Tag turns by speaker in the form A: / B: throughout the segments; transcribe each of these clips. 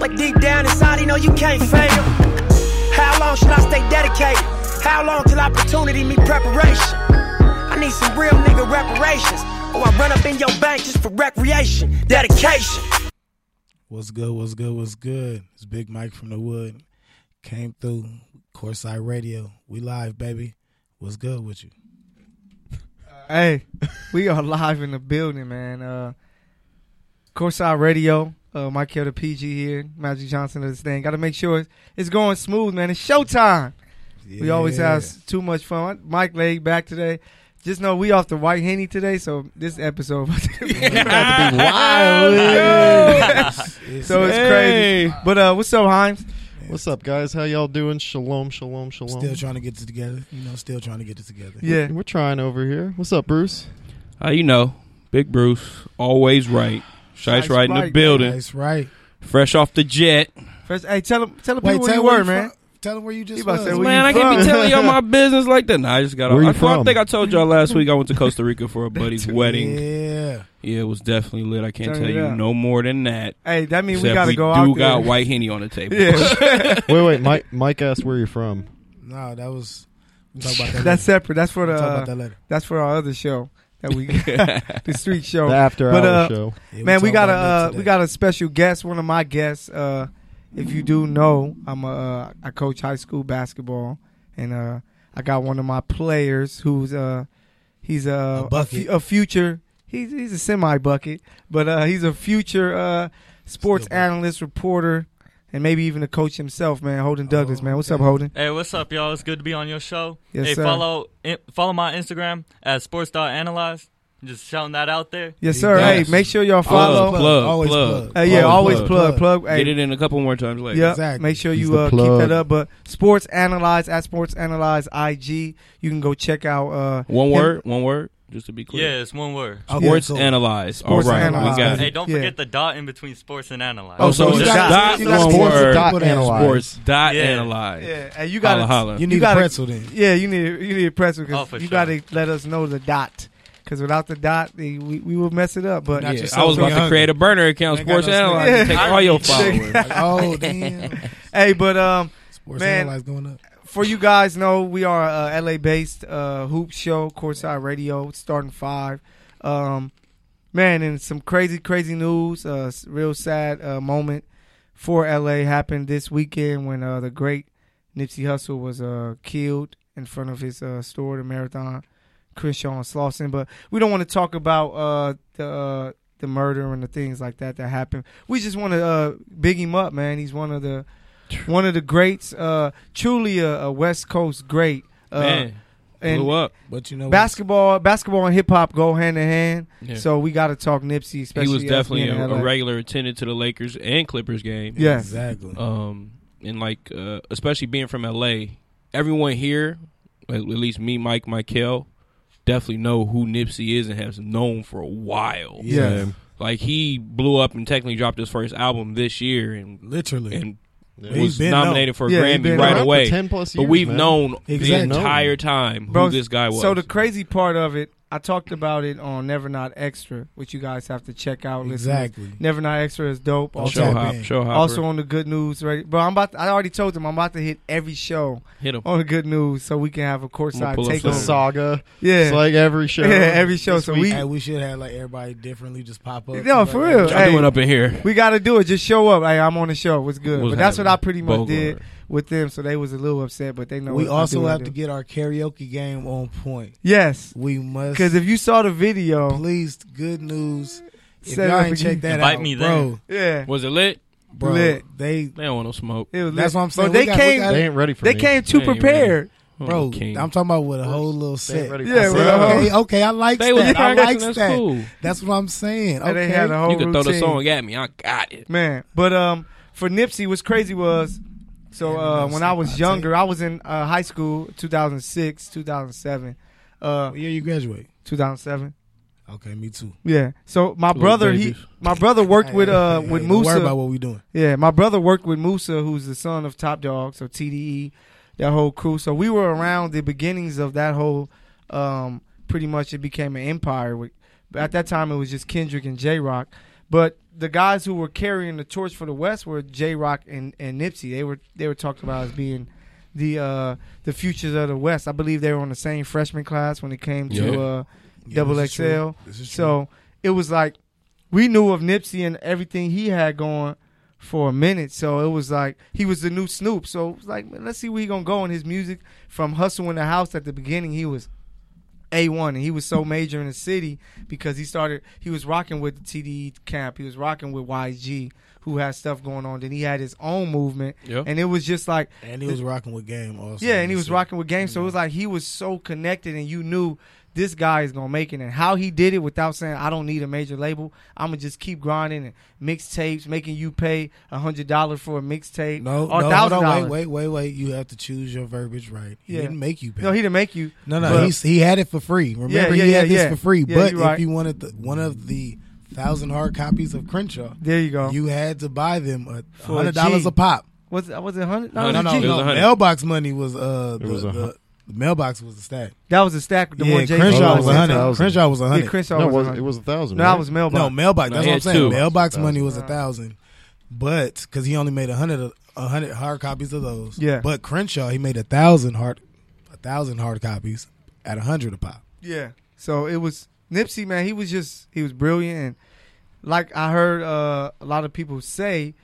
A: But deep down inside, he know you can't fade him. How long should I stay dedicated? How long till opportunity meet preparation? I need some real nigga reparations. Or I run up in your bank just for recreation. Dedication.
B: What's good? What's good? What's good? It's Big Mike from the Wood. Came through Courtside Radio. We live, baby. What's good with you?
C: Hey, we are live in the building, man. Uh, Courtside Radio, uh, Michael the PG here, Magic Johnson of this thing. Got to make sure it's, it's going smooth, man. It's showtime. We always
B: Yeah.
C: have s- too much fun. Mike laid back today. Just know we off the white henny today, so this episode about to be
D: About to be wild.
B: It's-
C: so it's
D: Hey.
C: crazy. But uh, what's up, Himes?
D: What's up, guys? How y'all doing? Shalom, shalom, shalom.
B: still trying to get it together. You know, still trying to get it together.
C: Yeah,
D: We're trying over here. What's up, Bruce?
E: Uh, you know, Big Bruce, always right. Shice
C: Shice
E: right in the
C: right,
E: building.
B: That's right.
E: Fresh off the jet.
C: First, hey, tell him, tell him
B: Wait,
C: where
B: tell
C: you
B: where
C: were,
B: you
C: man.
B: From, tell him where you just
C: He about to
B: was.
C: say,
E: Man, I
C: you
E: can't be
C: from?
E: telling y'all my business like that. Nah, I just got
D: Where
E: off.
D: you
E: I, I
D: from?
E: think I told y'all last week I went to Costa Rica for a buddy's wedding.
B: Yeah.
E: Yeah, it was definitely lit. I can't
C: Turn
E: tell
C: it
E: you
C: up.
E: no more than that.
C: Hey, that means we
E: Except
C: gotta
E: we
C: go
E: do
C: out
E: got
C: there.
E: white henny on the table.
C: Yeah,
D: wait, wait. Mike, Mike asked where you're from.
B: No, that was. We'll talk about that.
C: that's
B: later.
C: separate. That's for the
B: We'll talk
C: uh,
B: about that later.
C: that's for our other show that we the street show.
D: The after
C: But,
D: hour
C: uh,
D: show.
B: Yeah,
C: Man,
B: we'll
C: we
B: talk
C: got a
B: about that
C: uh,
B: today.
C: we got a special guest. One of my guests. Uh, if you do know, I'm a uh, I coach high school basketball, and uh, I got one of my players who's uh he's
B: A
C: a
B: bucket.
C: fu- a future he's he's a semi bucket, but uh, he's a future uh, sports
B: Still bucket.
C: analyst, reporter, and maybe even a coach himself. Man, Holden Douglas.
B: Oh,
C: man, what's
B: okay.
C: up, Holden?
F: Hey, what's up, y'all? It's good to be on your show.
C: Yes,
F: hey,
C: sir.
F: follow in, follow my Instagram at sports.analyze. Just shouting that out there.
C: Yes,
B: He
C: sir.
B: does.
C: Hey, make sure y'all
E: Plug,
C: follow.
E: plug,
B: always
E: plug.
B: plug.
C: Hey, yeah,
E: Always
C: always plug, plug. Hey,
E: Get it in a couple more times later.
C: Yeah,
B: Exactly.
C: make sure
D: He's
C: you
D: the
C: uh, keep
D: plug.
C: that up. But Sports Analyze at Sports Analyze IG, you can go check out. Uh,
E: One
C: him-
E: word, one word, just to be clear.
F: Yeah, it's one word.
B: Okay,
E: Sports
B: cool.
E: analyze.
C: Sports
E: All right,
C: analyze.
E: we got
F: Hey,
E: it.
F: don't
C: Yeah.
F: forget the dot in between sports and analyze.
E: Oh, so
C: so
E: it's
C: you got-
E: dot,
B: you got
E: one
B: sports
E: word.
B: dot
D: Dot analyze.
E: Sports dot
F: Yeah.
E: analyze.
C: yeah, and you
E: Holla,
C: got
E: holla.
B: You need
C: You gotta-
B: a pretzel then.
C: Yeah, you need you need a press because
F: Oh, for
C: you
F: sure.
C: got to let us know the dot. Because without the dot, they, we we will mess it up. But
B: Not
E: Yeah,
B: yourself
E: I was about
B: being
E: to create a burner account,
B: Ain't got
E: sports
B: no
E: analyze,
C: snake.
E: and take
F: Yeah.
E: all your
F: Shit.
E: followers.
B: Like, oh damn!
C: hey, but um,
B: Sports
C: Man.
B: analyze going up.
C: for you guys know we are a LA based uh, hoop show, Courtside Radio, starting five. Um, man, and some crazy, crazy news. Uh, s- real sad uh, moment for LA happened this weekend when uh, the great Nipsey Hussle was uh, killed in front of his uh, store, the Marathon, Crenshaw and Slauson. But we don't want to talk about uh, the uh, the murder and the things like that that happened. We just want to uh, big him up, man. He's one of the one of the greats, uh, truly a, a West Coast great. Uh,
E: Man, blew
C: and
E: up.
B: But you know,
C: basketball, basketball and hip hop go hand in hand.
E: Yeah.
C: So we got to talk Nipsey,
E: he
C: especially
E: was
C: us
E: definitely
C: being
E: a,
C: in
E: a
C: LA.
E: regular attendant to the Lakers and Clippers game.
C: Yeah.
B: exactly.
E: Um, and like, uh, especially being from LA, everyone here, at at least me, Mike, Michael, definitely know who Nipsey is and has known for a while.
B: yeah,
D: Yeah.
E: Like he blew up and technically dropped his first album this year and
B: literally.
E: and
B: He's
E: was
B: been
E: nominated for a
C: Yeah, he's been
E: Grammy
D: Been around
E: right
D: for
E: away.
D: Ten plus
E: But
D: years,
E: we've
D: man.
E: known the
B: Exactly.
E: entire time
C: Bro,
E: who this guy was.
C: So the crazy part of it, I talked about it on Never Not Extra, which you guys have to check out. listeners.
B: exactly.
C: Never Not Extra is dope. Also,
E: show
B: Tap
E: hop,
B: in.
E: show hopper.
C: also on the Good News, right? But I'm about. To, I already told them I'm about to hit every show
E: hit him.
C: on the Good News, so we can have a
E: I'ma
C: courtside
E: pull up
C: takeover.
D: the
E: some-
D: saga.
C: Yeah,
D: It's like every show.
C: yeah, every show.
D: This
C: So
D: week.
C: we
B: Hey, we should have like everybody differently just pop up.
C: No, for real.
E: What y'all
C: Hey.
E: doing up in here?
C: we got to do it. Just show up. Hey, I'm on the show. What's good?
E: What's
C: but that's what
E: happening?
C: I pretty much
E: Bogart.
C: did with them, so they was a little upset, but they know
B: we
C: what I do
B: also
C: what I
B: have to
C: do.
B: get our karaoke game on point.
C: yes,
B: We must.
C: because if you saw the video,
B: please, good news. If
C: Set
B: y'all
C: up
B: ain't
C: again.
B: check that
F: Invite
B: out,
F: me
B: bro,
C: yeah,
E: Was it lit?
B: bro,
C: Lit.
B: they,
E: They don't want no smoke.
C: it was
B: That's
C: lit.
B: what I'm saying.
C: Bro,
B: We
C: they
B: got- we
C: came,
B: got-
D: they ain't ready for
C: they
D: me.
C: came too
E: They ain't ready.
C: prepared.
E: Oh,
B: bro.
E: King.
B: I'm talking about with a whole little
D: They ain't
B: set.
D: ready
B: I
D: for
C: Yeah,
B: said,
D: me.
C: with a whole-
B: okay, okay, I like
E: They was
B: that. I like
E: practicing. That's
B: that.
E: cool.
B: That's what I'm saying.
C: And
B: Okay,
C: they had a whole
E: you could throw the
C: routine.
E: song at me. I got it.
C: man. But um, for Nipsey, what's crazy was So
B: Yeah,
C: uh,
B: that's
C: when I
B: like
C: was
B: my
C: younger, I was in uh, high school, 2006, 2007, uh,
B: What year you graduate?
C: 2007.
B: Okay, me too.
C: Yeah. So my
E: Little
C: brother, he,
E: babies.
C: my brother worked with uh
B: Hey,
C: with
B: don't Worry
C: Musa.
B: about what we doing.
C: Yeah, my brother worked with Musa, who's the son of Top Dog, so TDE, that whole crew. So we were around the beginnings of that whole. Um, pretty much, it became an empire. With but at that time, it was just Kendrick and J Rock. But the guys who were carrying the torch for the West were J Rock and, and Nipsey. They were they were talked about as being the uh, the futures of the West. I believe they were on the same freshman class when it came to
E: Yeah.
C: uh,
B: Yeah,
C: Double
B: this is
C: XL.
B: true. This is true.
C: So it was like we knew of Nipsey and everything he had going for a minute. So it was like he was the new Snoop. So it was like man, let's see where he gonna go in his music. From Hustle in the House at the beginning, he was a one, and he was so major in the city because he started. He was rocking with the TDE camp. He was rocking with YG, who had stuff going on. Then he had his own movement,
E: Yeah.
C: and it was just like
B: and he was rocking with Game also.
C: yeah, and he was rocking with Game, so it was like he was so connected, and you knew this guy is gonna make it. And how he did it without saying, "I don't need a major label. I'm gonna just keep grinding and mixtapes, making you pay a hundred dollars for a mixtape,
B: No,
C: or
B: no, hold
C: thousand
B: on, wait,
C: dollars.
B: wait, wait, wait. You have to choose your verbiage right. He
C: Yeah.
B: didn't make you pay.
C: No, he didn't make you.
B: No, no,
C: But-
B: he's, he had it for free. Remember,
C: yeah,
B: he had
C: yeah,
B: this
C: yeah.
B: for free.
C: Yeah,
B: but
C: you're right.
B: if you wanted the, one of the thousand hard copies of Crenshaw,
C: There you go.
B: you had to buy them a
C: Uh-huh. For a
B: hundred dollars
C: G.
B: a pop.
C: was it- was it hundred?
E: No,
C: No,
B: No,
E: It was
B: no,
E: a
B: no.
E: hundred.
B: Mailbox money was uh the,
D: was a
B: the-
D: hun-
B: the mailbox was the stack.
C: that was a stack. The
B: yeah,
C: one Jay
B: Crenshaw
D: Crenshaw
B: was
D: was
B: a hundred.
D: 1,000.
B: Crenshaw was a
C: Yeah,
B: hundred.
C: Crenshaw
D: No, it
C: was.
D: was,
C: 100.
D: it was a thousand.
C: no,
D: right?
C: that was mailbox.
B: No, mailbox. That's
E: No,
B: what
E: he
B: I'm
E: had
B: saying.
E: two.
B: Mailbox
D: Thousand.
B: money was a thousand, but because he only made a hundred of- a hundred hard copies of those.
C: Yeah.
B: But Crenshaw, he made a thousand hard, a thousand hard copies at a hundred a pop.
C: Yeah. So it was Nipsey, man. He was just he was brilliant, and like I heard uh, a lot of people say,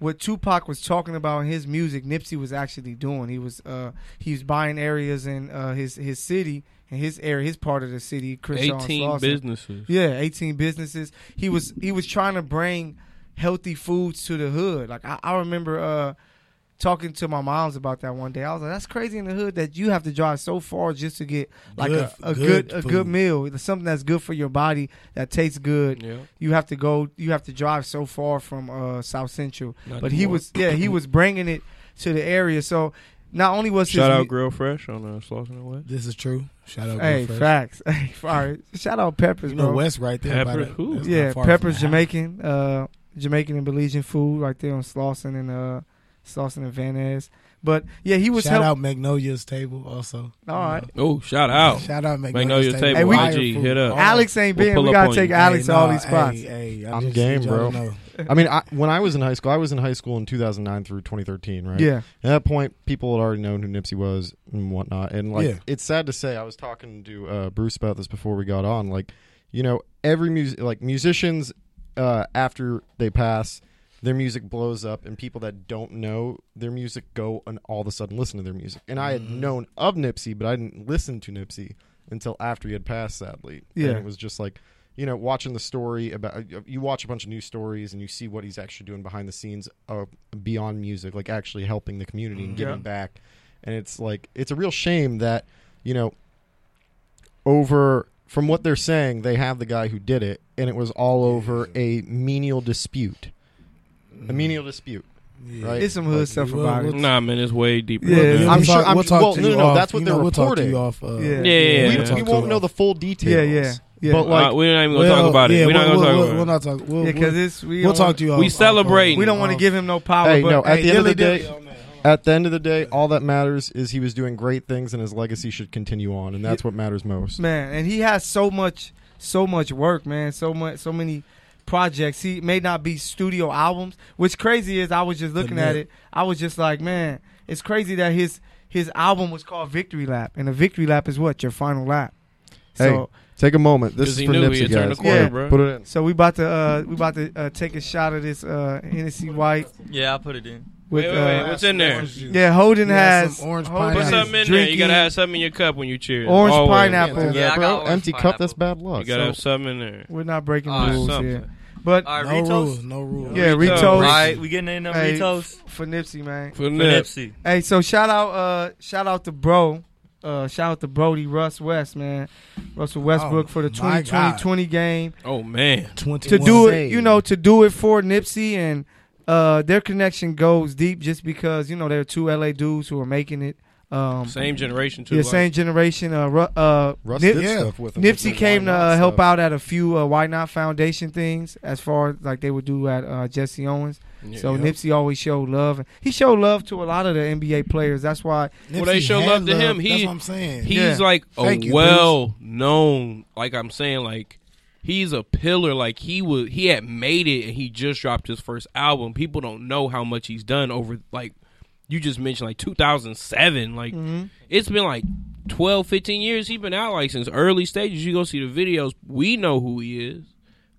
C: what Tupac was talking about in his music, Nipsey was actually doing. He was uh, he was buying areas in uh, his his city and his area, his part of the city, Crenshaw and
E: 18
C: Slauson.
E: businesses.
C: Yeah, eighteen businesses. He was he was trying to bring healthy foods to the hood. Like I, I remember uh talking to my moms about that one day. I was like, "That's crazy in the hood that you have to drive so far just to get like
B: Good-
C: a, a
B: good
C: good, a
B: food.
C: good meal, something that's good for your body that tastes good."
E: Yeah.
C: You have to go. You have to drive so far from uh, South Central,
E: Not
C: but he
E: anymore.
C: was yeah he was bringing it to the area. So not only was
E: Shout
C: his, mu-
E: out Grill Fresh on uh, Slauson and West.
B: This is true. Shout out.
C: hey
B: Go Fresh.
C: facts, hey, all right. shout out Peppers,
B: You know
C: bro.
B: West right there. by
E: Pepper-
B: that-
E: who?
B: that's not
C: Yeah,
B: far from
C: Pepper's
B: the
C: Jamaican, uh, Jamaican and Belizean food right there on Slauson and uh, Slauson and Van Ness. But yeah, he
B: house.
C: was
B: Shout
C: helping.
B: out Magnolia's table also.
C: All right,
E: Oh, shout out.
B: Shout out Magnolia's,
E: Magnolia
B: table.
E: Table,
C: Hey, we-
E: IG, hit up.
C: Alex ain't
E: We'll
C: been.
E: pull
C: we
E: up
C: gotta
E: on
C: take
E: you.
C: Alex
B: Hey,
C: to all
B: no,
C: these spots.
B: Hey, hey,
D: I'm
B: just
D: game,
B: need y'all
D: bro.
B: to know.
D: I mean, I, when I was in high school, I was in high school in 2009 through 2013, right?
C: Yeah,
D: At that point, people had already known who Nipsey was and whatnot. And like,
B: Yeah.
D: it's sad to say, I was talking to uh, Bruce about this before we got on. Like, you know, every music, like musicians, uh, after they pass, their music blows up, and people that don't know their music go and all of a sudden listen to their music. And I had
C: Mm-hmm.
D: known of Nipsey, but I didn't listen to Nipsey until after he had passed. Sadly,
C: Yeah.
D: and it was just like. You know, watching the story about uh, you watch a bunch of news stories and you see what he's actually doing behind the scenes of beyond music, like actually helping the community and giving
C: Mm-hmm. Yeah.
D: back. And it's like it's a real shame that you know over from what they're saying, they have the guy who did it, and it was all over a menial dispute.
C: Mm.
D: A menial dispute,
B: Yeah.
D: right?
C: it's some hood
D: Like,
C: stuff
B: well,
C: about
B: well,
C: it.
E: Nah, man, it's way deeper.
C: Yeah,
E: than
B: Yeah,
E: that.
D: I'm
B: we'll
D: sure-
B: talk-
D: I'm-
B: we'll talk
D: well,
B: to
D: no,
B: you
D: no,
B: off.
D: that's what
B: You
D: they're
B: know, we'll talk to
D: reporting.
B: you off. uh,
C: Yeah.
E: Yeah,
D: we,
E: yeah,
B: talk
D: we
B: to
D: won't
B: you
D: know
B: off.
D: the full details.
C: yeah, yeah, yeah.
D: But like,
E: Uh, we're not even gonna talk about it.
B: yeah,
E: we're not
B: we'll,
E: gonna
B: we'll,
E: talk
B: We'll
E: about
B: not talk. We'll,
C: yeah,
B: we'll,
C: because it's we
B: we'll
C: don't-
B: talk to you. Um,
E: We celebrating.
C: We don't want to give him no power.
D: hey,
C: but
D: no. At
B: hey,
D: the end of
B: dilly
D: the day,
B: dilly on
D: at the end of the day, all that matters is he was doing great things, and his legacy should continue on, and that's what matters most.
C: man and he has so much so much work man so much so many projects he may not be studio albums which crazy is i was just looking at
B: net.
C: it i was just like man it's crazy that his his album was called victory lap and a victory lap is what your final lap so
D: Take a moment. This
E: Because
D: is
E: he
D: for
E: knew he
D: Nipsey,
E: had turned the
D: guys.
E: corner,
C: Yeah.
E: bro.
D: Put it in.
C: so we about to uh we about to uh, take a shot of this uh hennessy white
F: Yeah, I put it in.
C: with
E: Wait, wait, wait,
C: uh
E: what's in there?
C: yeah holden
B: You had
C: has
B: some orange
C: Holden
E: Put
B: pineapple.
C: has
E: something in there. You gotta
C: drinking.
E: have something in your cup when you cheer.
C: Orange
E: Always.
C: pineapple.
D: Yeah,
F: Yeah, I
D: bro.
F: got orange
D: Empty cup. That's bad
E: You
D: luck.
E: gotta have
D: Oh, So-
E: something in there.
C: we're not breaking
F: All right,
C: the rules
E: something.
C: here but
F: All
B: No
F: right,
B: rules,
F: Ritos.
B: no rules.
C: yeah
E: Ritos.
C: retos
E: All
F: Right, we getting in them
C: Hey,
F: Ritos
C: for nipsey man
E: For
F: for
E: Nip.
F: Nipsey.
C: Hey, so shout out, uh, shout out to bro, uh, shout out to Brody Russ West, man, Russell Westbrook
B: Oh,
C: for the
B: my
C: 2020
B: God.
C: 20 game
E: Oh man.
C: to
B: 21
C: do it,
D: Insane.
C: you know, to do it for Nipsey and uh, their connection goes deep just because you know there are two LA dudes who are making it. Um,
E: Same generation too.
C: yeah,
E: like-
C: same generation. Uh, Ru- uh,
D: Russ
C: Nip-
D: did
B: yeah.
D: stuff with him.
C: Nipsey
D: with the
C: came to
D: Why Not
C: uh, help
D: stuff.
C: out at a few uh, Why Not Foundation things, as far as like they would do at uh, Jesse Owens.
E: Yeah.
C: So
B: Yep.
C: Nipsey always showed love. He showed love to a lot of the NBA players. That's why
E: Well, they
B: Nipsey
E: show
B: had
E: love to him.
B: That's
E: He-
B: what I'm saying.
E: he's
C: Yeah.
E: like a
B: Thank you,
E: well known like i'm saying like he's a pillar like he was he had made it and he just dropped his first album people don't know how much he's done over like you just mentioned like 2007 like it's been like 12 15 years he's been out like since early stages you go see the videos we know who he is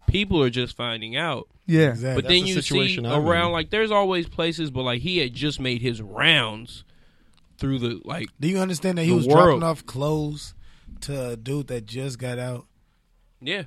E: people are just finding out
C: yeah,
B: exactly.
E: but
D: That's
E: then
D: the
E: you see
D: situation I'm in.
E: around like there's always places but like he had just made his rounds through the like
B: Do you understand that he
E: The
B: was
E: world.
B: dropping off clothes to a dude that just got out?
E: yeah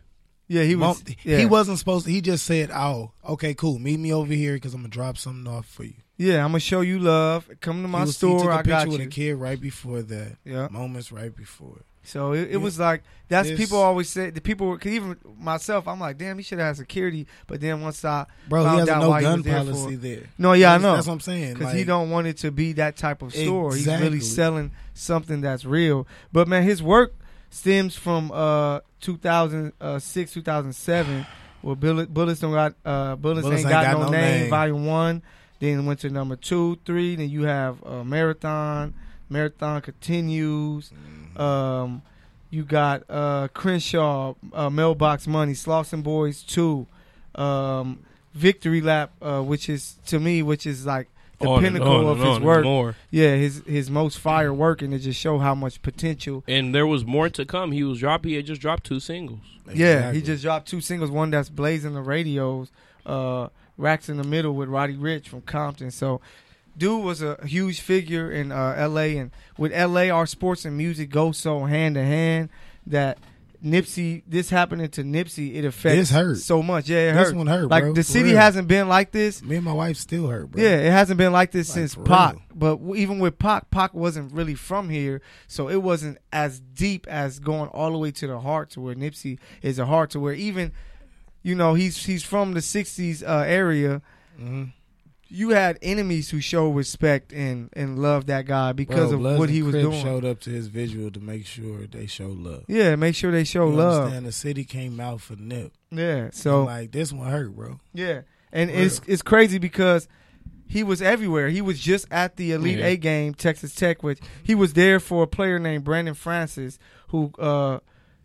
C: yeah. He was.
B: Won't-
C: Yeah.
B: He wasn't supposed to. He just said, "Oh, okay, cool. Meet me over here because I'm gonna drop something off for you."
C: Yeah, I'm gonna show you love. Come to
B: he
C: my
B: was, he took
C: store.
B: a
C: I got
B: picture with a
C: you.
B: kid right before that.
C: Yeah.
B: Moments right before.
C: So it, it
B: Yeah.
C: was like that's
B: This-
C: people always say the people were 'cause even myself. I'm like, damn, he should have had security. But then once I
B: Bro,
C: Found
B: he has
C: out
B: a no
C: why he
B: gun
C: was there for
B: policy there.
C: no, yeah, I
B: That's-
C: know
B: That's what I'm saying.
C: because he
B: Like,
C: don't want it to be that type of store. He's really
B: Exactly.
C: selling something that's real. But man, his work stems from uh 2006, 2007, where Bullet, Bullets don't got uh Bullets, ain't, got, no, name, Volume One. Then went to number two, three. Then you have uh, Marathon. Marathon continues. Um, you got uh, Crenshaw, uh, Mailbox Money, Slauson Boys Two, um, Victory Lap, uh, which is to me, which is like the
E: on and
C: pinnacle
E: on
C: of
E: and on
C: his
E: and
C: work.
E: more.
C: Yeah, his his most fire work, and it just show how much potential.
E: and there was more to come. He was drop. He had just dropped two singles.
C: Yeah, he
B: Exactly.
C: just dropped two singles. One that's blazing the radios, uh, racks in the middle with Roddy Rich from Compton. So, dude was a huge figure in uh, L.A. And with L.A., our sports and music go so hand to hand that Nipsey, this happening to Nipsey, it
B: This
C: affects
B: hurt.
C: so much. Yeah, it
B: This
C: hurt.
B: one hurt,
C: Like
B: bro,
C: the
B: for
C: city
B: real.
C: hasn't been like this.
B: Me and my wife still hurt, bro.
C: Yeah, it hasn't been like this
B: Like,
C: since
B: for
C: Pac.
B: real.
C: But w- even with Pac, Pac wasn't really from here, so it wasn't as deep as going all the way to the heart to where Nipsey is a heart to where even, you know, he's he's from the '60s uh, area.
B: Mm-hmm.
C: You had enemies who showed respect and and loved that guy because
B: Bro,
C: of
B: Bloods
C: what
B: and
C: he was
B: Crips
C: doing.
B: Showed up to his visual to make sure they show love.
C: yeah, make sure they show
B: You
C: love.
B: Understand? The city came out for Nip.
C: Yeah,
B: So
C: so
B: like this one hurt, bro.
C: Yeah, and
B: Real.
C: it's it's crazy because he was everywhere. He was just at the Elite
E: Yeah.
C: A game, Texas Tech, which he was there for a player named Brandon Francis, who uh,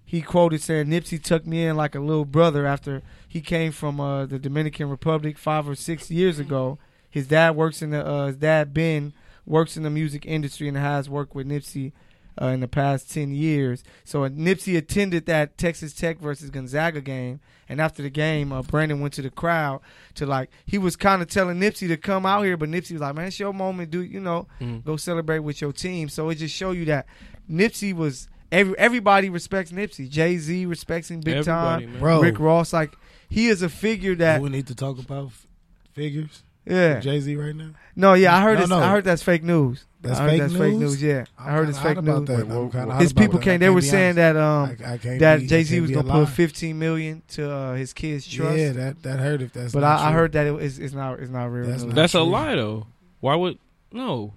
C: he quoted saying Nipsey took me in like a little brother after he came from uh, the Dominican Republic five or six years ago. His dad works in the uh, his dad Ben works in the music industry and has worked with Nipsey uh, in the past 10 years. So uh, Nipsey attended that Texas Tech versus Gonzaga game. And after the game, uh, Brandon went to the crowd to like, he was kind of telling Nipsey to come out here, but Nipsey was like, man, it's your moment, dude. You know, go celebrate with your team. So it just showed you that Nipsey was, every, everybody respects Nipsey. Jay Z respects him big
E: Everybody,
C: time.
E: man.
B: Bro,
C: Rick Ross, like, he is a figure that,
B: do we need to talk about f- figures.
C: yeah.
B: Jay Z right now.
C: No, yeah, I heard
B: No,
C: it's,
B: no.
C: I heard that's fake news.
B: That's
C: I heard
B: fake
C: that's fake
B: news?
C: news, yeah. i heard
B: I'm
C: it's
B: kinda hot
C: fake
B: about
C: news.
B: That. I'm
D: Wait,
B: kinda
D: wh-
B: hot
C: His
B: about
C: people
B: that. I
C: came. They
B: can't
C: were
B: be
C: saying
B: honest.
C: that um
B: I, I can't
C: that
B: be- I
C: Jay Z
B: can't
C: was
B: be
C: gonna
B: alive.
C: put fifteen million to uh, his kids' trust.
B: Yeah, that that hurt. If that's
C: but
B: not
C: I, I
B: true.
C: heard that it, it's, it's not it's not real.
B: That's not-
C: news.
E: That's a
B: true.
E: lie though. Why would no?
C: No.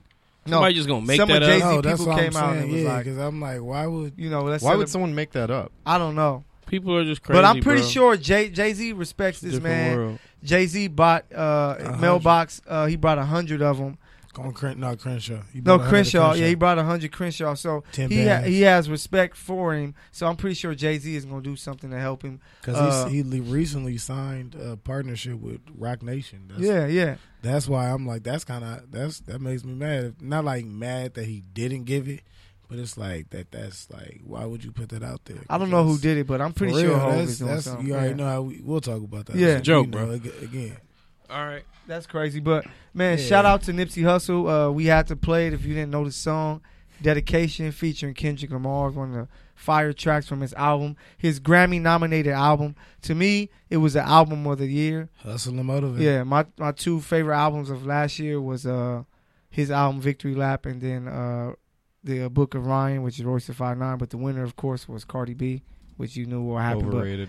E: Somebody just gonna make
C: Some of
E: that up.
C: Jay-Z-
B: no,
C: people
B: that's what
C: came
B: I'm
C: out and
B: saying.
C: was
B: yeah,
C: like-
B: because I'm like, why would
C: you know. That's
D: Why would someone make that up?
C: I don't know.
E: People are just crazy.
C: But I'm pretty
E: bro.
C: sure Jay Jay Z respects
E: It's a
C: this
E: different
C: man.
E: world.
C: Jay Z bought uh,
B: hundred.
C: mailbox. Uh, he brought a hundred of them.
B: on Cren- no Crenshaw? You
C: No
B: better have
C: Crenshaw. Yeah, he brought a hundred Crenshaw. So
B: Ten
C: he ha-
B: bands.
C: he has respect for him. So I'm pretty sure Jay Z is gonna do something to help him.
B: because
C: uh,
B: he le- recently signed a partnership with Rock Nation. That's,
C: yeah, yeah,
B: that's why I'm like, that's kind of that's that makes me mad. Not like mad that he didn't give it, but it's like that. That's like, why would you put that out there?
C: I don't know who
B: Because-
C: did it, but I'm pretty
B: For
C: sure
B: real,
C: Hov
B: that's-
C: is doing
B: that's-
C: something.
B: You already
C: Yeah.
B: know how we, we'll talk about that.
C: Yeah.
B: It's a
E: Joke,
B: you
E: bro.
B: know, ag- Again,
E: All right.
C: That's crazy. But man,
B: Yeah.
C: shout out to Nipsey Hussle. Uh, we had to play it if you didn't know the song. Dedication featuring Kendrick Lamar, one of the fire tracks from his album, his Grammy nominated album. To me, it was the album of the year.
B: hustle and motivate.
C: Yeah, my my two favorite albums of last year was uh his album Victory Lap and then uh the Book of Ryan, which is Royce the Five Nine. But the winner, of course, was Cardi B, which you knew what happened. But
D: Overrated.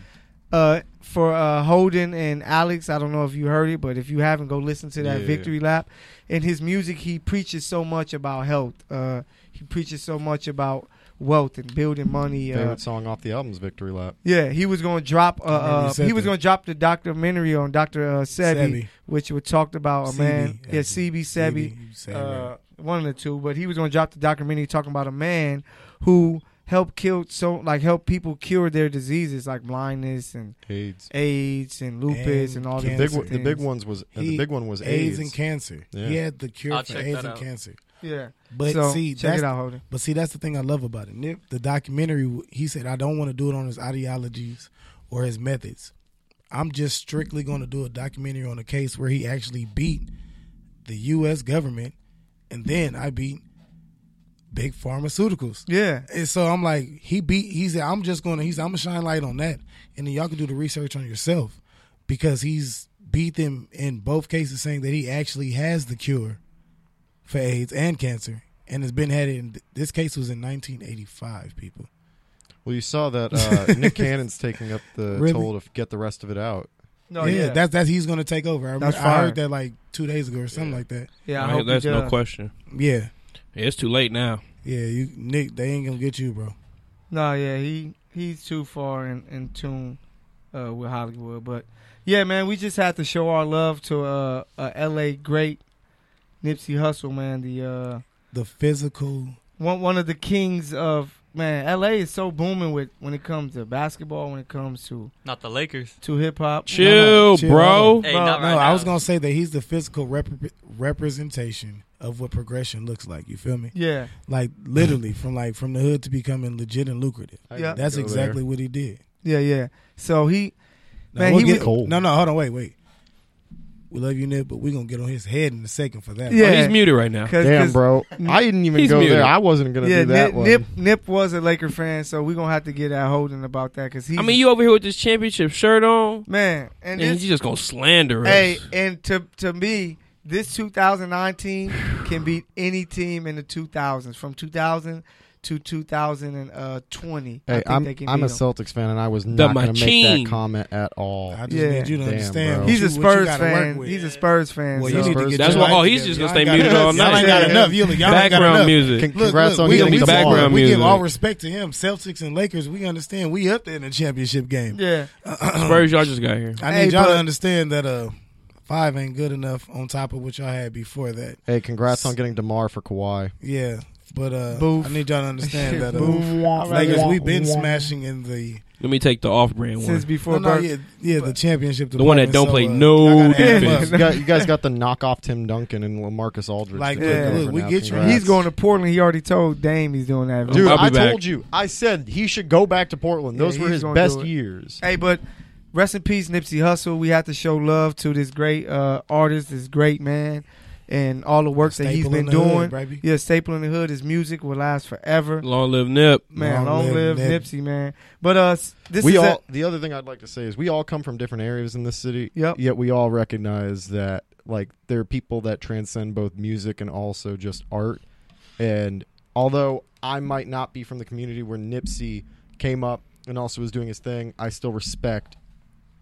C: uh, for uh, Holden and Alex. I don't know if you heard it, but if you haven't, go listen to that
D: Yeah.
C: victory lap. In his music, he preaches so much about health. Uh, he preaches so much about wealth and building money. Uh,
D: Favorite song off the album's Victory Lap.
C: yeah, he was going to drop. Uh,
B: remember you
C: uh,
B: said
C: he was
B: that.
C: going to drop the documentary on Doctor uh, Sebi,
B: Sebi.
C: which we talked about. A
B: CB,
C: Oh, man, yeah,
B: actually.
C: CB Sebi
B: You say it right.
C: uh, one of the two, but he was gonna drop the documentary talking about a man who helped kill so like help people cure their diseases like blindness and
D: AIDS.
C: AIDS and lupus
B: And
C: and, all
D: The
C: these
D: big
B: cancer.
D: one, the big ones was uh,
B: He-
D: the big one was
B: AIDS
D: AIDS.
B: and cancer.
D: Yeah.
B: He had the cure
F: I'll
B: for
F: check
B: AIDS
F: that
B: and
F: out.
B: cancer.
C: Yeah,
B: But
C: so
B: see,
C: check
B: that's,
C: it out, Holden.
B: But see, that's the thing I love about it. Nip, the documentary, he said, I don't want to do it on his ideologies or his methods. I'm just strictly going to do a documentary on a case where he actually beat the U.S. government, and then I beat big pharmaceuticals.
C: Yeah,
B: And so I'm like, he beat. He said, I'm just gonna. He's. I'm gonna shine light on that, and then y'all can do the research on yourself, because he's beat them in both cases, saying that he actually has the cure for AIDS and cancer, and has been had it. In, this case was in 1985. People.
D: Well, you saw that uh, Nick Cannon's taking up the
B: Really?
D: toll to get the rest of it out.
C: no,
B: yeah, that's that's he's gonna take over. I, remember,
C: Oh, That's
B: I
C: fire.
B: heard that like two days ago or something like that.
C: yeah. I
E: Right,
C: hope he
E: that's no
C: does.
E: question.
B: Yeah,
E: Yeah, it's too late now.
B: yeah. You Nick, they ain't gonna get you, bro.
C: No, yeah, he he's too far in, in tune uh, with Hollywood. But yeah, man, we just have to show our love to uh, uh L.A. great Nipsey Hussle, man. The uh,
B: The physical.
C: one one of the kings of man. LA is so booming with when it comes to basketball, when it comes to
F: Not the Lakers.
C: to hip hop.
E: Chill,
B: no, chill,
E: bro.
B: hold
F: Hey,
C: Bro,
F: not
B: No,
F: right
B: I
F: now.
B: was gonna say that he's the physical rep- representation of what progression looks like. You feel me?
C: Yeah,
B: like literally from like from the hood to becoming legit and lucrative.
D: I
C: Yeah.
D: can
B: That's
D: go
B: exactly
D: there.
B: what he did.
C: yeah, yeah. So he, Man,
B: we'll
C: he
B: get-
C: was-
D: Cold.
B: No, no, hold on, wait, wait. We love you, Nip, but we're gonna get on his head in a second for that.
E: Oh,
C: Yeah.
E: he's muted right now.
C: cause,
D: Damn,
C: 'cause-
D: bro! I didn't even
E: He's
D: go
E: muted.
D: there. I wasn't gonna
C: Yeah,
D: do that
C: Nip,
D: one.
C: Nip Nip was a Laker fan, so we're gonna have to get at Holden about that because he.
E: I mean, you over here with this championship shirt on,
C: man, and
E: and
C: this,
E: you just gonna slander us.
C: hey, and to to me, this 2019 can beat any team in the 2000s from 2000 to 2020. I
D: Hey,
C: think
D: I'm
C: they can
D: I'm a
C: beat 'em.
D: Celtics fan, and I was not going to make
E: machine.
D: that comment at all.
B: I just
C: Yeah.
B: need you to
D: Damn,
B: understand.
D: bro.
B: what
C: He's a
B: you- what you
C: Spurs
B: gotta
C: fan.
B: work with.
C: He's a Spurs fan.
B: Well,
C: so.
B: you need to
D: Spurs
B: get
D: fan.
B: your
E: That's why-
B: life
E: oh, he's
B: together.
E: just
B: Y'all
E: gonna
B: ain't
E: stay muted
B: got
E: all
B: enough. Y'all ain't
E: night.
B: got enough. You- y'all ain't got
E: background
B: enough.
E: music.
D: Con-
B: Look,
D: Congrats
B: look,
D: on
B: we,
D: getting
B: we
D: the
B: support-
D: ball.
E: background
B: We
E: music.
B: give all respect to him, Celtics and Lakers. We understand. We up there in the championship game.
C: Yeah.
E: Spurs, y'all just got here.
B: I
C: Hey,
B: need y'all
C: but-
B: to understand that uh five ain't good enough on top of what y'all had before that.
D: Hey, congrats on getting Demar for Kawhi.
B: Yeah. But uh
C: Boof.
B: I need y'all to understand that
C: Boof.
B: uh,
C: All right.
B: Lakers we've been smashing in the
E: Let me take the off-brand one.
C: since before
B: no, no,
C: Bird.
B: yeah, yeah, the championship
E: the one that
B: department.
E: don't
B: So,
E: play
B: uh,
E: no
B: y'all gotta add
E: defense.
D: You,
B: up.
D: got, you guys got the knockoff Tim Duncan and Lamarcus Aldridge.
B: Like,
D: to take
C: yeah,
D: over
B: look, we
D: now.
B: get you.
D: Congrats.
C: He's going to Portland. He already told Dame he's doing that.
D: Dude,
E: I'll be
D: I
E: back.
D: told you. I said he should go back to Portland.
C: Yeah,
D: Those were
C: he's
D: his
C: gonna
D: best
C: do it.
D: years.
C: Hey, but rest in peace, Nipsey Hussle. We have to show love to this great uh, artist, this great man, and all the work that he's
B: Staple
C: been
B: in the hood,
C: doing.
B: baby.
C: yeah, staple in the hood. His music will last forever.
E: Long live Nip.
C: Man, long, live, Nipsey, man. But uh, s- this
D: we
C: is
D: all.
C: a-
D: the other thing I'd like to say is we all come from different areas in this city.
C: Yep.
D: Yet we all recognize that like there are people that transcend both music and also just art. And although I might not be from the community where Nipsey came up and also was doing his thing, I still respect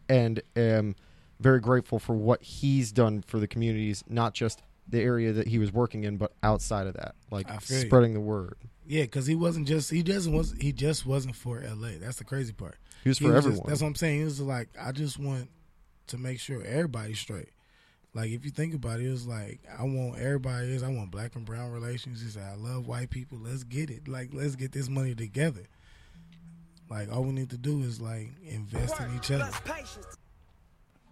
D: and am very grateful for what he's done for the communities, not just the area that he was working in, but outside of that, like
B: I feel you.
D: spreading the word.
B: Yeah, because he wasn't just he doesn't was he just wasn't for L.A. That's the crazy part.
D: He was for
B: just-
D: everyone.
B: that's what I'm saying. He was like, I just want to make sure everybody's straight. Like if you think about it, it was like I want everybody is I want black and brown relations. He said, I love white people. Let's get it. Like let's get this money together. Like all we need to do is like invest in each other.
A: Plus patience.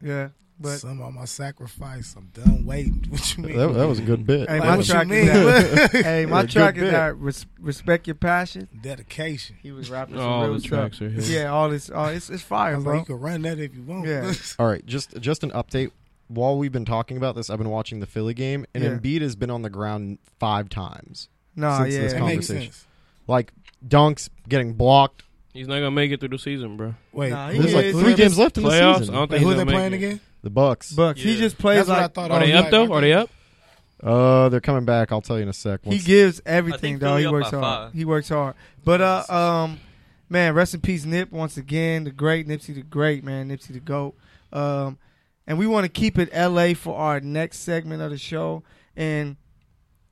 C: yeah, but
B: Some of my sacrifice. I'm done waiting. What you mean?
D: That, that was a good bit.
C: hey,
B: Like,
C: my
B: what you
C: track is
B: mean?
C: that. hey, my
D: Good
C: track is
D: bit.
C: that. Res- respect your passion.
B: Dedication.
C: He was rapping some
E: All
C: real
E: the
C: stuff.
E: tracks are here.
C: Yeah, all this, all it's, it's
B: I
C: fire,
B: was
C: bro.
B: like, you can run that if you want.
C: Yeah.
D: All right, just just an update. While we've been talking about this, I've been watching the Philly game, and
C: Yeah.
D: Embiid has been on the ground five times.
C: Nah,
D: since
C: yeah,
D: this
B: that makes
D: Conversation.
B: sense.
D: Like dunks, getting blocked.
E: He's not gonna make it through the season, bro.
B: Wait,
C: Nah,
B: who
C: he
D: There's like
C: is.
D: three games left in
E: Playoffs.
D: the
E: I
D: season.
E: don't
B: Wait,
E: think
B: who
E: he's
B: they
E: gonna
B: playing
E: make it.
B: again?
D: The Bucks.
C: Bucks. He
E: Yeah.
C: just plays
B: That's what I
C: like
B: thought. I
E: Are
B: was
E: they up
B: like,
E: though? Are they up?
D: Uh, they're coming back. I'll tell you in a sec.
C: he
D: once-
C: gives
F: I think
C: everything though.
F: Philly
C: He
F: up
C: works
F: by
C: hard.
F: five.
C: He works hard. But uh, um, man, rest in peace, Nip. Once again, the great Nipsey, the great man, Nipsey the goat. Um, and we want to keep it L.A. for our next segment of the show. And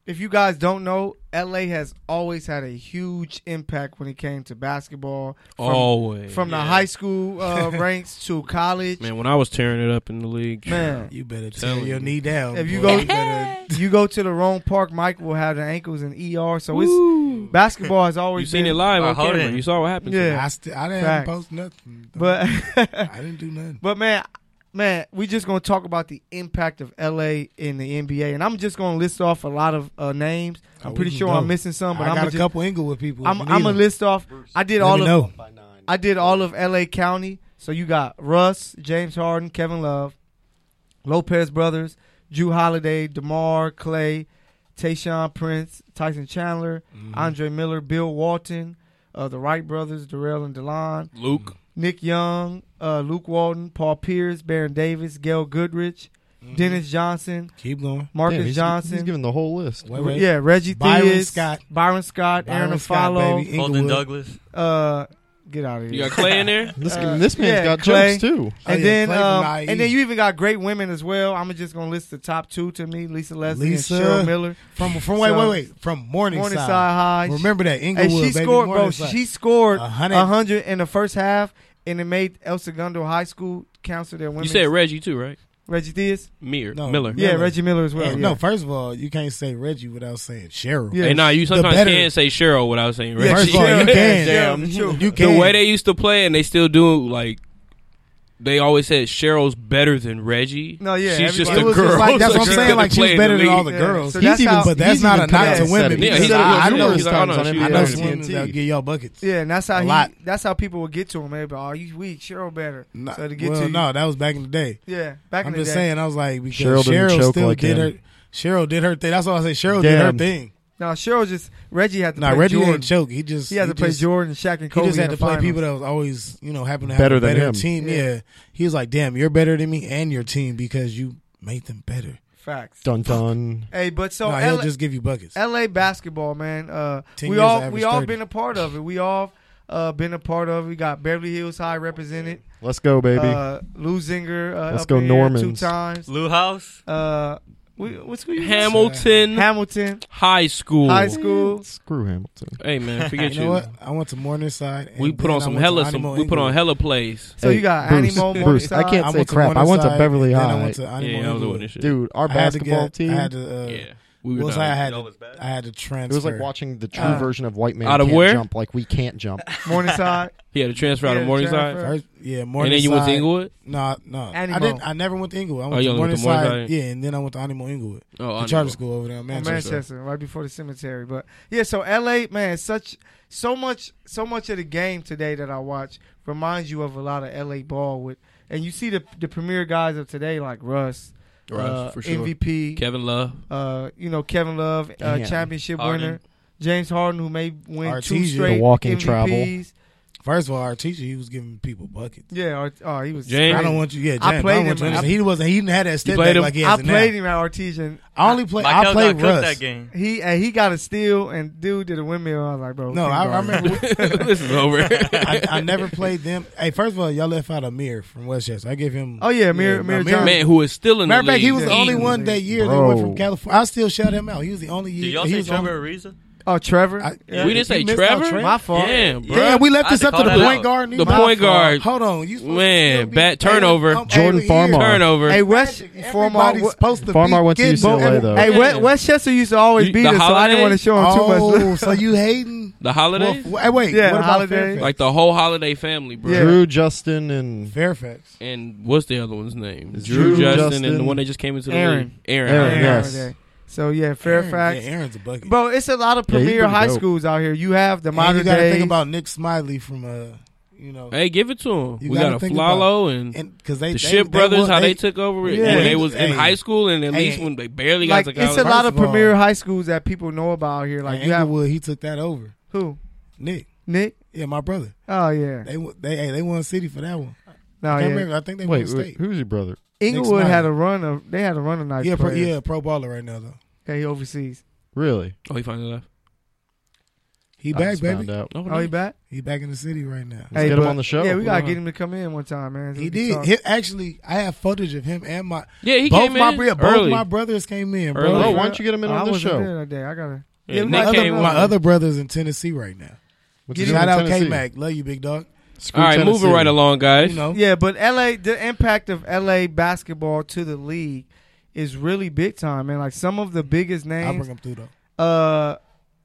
C: if you guys don't know, L.A. has always had a huge impact when it came to basketball. From,
E: Always.
C: from the
E: Oh, Yeah.
C: high school uh, ranks to college.
E: Man, when I was tearing it up in the league,
C: man
B: You better tear
E: Telling
B: your
E: you.
B: knee down.
C: If you
B: boy.
C: go-
B: better,
C: you go to the wrong park, Mike will have the ankles and ER. So it's basketball has
E: you
C: always
E: seen
C: been,
E: Oh, it live
F: Well,
E: on
F: hold
E: camera.
F: it.
E: You saw what happened.
C: Yeah.
E: Yeah.
B: I, st- I didn't
C: Facts.
B: post nothing.
C: But
B: I didn't do nothing.
C: but man, man, we just gonna talk about the impact of LA in the NBA, and I'm just gonna list off a lot of uh, names.
B: Oh,
C: I'm
B: we
C: pretty
B: can
C: sure
B: go.
C: I'm missing some, but
B: I
C: I'm
B: got
C: gonna
B: a
C: just-
B: couple Inglewood people. if
C: I'm,
B: you
C: I'm
B: need
C: gonna
B: 'em.
C: list off. I did
B: Let
C: all
B: me
C: of
B: know.
D: by nine.
C: I did all of LA County. So you got Russ, James Harden, Kevin Love, Lopez brothers, Drew Holiday, DeMar, Clay, Tayshawn Prince, Tyson Chandler,
E: Mm-hmm.
C: Andre Miller, Bill Walton, uh, the Wright brothers, Darrell and DeLon, Mm-hmm.
E: Luke.
C: Nick Young, uh, Luke Walton, Paul Pierce, Baron Davis, Gail Goodrich, Mm-hmm.
E: Mm-hmm.
C: Dennis Johnson,
B: Keep going.
C: Marcus
D: Damn, he's-
C: Johnson.
D: He's giving the whole list.
B: Wait, wait.
C: yeah, Reggie
B: Byron
C: Theus,
B: Scott.
C: Byron Scott,
B: Byron
C: Aaron
B: Scott,
C: Afalo,
B: baby.
F: Holden
B: Inglewood.
F: Douglas.
C: uh, get out of here.
E: You got Clay in there.
D: This,
C: Uh,
D: this man's
C: yeah,
D: got
C: Clay.
D: jokes too.
B: Oh,
C: and
B: yeah,
C: then,
B: Clay from
C: um,
B: IE.
C: and then you even got great women as well. I'm just gonna list the top two to me: Lisa Leslie
B: Lisa.
C: and Cheryl Miller.
B: From from wait
C: So-
B: wait wait from Morningside.
C: Morningside High.
B: Remember that
C: and
B: Inglewood
C: she
B: baby,
C: scored, bro.
B: Morningside.
C: She scored
B: A hundred.
C: hundred in the first half, and it made El Segundo High School counsel their women.
E: You said Reggie too, right?
C: Reggie Theus?
E: Mir
B: No.
E: Miller.
C: Yeah,
B: Miller.
C: Reggie Miller as well.
B: Yeah,
C: Yeah,
B: No, first of all, you can't say Reggie without saying Cheryl.
C: Yeah.
E: Hey, nah, you sometimes
B: better-
E: can say Cheryl without saying
C: Yeah,
E: Reggie.
B: First of all, you
C: Cheryl-
B: can.
C: Cheryl,
B: Damn.
C: Cheryl.
B: You
E: the
B: can.
E: way they used to play and they still do like they always said Cheryl's better than Reggie.
C: No, yeah,
E: she's just
C: everybody-
E: a
C: It was
E: girl.
C: just like-
B: that's
E: So
B: what I'm
E: she
B: saying.
E: couldn't
B: Like
E: play
B: she's
E: in the
B: better than
E: league.
B: all the
C: Yeah.
B: girls.
C: So that's
D: he's
C: how-
D: even,
B: But that's
D: he's
B: not
D: even
B: a
D: come
B: knock
D: out
B: to
D: and
B: women
D: said it.
E: because
D: He
E: he's
D: said it
E: like,
D: was
E: I
D: the
E: know
D: first
E: he's like,
D: time
E: I
D: on
E: know she
B: I know
E: better
D: NBC.
E: than
B: swimmers that'll get y'all buckets.
C: Yeah, and that's how
B: A
C: he.
B: lot.
C: That's how people would get to him. Maybe, oh, you weak, Cheryl better.
B: Nah,
C: so to get
B: well,
C: to you,
B: no, that was back in the day.
C: yeah, back
B: I'm
C: in the
B: just
C: day.
B: saying, I was like, because Cheryl,
D: Cheryl didn't choke
B: still
D: like
B: did
D: him.
B: her. Cheryl did her thing. That's all I say. Cheryl did her
D: Damn.
B: thing.
C: No, Cheryl just Reggie had to
B: Nah,
C: play
B: Reggie
C: Jordan.
B: didn't choke. He just
C: He had to play
B: just-
C: Jordan, Shaq, and
B: He
C: Kobe.
B: just
C: in
B: had
C: the
B: to play
C: finals.
B: people that was always, you know, happen to have
D: Better
B: a
D: than
B: better
D: him.
B: team.
C: Yeah.
B: Yeah. he was like, "Damn, you're better than me and your team because you made them better."
C: Facts.
D: Dun dun.
C: Hey, but so
B: No, nah,
C: LA,
B: he'll just give you buckets.
C: LA basketball, man. Uh,
B: 10
C: we
B: years,
C: all
B: average
C: we all
B: 30.
C: been a part of it. We all uh, been a part of. it. We got Beverly Hills High represented.
D: Let's go, baby.
C: Uh, Lou Zinger. Uh,
D: Let's
C: up
D: go
C: in here
D: Normans.
C: two times.
F: Lou House.
C: Uh, we, what school you
E: Hamilton
C: Hamilton
E: High School.
C: High School.
D: Screw Hamilton.
E: Hey man, forget
B: you
E: you.
B: know what? I went to Morningside. and
E: We put
B: then
E: on
B: I
E: some
B: went to
E: hella some,
B: Animal
E: we put
B: Englewood.
E: on hella plays.
C: So you got
D: Bruce,
C: Animo
D: Bruce, I
C: Morningside.
D: can't
B: I
D: say
B: went to
D: crap. I went to
B: Morningside,
D: Beverly
B: and then
D: High.
B: I went to Animal
E: Yeah, I was doing
B: Englewood.
E: this shit.
D: Dude, our
B: I had to
D: basketball
B: get-
D: team.
B: I had to. Uh,
E: yeah. We were
B: What was I, I
E: dying.
B: had?
F: Y'all
B: To,
F: was bad.
B: I had to
D: it
B: transfer.
D: was like watching the true
C: Uh,
D: version of White Man
E: Ah. out of
D: Can't
E: where?
D: Jump. Like we can't jump.
C: Morningside.
E: He had a transfer out
C: Yeah,
E: of Morningside.
C: transfer.
B: First, yeah, Morningside.
E: And then you went to Inglewood? Oh,
B: No, no. I
C: Animal.
B: didn't. I never went to Inglewood. I went
E: you
B: to
E: only went to
B: Morningside.
E: Morningside?
B: Yeah, and then I went to Animal Englewood,
E: Oh,
B: the
E: I know.
B: charter school over there in
C: in
B: Manchester.
C: Manchester, right before the cemetery. But yeah, so LA, man, such so much so much of the game today that I watch reminds you of a lot of LA ball with and you see the the premier guys of today like Russ,
E: Russ,
C: uh,
E: for sure.
C: MVP,
E: Kevin Love.
C: uh, you know, Kevin Love, uh,
D: Damn.
C: championship
E: Harden.
C: winner, James Harden who may win two
B: Artesia.
C: straight
D: The walking
C: MVPs.
D: travel.
B: First of all, our teacher he was giving people buckets.
C: Yeah, Ar- oh, he was
E: James.
B: I
E: Hey.
B: don't want you. Yeah, James,
C: I
B: I
C: played
B: don't want
C: him.
B: you to
C: I-
B: understand. he wasn't. He didn't have that step
E: played
B: back
E: him?
B: like he
C: I
B: has
C: played
B: now.
C: him at Artesian.
B: I only played. I
F: Michael got
B: played
F: cooked
B: Russ.
F: that game.
C: He and he got a steal and dude did a windmill. I was like, bro,
B: No,
C: keep
B: I, I
C: going.
B: remember.
E: this is over.
B: I, I never played them. Hey, first of all, y'all left out Amir from Westchester. I gave him.
C: Oh, yeah, Amir- Amir Johnson.
E: Man, who is still in
B: Matter of
E: the
B: fact,
E: league.
B: he was the
C: Yeah.
B: only
E: Eating.
B: one that year that
D: Bro.
B: went from California. I still shout him out. He was the only year.
F: Did y'all
B: he
F: say
B: was on-
F: Trevor Ariza?
C: Oh, Trevor.
B: I-
C: Yeah.
E: We didn't
B: He
E: say
B: missed out
E: Trevor.
B: Trevor.
C: My fault.
E: Damn, bro.
B: Damn, we left
F: I
B: this up
F: had to
B: to the
F: call that
B: point
F: out.
B: guard. and
E: The
B: he-
E: point guard.
B: Hold on, you supposed to
E: Man,
B: still be-
E: bad turnover.
B: Hey, I'm
D: Jordan
B: over here.
D: Farmar.
E: Turnover.
C: Hey, West,
B: Magic,
C: former,
B: Everybody's supposed to
D: Farmar
B: be
D: went to
B: getting-
D: UCLA, though.
C: hey,
E: Yeah.
C: West, Westchester used to always
E: You-
C: beat
E: the
C: us, so I didn't
E: Holiday?
C: want to show him too much.
B: Oh,
C: love.
B: so you hating?
E: the holidays?
B: Well, hey, wait.
C: Yeah,
B: what about
C: holidays.
B: Fairfax?
E: like the whole holiday family, bro.
C: Yeah.
D: Drew, Justin, and
B: Fairfax.
E: And what's the other one's name?
D: Drew
E: Drew, Justin, and the
D: Justin.
E: one that just came into the
C: Aaron.
E: league. Aaron.
D: Aaron.
E: Aaron.
D: yes.
C: Yeah, So yeah, Fairfax,
B: Aaron, yeah, Aaron's a bucket.
C: bro. It's a lot of
D: Yeah, he's
C: premier
D: pretty
C: high
D: dope.
C: schools out here. You have the
B: and
C: modern
B: you got to
C: day.
B: think about Nick Smiley from uh, you know,
E: Hey, give it to him.
B: You
E: we
B: gotta
E: got a
B: think
E: Flalo and,
B: and because they
E: the
B: they,
E: Ship
B: they
E: Brothers,
B: won-
E: how they, took over it
B: Yeah.
E: when they was in
B: Hey.
E: high school and at
B: Hey.
E: least when they barely
C: like
E: got to
C: it's
E: college.
C: a lot of
B: First of
C: premier
B: all-
C: high schools that people know about here. Like
B: like
C: you have
B: Inglewood, he took that over.
C: who
B: Nick,
C: Nick?
B: yeah, my brother.
C: Oh yeah,
B: They won- they hey, they won city for that one.
C: no
B: I can't
C: Oh, yeah.
B: remember. I think they won
D: wait, wait,
B: state.
D: who's your brother?
C: Inglewood
B: Smiley.
C: had a run of they had a run of nice
B: yeah, pro,
C: players
B: yeah, pro baller right now though.
C: that he oversees.
D: Really?
E: oh, he finally left.
B: He He
D: I
B: back,
D: just
B: baby.
D: found out.
E: No,
C: Oh, he back?
B: He back in the city right now.
D: Let's get him
C: but-
D: on the show.
C: Yeah, we
D: Put
C: gotta
D: him
C: get
D: on.
C: him to come in one time, man.
B: He
C: We can
B: did.
C: talk.
B: He- actually, I have footage of him and my
E: Yeah, he
B: both
E: came
B: my
E: in
B: bro- both
E: early.
B: my brothers came in, bro.
E: Early.
D: Oh, why don't you get him in
C: Oh,
D: on
C: I
D: the
C: wasn't
D: show?
C: there that day. I gotta.
E: Yeah,
C: Yeah,
E: they
B: My,
C: my
B: other,
E: came
B: my
E: with-
B: other brothers in Tennessee right now.
D: What you doing
B: Shout
D: in
B: out
D: Tennessee?
B: K Mac, love you, big dog.
D: Screw
E: All right,
D: Tennessee.
E: moving right along, guys.
B: You know,
C: Yeah, but LA, the impact of LA basketball to the league is really big time, man. Like some of the biggest
B: I'll bring
C: names,
B: him through though.
C: uh,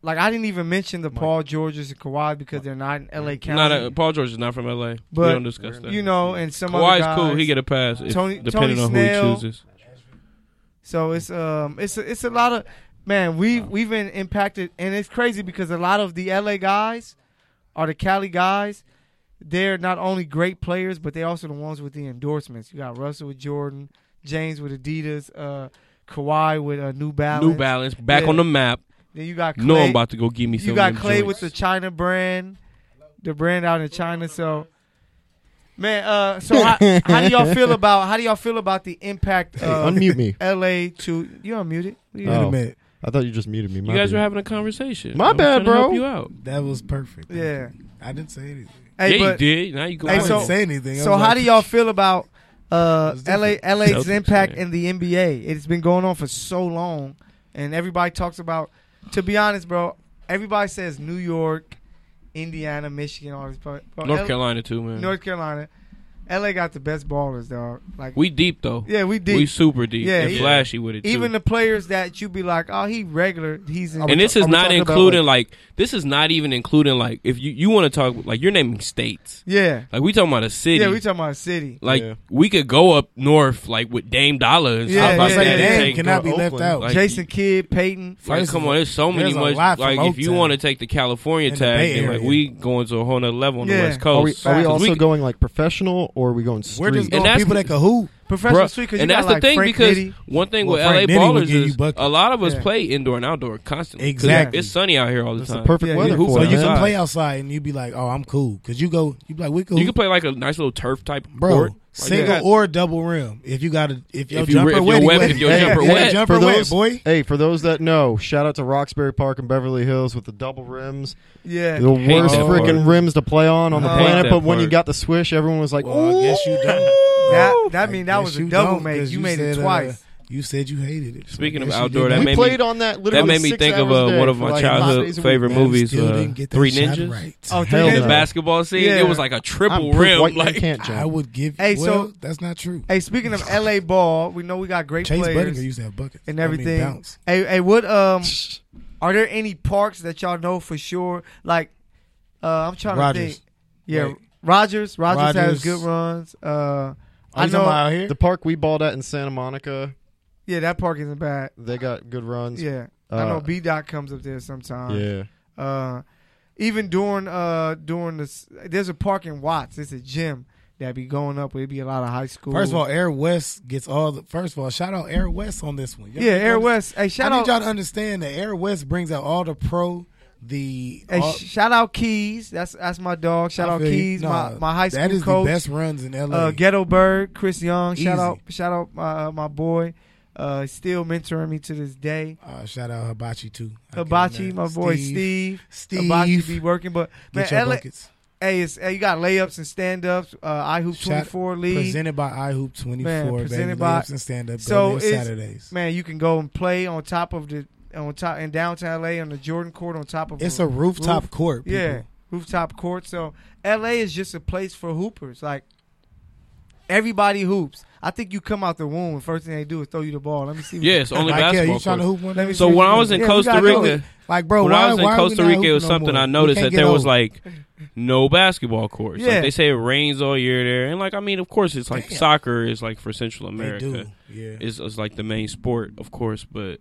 C: like I didn't even mention the Paul Georges and Kawhi because they're not in LA County.
E: Not a, Paul George is not from L.A.
C: But,
E: we don't discuss that.
C: you know, and some other
E: Kawhi's
C: guys.
E: cool. He get a pass, if-
C: Tony-
E: depending
C: Tony
E: on
C: Snell.
E: who he chooses.
C: So it's um it's a, it's a lot of man we have we've been impacted and it's crazy because a lot of the LA guys are the Cali guys. They're not only great players, but they also the ones with the endorsements. You got Russell with Jordan, James with Adidas, uh, Kawhi with uh, New Balance.
E: New Balance back
C: Yeah.
E: on the map.
C: Then you got Clay.
E: No, I'm about to go give me some.
C: you
E: of
C: got
E: them
C: Clay with
E: joints.
C: the China brand, the brand out in China. So, man, uh, so how, how do y'all feel about how do y'all feel about the impact
D: Hey,
C: of
D: unmute me.
C: LA to you unmuted? We-
B: Wait
D: Oh.
B: a minute,
D: I thought you just muted me. My
E: You guys
D: bad.
E: were having a conversation.
D: My
E: I'm
D: bad,
E: trying to
D: bro.
E: Help you out.
B: that was perfect.
C: Yeah.
B: I didn't say anything.
C: Hey,
E: yeah,
C: but,
E: you did. Now you go.
C: Hey,
B: I
E: on.
B: didn't
C: so-
B: say anything. I
C: So
B: was
C: how
B: like-
C: do y'all feel about uh,
B: It's
C: LA
B: different.
C: LA's
E: Celtics,
C: impact
E: yeah.
C: in the NBA? It's been going on for so long, and everybody talks about. To be honest, bro, everybody says New York, Indiana, Michigan, all this, but bro,
E: North
C: L-
E: Carolina too, man.
C: North Carolina, LA got the best ballers, dog. Like
E: we deep though.
C: yeah, we
E: We
C: did.
E: super deep
C: Yeah,
E: and
C: yeah.
E: flashy with it. Too.
C: Even the players that you be like, oh, he regular, he's in.
E: and this is
D: I'm
E: not
D: talking about,
E: including like, this is not even including like if you you want to talk like you're naming states
C: yeah,
E: like we talking about a city
C: yeah, we talking about a city.
E: like
D: Yeah.
E: we could go up north like with Dame Dollar and
C: Yeah,
E: stuff like
B: I
C: yeah,
E: that.
B: said,
E: and
C: yeah.
B: damn,
E: take-
B: can I be
D: Oakland,
B: left out?
E: like,
C: Jason Kidd, Peyton.
E: Like,
B: There's
E: come
B: a-
E: on, there's so many
B: there's a
E: much.
B: lot from
E: Like, if you
B: Oaktown.
E: want to take the California
B: In the
E: tag,
B: Bay
E: then like
B: Area.
E: we going to a whole nother level on
C: Yeah.
E: the West
D: Are
E: Coast.
D: we, are we
E: Because
D: also
E: we-
D: going like professional, or are we going
B: We're
D: street?
B: just going
E: that's-
B: people that can hoop.
C: Professional
E: Bruh,
C: suite, 'cause you
E: and
C: got
E: that's
C: like
E: the thing
C: Frank
E: because
C: Nitty.
E: one thing
B: Well,
E: with
B: Frank
E: LA
B: Nitty would
E: ballers
B: give you
E: is
B: buckets.
E: a lot of us
C: Yeah.
E: play indoor and outdoor constantly. 'Cause
B: Exactly.
E: it's sunny out here all the
D: That's the
E: time.
D: perfect
C: Yeah,
D: weather
C: you-
E: Who
D: for
B: So
E: Well,
D: it,
B: you
D: man.
B: can
E: outside.
B: play outside and you'd be like, oh, I'm cool. Because you go, you'd be like, we cool.
E: You can play like a nice little turf type
B: Bro,
E: court. Like,
B: single
E: you got-
B: or double rim. If you got a, if your
E: If you-
B: jumper
E: if your
B: wet,
E: web-
B: wet.
E: if your
B: Yeah,
E: jumper
B: if your
E: wet.
B: jumper
D: For
B: wet,
D: those-
B: boy.
D: Hey, for those that know, shout out to Roxbury Park in Beverly Hills with the double rims,
C: Yeah,
D: the worst
E: that
D: freaking
E: part.
D: rims to play on on the
E: I hate
D: planet.
E: that
D: But when you
E: part.
D: got the swish, everyone was like,
B: Well, I guess you don't.
C: That that mean
B: I
C: that was
B: guess
C: a
B: you
C: double
B: don't,
C: make.
B: 'cause
C: You, made it
B: said, uh,
C: twice.
B: you said you hated it. So
E: Speaking
B: I
E: of
B: guess you
E: outdoor,
B: did
E: that
B: not.
D: "We
E: made me-
D: played on that."
E: that
D: Literally
E: made me
D: six
E: think of
D: hours a
E: uh,
D: day
E: one of
D: for,
E: my
D: like, five
E: childhood
D: days a week,
E: favorite
D: man.
E: movies,
B: Still
E: uh,
B: didn't get that
E: Three
B: shot
E: Ninjas.
B: Right.
C: Oh,
D: Hell
E: The
D: no.
E: basketball scene,
C: Yeah.
E: it was like a
D: I'm
E: triple
D: proof
E: rim.
D: white man
E: Like,
D: can't
B: I
D: jump.
B: would give.
C: Hey,
B: Hey,
C: so-
B: so that's not true.
C: Hey, speaking of LA ball, we know we got great
B: Chase
C: players
B: Buttinger used to have buckets
C: and
B: I mean,
C: everything.
B: bounce.
C: hey, hey, what um are there any parks that y'all know for sure? Like uh I'm trying
B: Rodgers.
C: to think. Yeah,
B: Wait.
C: Rogers. Rogers has
B: Rodgers.
C: good runs. Uh
B: Are
C: I
B: you Oh, talking
C: know
B: about out here.
D: The park we balled at in Santa Monica,
C: Yeah, that park isn't bad.
D: they got good runs.
C: Yeah. I know
D: Uh,
C: B dot comes up there sometimes.
D: yeah.
C: Uh, even during uh during this, there's a park in Watts. It's a gym that be going up. It'd be a lot of high school.
B: First of all, Air West gets all the. First of all, shout out Air West on this one. Y'all
C: yeah,
B: need to
C: Air
B: understand-
C: West. Hey, shout
B: I
C: out,
B: need y'all to understand that Air West brings out all the pro, the.
C: hey,
B: all-
C: sh- shout out Keys. That's that's my dog. Shout
B: Oh. I
C: out
B: feel you.
C: Keys, my
B: Nah,
C: my high
B: That
C: school
B: is
C: coach.
B: the best runs in LA.
C: uh, Ghetto Bird, Chris Young.
B: Easy.
C: Shout out, shout out my uh, my boy. Uh, still mentoring me to this day.
B: Uh, shout out Hibachi too. I give him
C: Hibachi,
B: that.
C: my boy Steve.
B: Steve.
C: Hibachi be working, but man,
B: Get your
C: LA,
B: buckets.
C: hey, it's, hey, you got layups and stand ups. Uh, I hoop
B: Shout-
C: twenty four league.
B: Presented by iHoop 24,
C: Man,
B: baby.
C: presented by-
B: Layups and stand up.
C: So
B: So
C: it's-
B: Saturdays.
C: man, you can go and play on top of the on top in downtown LA on the Jordan court on top of
B: It's a rooftop
C: Roof-
B: court. People.
C: yeah rooftop court. So LA is just a place for hoopers. Like everybody hoops. I think you come out the womb and first thing they do is throw you the ball. Let me see. what-
E: yes, only
B: Michael, you
E: basketball.
B: trying to
E: court.
B: hoop one?
C: Let
B: day?
C: me
E: So
C: see
E: when
C: what
E: I
C: you
E: was
C: do.
E: in
C: Yeah, we
E: Costa
C: gotta go.
E: Rica,
B: like, bro,
E: when
B: why,
E: I was in
B: why are we
E: Costa
B: not
E: Rica, it
B: hooping
E: was
B: no
E: something
B: more?
E: I
B: We
E: noticed
B: can't
E: that
B: get
E: there was
B: old.
E: like no basketball courts.
C: Yeah.
E: Like they say it rains all year there, and like I mean, of course, it's like
B: Damn.
E: soccer is like for Central
B: They do.
E: America
B: Yeah.
E: is is like the main sport, of course, but.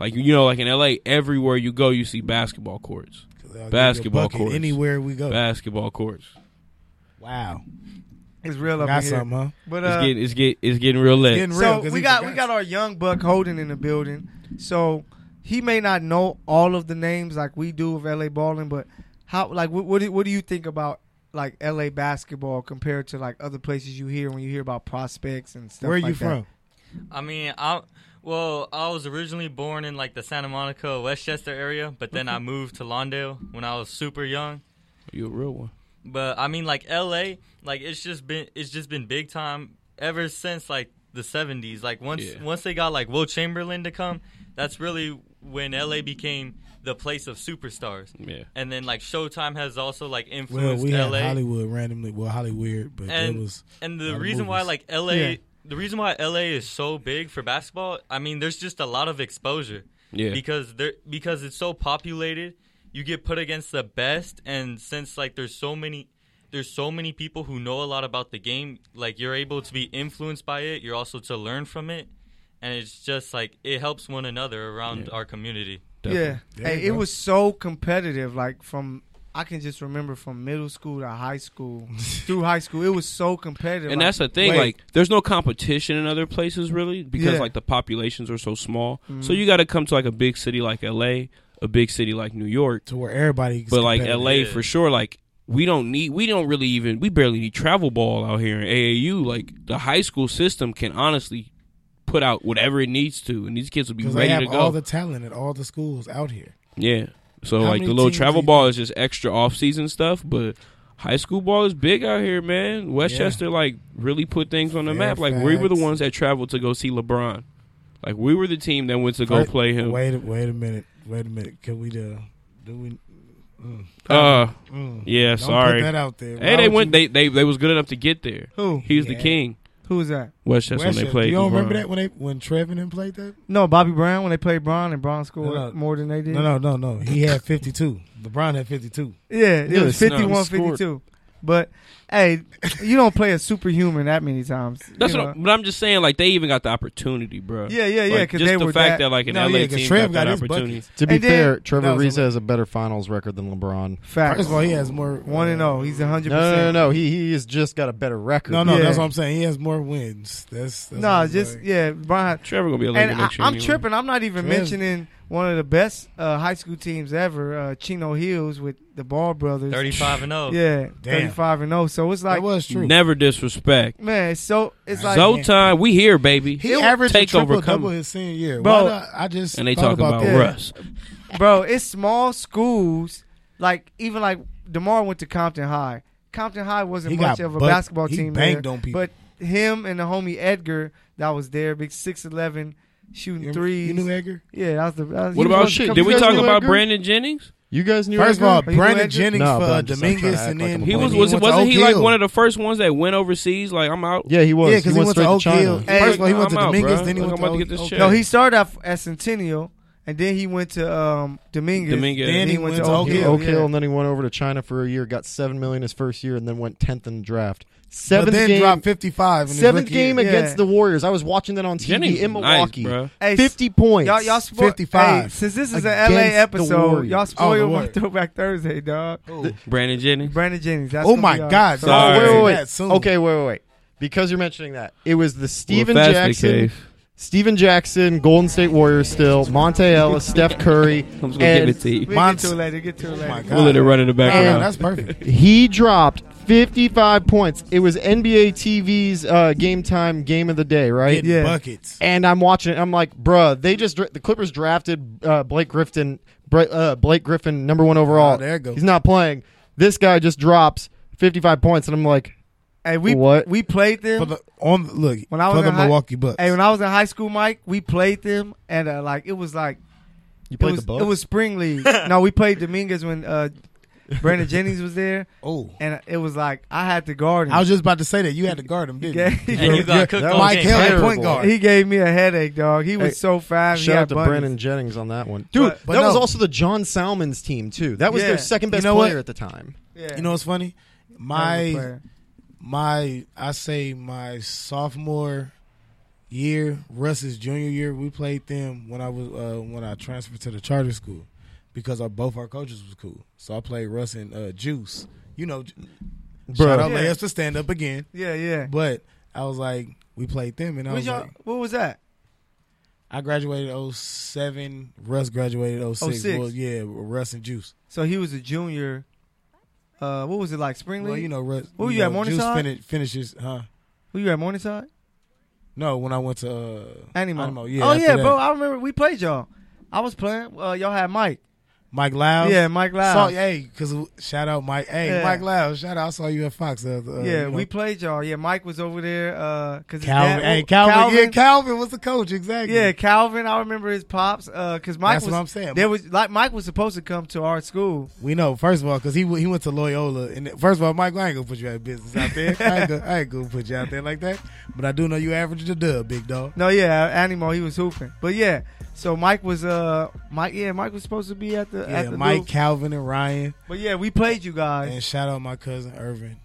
E: Like you know, like in LA, everywhere you go, you see basketball courts.
B: 'Cause they'll give you a
E: basketball
B: bucket
E: courts.
B: Anywhere we go.
E: Basketball courts.
B: Wow.
C: It's real up in
B: Got
C: here.
B: something, huh?
C: But
E: It's
C: uh,
E: getting it's get it's getting real lit.
B: Getting real.
C: so
B: 'cause
C: we
B: he
C: got we
B: forgot.
C: got our young buck Holden in the building. So he may not know all of the names like we do of LA balling, but how like what what do, what do you think about like LA basketball compared to like other places you hear when you hear about prospects and stuff?
B: Where are
C: like
B: you
C: that?
B: from?
F: I mean, I Well, I was originally born in like the Santa Monica, Westchester area, but then I moved to Lawndale when I was super young.
E: You a real one.
F: But I mean, like L.A., like it's just been it's just been big time ever since like the '70s. Like once
E: Yeah.
F: once they got like Will Chamberlain to come, that's really when L.A. became the place of superstars.
E: Yeah.
F: And then like Showtime has also like
B: Well,
F: influenced
B: we had
F: L.A.
B: Hollywood randomly. Well, Hollywood, but
F: and
B: it was
F: and
B: a lot
F: the
B: of
F: reason why
B: movies.
F: like LA
C: Yeah.
F: the reason why LA is so big for basketball, I mean there's just a lot of exposure.
E: Yeah.
F: Because there because it's so populated, you get put against the best and since like there's so many there's so many people who know a lot about the game, like you're able to be influenced by it, you're also to learn from it. And it's just like it helps one another around our community.
E: Definitely.
C: Yeah. Hey,
B: Yeah,
C: it
B: bro.
C: was so competitive. Like from I can just remember from middle school to high school, through high school, it was so competitive.
E: And
C: Like,
E: that's the thing,
C: wait,
E: like there's no competition in other places really because
C: Yeah.
E: like the populations are so small.
B: Mm-hmm.
E: So you got to come to like a big city like LA, a big city like New York,
B: to where everybody. gets
E: but like
B: competitive.
E: LA
F: Yeah.
E: for sure like we don't need we don't really even we barely need travel ball out here in AAU like the high school system can honestly put out whatever it needs to and these kids will be
B: because they
E: ready
B: have
E: to go.
B: all the talent at all the schools out here.
E: yeah. So
B: How
E: like the
B: many
E: little
B: teams do
E: travel
B: you
E: ball is just extra off-season stuff, but high school ball is big out here, man. Westchester like really put things on the
B: Yeah,
E: map. Like we were the
B: facts.
E: ones that traveled to go see LeBron. Like we were the team that went to go
B: Wait-
E: play him.
B: Wait, a- wait a minute. Wait a minute. Can we do? Do we? Mm,
E: uh,
B: mm.
E: yeah,
B: Don't
E: sorry.
B: Put that out there.
E: hey,
B: Why
E: they
B: would
E: went.
B: you-
E: They, they they was good enough to get there.
C: who?
E: He was the
B: Yeah.
E: king.
C: Who was that?
E: Westchester, when
B: Westchester.
E: they played.
B: You don't remember
E: LeBron.
B: that when they when Trevin and played that?
C: No, Bobby Brown when they played Brown and Brown scored
B: No, no.
C: more than they did.
B: No, no, no, no. He had fifty two. LeBron had fifty two.
C: Yeah, it
E: Yeah,
C: was
E: it's not-
C: 51
E: scored.
C: 52. But hey, you don't play a superhuman that many times.
E: That's
C: you
E: what.
C: know?
E: I'm, but I'm just saying, like they even got the opportunity, bro.
C: Yeah, yeah, yeah,
E: Like,
C: 'cause
E: just
C: they
E: the
C: were
E: fact
C: that-
E: that, like an
B: No,
E: LA
B: yeah, 'cause
E: team
B: Trev
E: got, that
B: got his
E: opportunity.
B: buckets.
D: To be
C: And then-
D: fair, Trevor
B: That was a
D: Ariza
B: li-
D: has a better finals record than LeBron.
C: Facts.
B: First of all, he has more oh.
C: One and zero. He's hundred
D: No, no, no,
C: percent.
D: no. He he has just got a better record.
B: No, no,
C: Yeah.
B: that's what I'm saying. He has more wins. That's, that's what
C: Nah,
B: I'm
C: just
B: saying.
C: yeah, Brian.
E: Trevor gonna be a Laker
C: And I,
E: next year.
C: I'm
E: anyway.
C: tripping. I'm not even
B: Trans-
C: mentioning one of the best uh, high school teams ever, uh, Chino Hills with the Ball brothers.
F: 35 and oh.
E: oh.
F: 0.
C: Yeah,
B: Damn.
C: 35 and 0. So it's
B: that
C: like,
B: was true.
E: Never disrespect.
C: man, it's so it's like,
B: So-
E: Zotan, we here, baby.
B: he averaged a
E: take over
B: triple double
E: coming.
B: his senior year.
C: Bro,
B: Why not? I just
E: And they
B: thought
E: talk about,
B: that.
C: that.
E: Russ.
C: bro, it's small schools. Like even like Demar went to Compton High. Compton High wasn't
B: He
C: much
B: got
C: of a
B: bucked-
C: basketball
B: he
C: team,
B: banged
C: there,
B: on people.
C: but him and the homie Edgar that was there, big six eleven, shooting
B: You-
C: threes.
B: You knew Edgar.
C: yeah, that was the. That was,
E: What
C: he
E: about
C: was
E: shit?
C: coming-
E: Did we
D: guys
E: talk
D: knew
E: about
D: Edgar?
E: Brandon Jennings?
D: You guys knew.
B: First of
D: Edgar?
B: all,
C: Are you
B: Brandon
C: Edgar?
B: Jennings
D: No, but
B: for
D: I'm just- I'm trying
B: Dominguez,
D: to act
B: and
D: like
B: then
D: I'm
E: He
D: Well,
E: was,
D: he
E: was
B: went to
E: wasn't
B: Oak
E: he like
B: Hill.
E: one of the first ones that went overseas? Like I'm out.
D: yeah, he was.
B: Yeah, because he, went to Oak
D: straight to
B: Hill.
D: China.
C: Hey,
B: First of all, he went to
E: I'm out,
B: Dominguez,
E: bruh.
B: then he went
E: Like, I'm
B: to
E: about to
B: Oak
E: get this
B: Oak
E: check.
C: No, he started off at Centennial, and then he went to um, Dominguez.
E: Dominguez.
C: Then he went to Oak
D: He-
C: Hill.
D: Oak
C: yeah.
D: Hill, and then he went over to China for a year, got seven million his first year, and then went tenth in the draft.
B: But
D: Seventh
B: then
D: game,
B: dropped 55. In
D: seventh
B: his rookie year.
D: game against
C: Yeah.
D: the Warriors. I was watching that on TV
E: Jennings
D: in
E: was nice,
D: Milwaukee.
E: bruh.
C: Hey,
D: Fifty points.
C: Y'all, y'all spoil-
B: 55
C: Hey, since this is an
D: against
C: LA
D: the
C: episode,
D: Warriors.
C: y'all
B: Oh, the
C: spoiled my
B: Warriors.
C: Throwback Thursday, dog.
E: Brandon Jennings.
C: Brandon Jennings. That's
B: Oh
C: gonna
B: my
C: be our-
B: God!
E: Sorry.
B: I was gonna
D: wait, wait,
B: say
D: wait.
B: that soon.
D: Okay, wait, wait, wait. Because you're mentioning that, it was the Steven
E: Well, if that's the
D: Jackson,
E: case,
D: Steven Jackson, Golden State Warriors, still Monte Ellis, Steph Curry,
E: I'm just gonna give it
D: and
E: to you.
C: We get
B: Monster.
C: to it later. Get to it
B: Oh my
C: later.
B: God!
E: We'll let it run in the
B: Man,
E: background.
B: that's perfect.
D: he dropped 55 points. It was NBA TV's uh, game time game of the day, right?
B: Getting
C: Yeah.
B: buckets.
D: And I'm watching it. I'm like, bruh, they just dra- the Clippers drafted uh, Blake Griffin, Bra- uh, Blake Griffin, number one overall.
B: Oh, there it goes.
D: He's not playing. This guy just drops 55 points, and I'm like,
C: Hey, we
D: What?
C: we played
B: For
C: them.
B: the on look
C: When I was
B: for the
C: in high-
B: Milwaukee Bucks.
C: hey, when I was in high school, Mike, we played them, and uh, like it was like
D: you
C: it
D: played
C: was
D: the Bucks.
C: it was spring league. no, we played Dominguez when uh, Brandon Jennings was there,
B: oh,
C: and it was like I had to guard him.
B: I was just about to say that you had to guard him,
C: Yeah.
B: didn't you?
F: And you got cooked
D: that
F: on
B: Mike
F: game.
B: Hill, the
D: Terrible.
B: point guard.
C: he gave me a headache, dog. He was
D: Hey,
C: so fast. He
D: Shout
C: had
D: out to
C: buttons.
D: Brandon Jennings on that one, dude.
C: But-
B: but
D: that was
B: no.
D: also the John Salmons team too. That was
C: Yeah.
D: their second best
B: You know what?
D: player at the time.
C: Yeah.
B: You know what's funny?
C: That was a
B: My
C: player.
B: my I say my sophomore year, Russ's junior year, we played them when I was uh, when I transferred to the charter school because our both our coaches was cool. So I played Russ and uh, Juice. You know, shout out
C: Yeah.
B: layups to stand up again.
C: yeah, yeah.
B: But I was like, we played them, and I
C: What
B: was
C: y'all-
B: like,
C: what was that?
B: I graduated 07, Russ graduated 06.
C: 06.
B: Well, yeah, Russ and Juice.
C: So he was a junior. Uh, what was it like spring league?
B: Well, you know, Russ.
C: Who you
B: know,
C: at, Morningside?
B: Juice fini- finishes, huh?
C: Were you at Morningside?
B: No, when I went to uh,
C: Animo.
B: Animo, yeah.
C: oh
B: after
C: yeah,
B: that.
C: bro. I remember we played y'all. I was playing. Uh, y'all had Mike.
B: Mike Loud.
C: Yeah, Mike
B: Saw,
C: Loud. yeah,
B: hey, cause shout out Mike. Hey,
C: Yeah.
B: Mike Loud. Shout out. I saw you at Fox. Uh, uh, you know,
C: we played y'all. Yeah, Mike was over there. Uh, cause his
B: Calvin.
C: dad-
B: hey,
C: oh,
B: Calvin. Yeah, Calvin was the coach. Exactly.
C: Yeah, Calvin. I remember his pops. Uh, cause Mike
B: That's
C: was.
B: what I'm saying.
C: There was like Mike was supposed to come to our school.
B: We know, first of all, because he w- he went to Loyola, and th- first of all, Michael, I ain't gonna put you out of business out there. I ain't, gonna, I ain't gonna put you out there like that. But I do know you averaged a dub, big dog.
C: No, yeah, Animo. He was hooping. But yeah, so Mike was. Uh, Mike. Yeah, Mike was supposed to be at the.
B: Yeah,
C: at the
B: Mike,
C: Loop.
B: Calvin, and Ryan,
C: But yeah, we played you guys.
B: and shout out my cousin Irvin.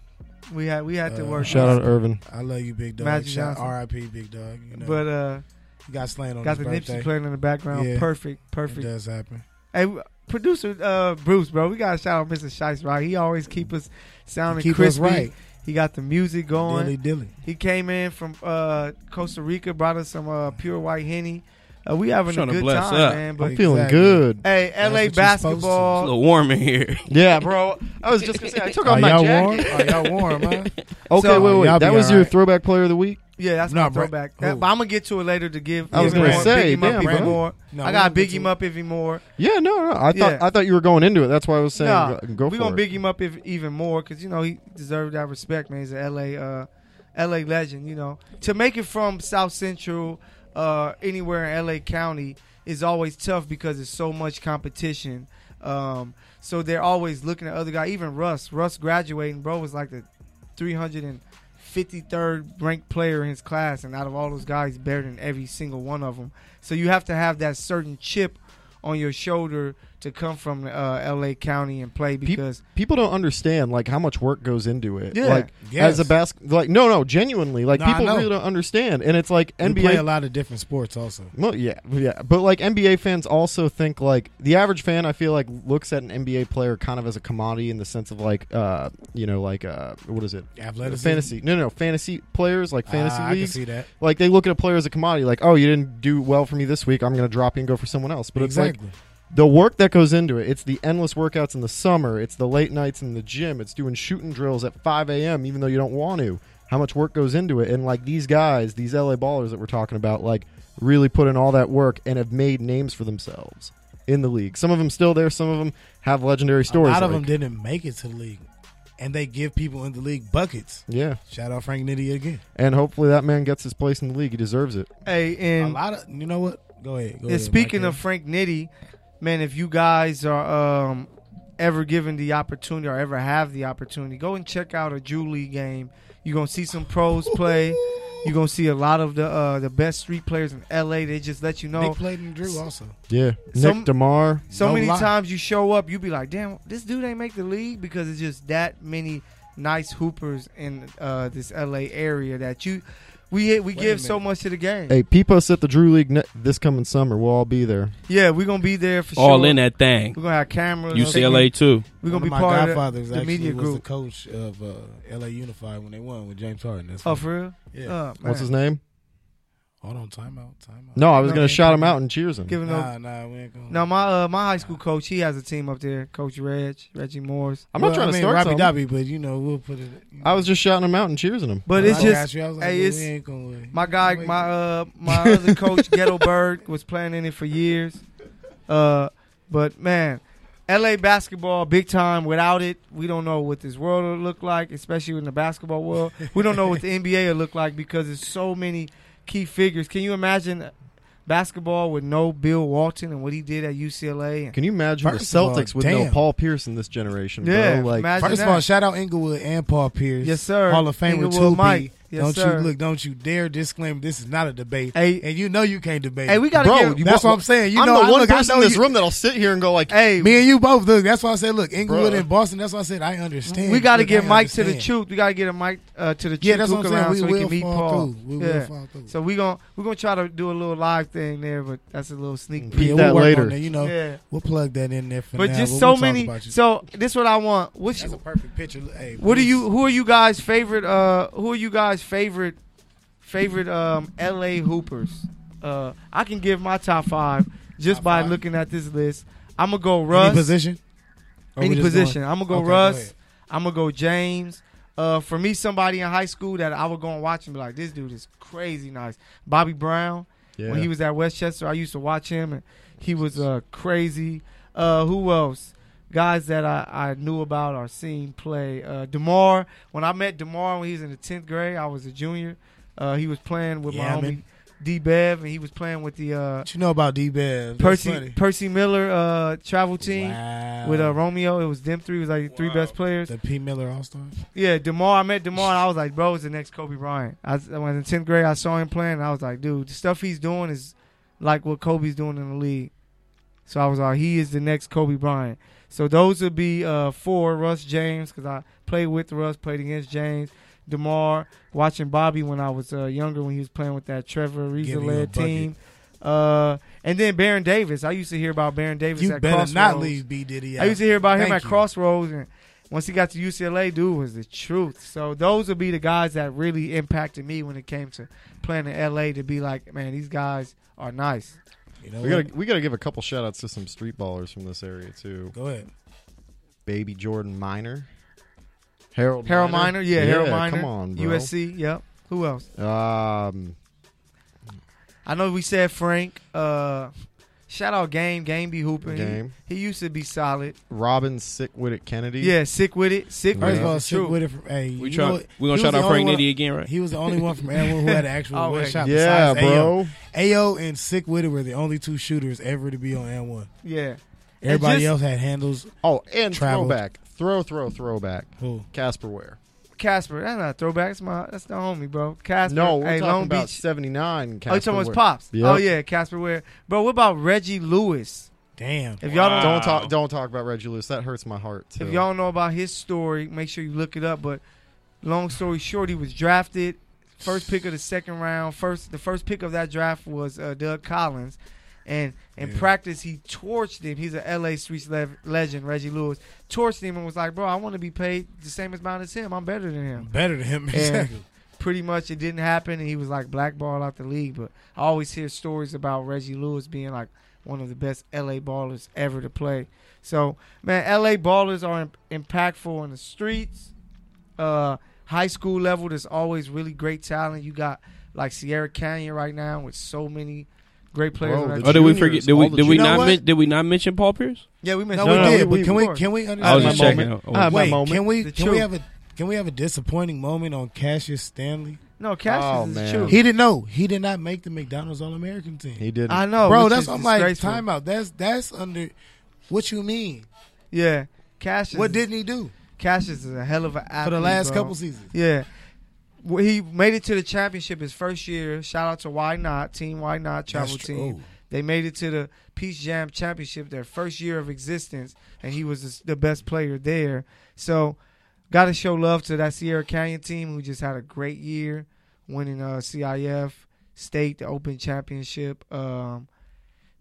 C: We had we had to
B: Uh,
C: work.
D: Shout out Irvin.
B: I love you, big dog.
C: Magic
B: shout
C: Johnson.
B: R.I.P. Big dog. You know,
C: But uh,
B: he got slain on
C: got the
B: his
C: Nipsey
B: birthday.
C: playing in the background.
B: Yeah. uh,
C: Perfect,
B: It
C: perfect.
B: does happen.
C: Hey, producer uh, Bruce, bro, we gotta shout out Mr. Shice, right? He always keep us sounding
B: Keep us
C: crispy.
B: right,
C: He got the music going.
B: dilly dilly.
C: He came in from uh, Costa Rica, brought us some uh, pure white henny. Uh, we having a
E: Tryna
C: good
E: bless
C: time,
E: up.
C: man.
D: I'm
C: But
D: feeling
B: Exactly.
D: good.
C: hey, LA
B: what you're supposed to.
E: It's a
C: basketball.
E: little warm in here.
D: Yeah, bro. I was just gonna say I took off
B: Are
D: my
B: y'all
D: jacket.
B: warm? Are y'all warm? Huh?
D: Okay,
C: So-
D: wait,
B: Y'all
D: wait.
B: be
D: That was your
B: alright.
D: throwback player of the week.
C: Yeah, that's
B: Nah,
C: my
B: bro-
C: throwback.
B: who?
C: That, but I'm gonna get to it later to give.
D: I was
C: Big
D: gonna
C: Mo-
D: say,
C: Big Mo
D: damn,
C: even
D: bro.
C: more.
B: No,
C: I
B: we
C: gotta
B: gonna get
C: big
B: to
C: him
B: it.
C: up even more.
D: Yeah, no, no. I thought
C: Yeah.
D: I thought you were going into it. That's why I was saying
C: Nah,
D: go, go
C: we
D: for
C: gonna
D: it.
C: big him up if, even more because you know he deserved that respect, man. He's a LA, uh, LA legend. You know, to make it from South Central, uh, anywhere in LA County is always tough because there's so much competition. Um, so they're always looking at other guys. Even Russ, Russ graduating, bro, was like the 353rd ranked player in his class, and out of all those guys, better than every single one of them. So you have to have that certain chip on your shoulder to come from uh, LA County and play because
D: People don't understand like how much work goes into it.
C: Yeah.
D: Like
B: Yes.
D: as a bas- like no, no, genuinely. Like
B: No, I
D: people
B: know.
D: really don't understand, and it's like
B: We play a
D: NBA.
B: lot of different sports, also.
D: Well, yeah, yeah, but like NBA fans also think like the average fan. I feel like looks at an NBA player kind of as a commodity in the sense of like, uh, you know, like uh, what is it?
B: Athleticism.
D: Fantasy? No, no, fantasy players like fantasy
B: Ah, I can
D: leagues.
B: see that.
D: Like they look at a player as a commodity. Like, oh, you didn't do well for me this week. I'm going to drop you and go for someone else. But it's like
B: exactly.
D: the work that goes into it it's the endless workouts in the summer it's the late nights in the gym it's doing shooting drills at 5 a.m even though you don't want to how much work goes into it and like these guys these la ballers that we're talking about like really put in all that work and have made names for themselves in the league some of them still there some of them have legendary stories
B: A lot of
D: like-
B: them didn't make it to the league, and they give people in the league buckets.
D: yeah
B: Shout out Frank Nitti again.
D: and hopefully that man gets his place in the league he deserves it
C: hey
B: A
C: and,
B: lot of you know what? Go ahead. Go
C: and
B: ahead,
C: speaking
B: Mike.
C: of Frank Nitti, man, if you guys are um, ever given the opportunity or ever have the opportunity, go and check out a Julie game. You're gonna see some pros play. You're gonna see a lot of the uh, the best street players in LA. They just let you know.
B: Nick played in Drew also.
D: yeah
C: Some-
D: nick demar
C: So
B: No
C: many
B: lie.
C: times you show up, you be like, damn, this dude ain't make the league because it's just that many nice hoopers in uh, this LA area that you we we
B: a
C: give so
B: minute.
C: much to the game.
D: hey peep us at the drew league ne- this coming summer we'll all be there
C: Yeah, we're gonna be there for
E: All
C: sure.
E: in that thing.
C: We're gonna have cameras.
E: UCLA too.
C: We're gonna
B: One
C: be
B: of my
C: part of
B: godfathers
C: the, the
B: actually
C: media
B: was the
C: group.
B: coach of uh, LA Unified when they won with James Harden. That's
C: Oh, for real?
B: yeah.
C: Oh, man.
D: what's his name
B: Hold on, timeout, timeout.
D: no i was
C: No,
D: going
C: man,
D: to shout him
C: come on.
D: out and cheers him
C: Giving up.
B: nah, nah, we ain't going.
C: No, my uh, my high school coach, he has a team up there. Coach Reg, Reggie Morris.
D: i'm not
B: Well,
D: trying
B: I
D: to
B: mean,
D: start
B: Robbie
D: something.
B: Dobby, but you know we'll put it. you
D: I
B: know.
D: was just shouting him out and cheering him.
C: But
B: I
C: it's just
B: got you. I was like,
C: hey,
B: well,
C: it's-
B: we ain't going.
C: my guy, my uh, my other coach, Ghetto Bird, was playing in it for years. Uh, but man, LA basketball, big time. Without it, we don't know what this world will look like, especially in the basketball world. We don't know what the NBA will look like because there's so many key figures. Can you imagine basketball with no Bill Walton and what he did at UCLA? And,
D: Can you imagine
B: First
D: the
B: of all,
D: Celtics with
B: damn.
D: no Paul Pierce in this generation?
C: yeah,
D: bro? like
C: imagine
B: First of
C: that.
B: all, shout out Inglewood and Paul Pierce.
C: Yes, sir.
B: Hall of Famer
C: Inglewood
B: too.
C: Mike.
B: Mike.
C: Yes,
B: don't
C: sir.
B: you look? Don't you dare disclaim. This is not a debate.
C: Hey.
B: and you know you can't debate.
C: Hey,
B: it.
C: we gotta
D: Bro,
C: give
D: you
B: that's
D: wa-
B: what I'm saying. You
D: I'm
B: know,
D: the
B: I,
D: one
B: look,
D: person
B: I know
D: in this
B: you,
D: room that'll sit here and go like,
C: hey,
B: Me and you both. Look, that's why I said, look, Inglewood
D: Bruh.
B: and Boston. That's why I said I understand.
C: we got to
B: Look,
C: get
B: I
C: Mike to the
B: understand.
C: truth. We got to get a Mike uh, to the truth.
B: Yeah, that's what I'm saying.
C: around
B: We
C: so he
B: will
C: can meet
B: fall
C: Paul.
B: through. We will
C: yeah.
B: fall through.
C: So we gon' we gonna try to do a little live thing there, but that's a little sneak
D: Peep
C: peek.
B: yeah,
D: that
B: we'll work
D: later.
B: on that, you know,
C: Yeah.
B: we'll plug that in there for
C: But
B: now,
C: just
B: we'll
C: so
B: talk
C: many.
B: about you.
C: So this what I want. What's
B: that's a perfect picture. Hey,
C: what do
B: please.
C: you? Who are you guys favorite? Uh, who are you guys favorite? Favorite um L.A. Hoopers. Uh, I can give my top five just
B: Top
C: by
B: five?
C: looking at this list. I'm gonna go
B: Any
C: Russ.
B: position? Or we
C: Any
B: just going-
C: position. I'm gonna go
B: Okay,
C: Russ.
B: ahead.
C: I'm gonna go James. Uh, for me, somebody in high school that I would go and watch and be like, this dude is crazy nice. Bobby Brown,
D: Yeah.
C: when he was at Westchester, I used to watch him, and he was uh, crazy. Uh, who else? Guys that I, I knew about or seen play. Uh, Demar. When I met Demar when he was in the tenth grade, I was a junior. Uh, he was playing with
B: Yeah,
C: my homie
B: man.
C: D Bev, and he was playing with the uh,
B: What you know about D Bev?
C: Percy Percy Miller uh, travel team
B: wow.
C: with uh, Romeo. It was them three. It was like the three
E: Wow.
C: best players.
B: the P Miller All Star.
C: Yeah, Demar. I met Demar, and I was like, bro, it's the next Kobe Bryant. I was, when in tenth grade, I saw him playing, and I was like, dude, the stuff he's doing is like what Kobe's doing in the league. So I was like, he is the next Kobe Bryant. So those would be uh, four: Russ James, because I played with Russ, played against James. Demar, watching Bobby when I was uh, younger, when he was playing with that Trevor
B: Giving
C: Ariza
B: you a
C: led
B: bucket.
C: team. Uh, and then Baron Davis. I used to hear about Baron Davis.
B: You
C: at
B: better not
C: Crossroads.
B: leave B Diddy out.
C: I used to hear about him
B: Thank
C: at
B: you.
C: Crossroads, and once he got to UCLA, dude was the truth. So those would be the guys that really impacted me when it came to playing in LA. To be like, man, these guys are nice.
B: You know
D: We
B: what?
D: gotta we gotta give a couple shout outs to some street ballers from this area too.
B: Go ahead.
D: Baby Jordan Minor, Harold
C: Harold
D: Miner,
C: Miner, yeah, Harold
D: Yeah,
C: Miner,
D: Come on, bro.
C: USC, yep. Who else?
D: Um,
C: I know we said Frank. Uh, shout out Game, Game be hooping. He-
D: Game.
C: He, used to be solid.
D: Robin Sickwit at Kennedy.
C: Yeah, sick with it, sick
D: Yeah.
C: with
B: First
C: it.
B: of all,
C: It's
B: sick
C: true.
B: with it. From, hey,
E: We
B: you
E: try.
B: know what?
E: we
B: He
E: gonna
B: was
E: shout
B: the
E: out
B: only
E: Frank
B: one-
E: Nitty again, right?
B: He was the only one from Elwood who had an actual
C: Oh,
B: one
C: hey.
B: shot.
D: yeah,
B: besides Ayo.
D: bro.
B: Ayo and Sick Witty were the only two shooters ever to be on N one.
C: Yeah,
B: Everybody
C: just-
B: else had handles.
D: Oh, and
B: Traveled.
D: throwback, throw, throw, throwback.
B: Who?
D: Casper Ware.
C: Casper. That's not a throwback. That's my. That's the homie, bro. Casper.
D: No, we're
C: hey,
D: talking
C: Long
D: about
C: Beach.
D: seventy nine.
C: Oh, you
D: Casper
C: talking about his
D: Ware.
C: pops?
D: Yep.
C: Oh yeah, Casper Ware. Bro, what about Reggie Lewis?
B: Damn.
C: If y'all don't,
E: Wow.
D: Don't
B: Oh.
D: talk. Don't talk about Reggie Lewis. That hurts my heart. Too.
C: if y'all don't know about his story, make sure you look it up. But long story short, he was drafted first pick of the second round. First, the first pick of that draft was uh, Doug Collins, and in
B: Yeah.
C: practice he torched him. He's a LA streets le- legend, Reggie Lewis. Torched him and was like, "Bro, I want to be paid the same amount as him. I'm better than him."
B: Better than him. Exactly.
C: pretty much it didn't happen and he was like blackballed out the league but i always hear stories about reggie lewis being like one of the best la ballers ever to play so man la ballers are im- impactful in the streets uh high school level there's always really great talent you got like sierra canyon right now with so many great players
D: Bro,
C: on that
D: the
C: team.
E: Oh, did we
D: juniors,
E: forget? Did
D: all
E: we
D: the
E: did we
B: juniors. You know
E: not men-
B: what?
E: did we not mention Paul Pierce?
C: yeah we
B: No,
C: mentioned
B: we
D: no,
B: did.
D: we-
B: but can we
C: we-
B: can we
D: I
E: I
B: understand?
E: was
D: had
E: just
D: my
E: checking.
D: moment.
E: Oh,
D: I had my
B: Wait,
D: moment.
B: can we
C: The
B: can we
C: truth.
B: have a can we have a disappointing moment on Cassius Stanley?
C: no cash
D: Oh,
C: is
D: man.
C: the truth
B: He didn't know. He did not make the McDonald's All American team.
D: He did.
C: i know
B: Bro,
C: which
B: that's
C: is
B: I'm like
C: disgraceful.
B: timeout. That's that's under. What you mean?
C: yeah cash
B: What didn't he do
C: Cassius is a hell of an athlete
B: for the last
C: bro.
B: couple seasons?
C: Yeah. Well, he made it to the championship his first year. Shout out to Why Not Team Why Not Travel
B: That's true.
C: Team. They made it to the Peace Jam Championship, their first year of existence, and he was the- the best player there. So, got to show love to that Sierra Canyon team who just had a great year, winning uh, CIF State, the Open Championship. Um,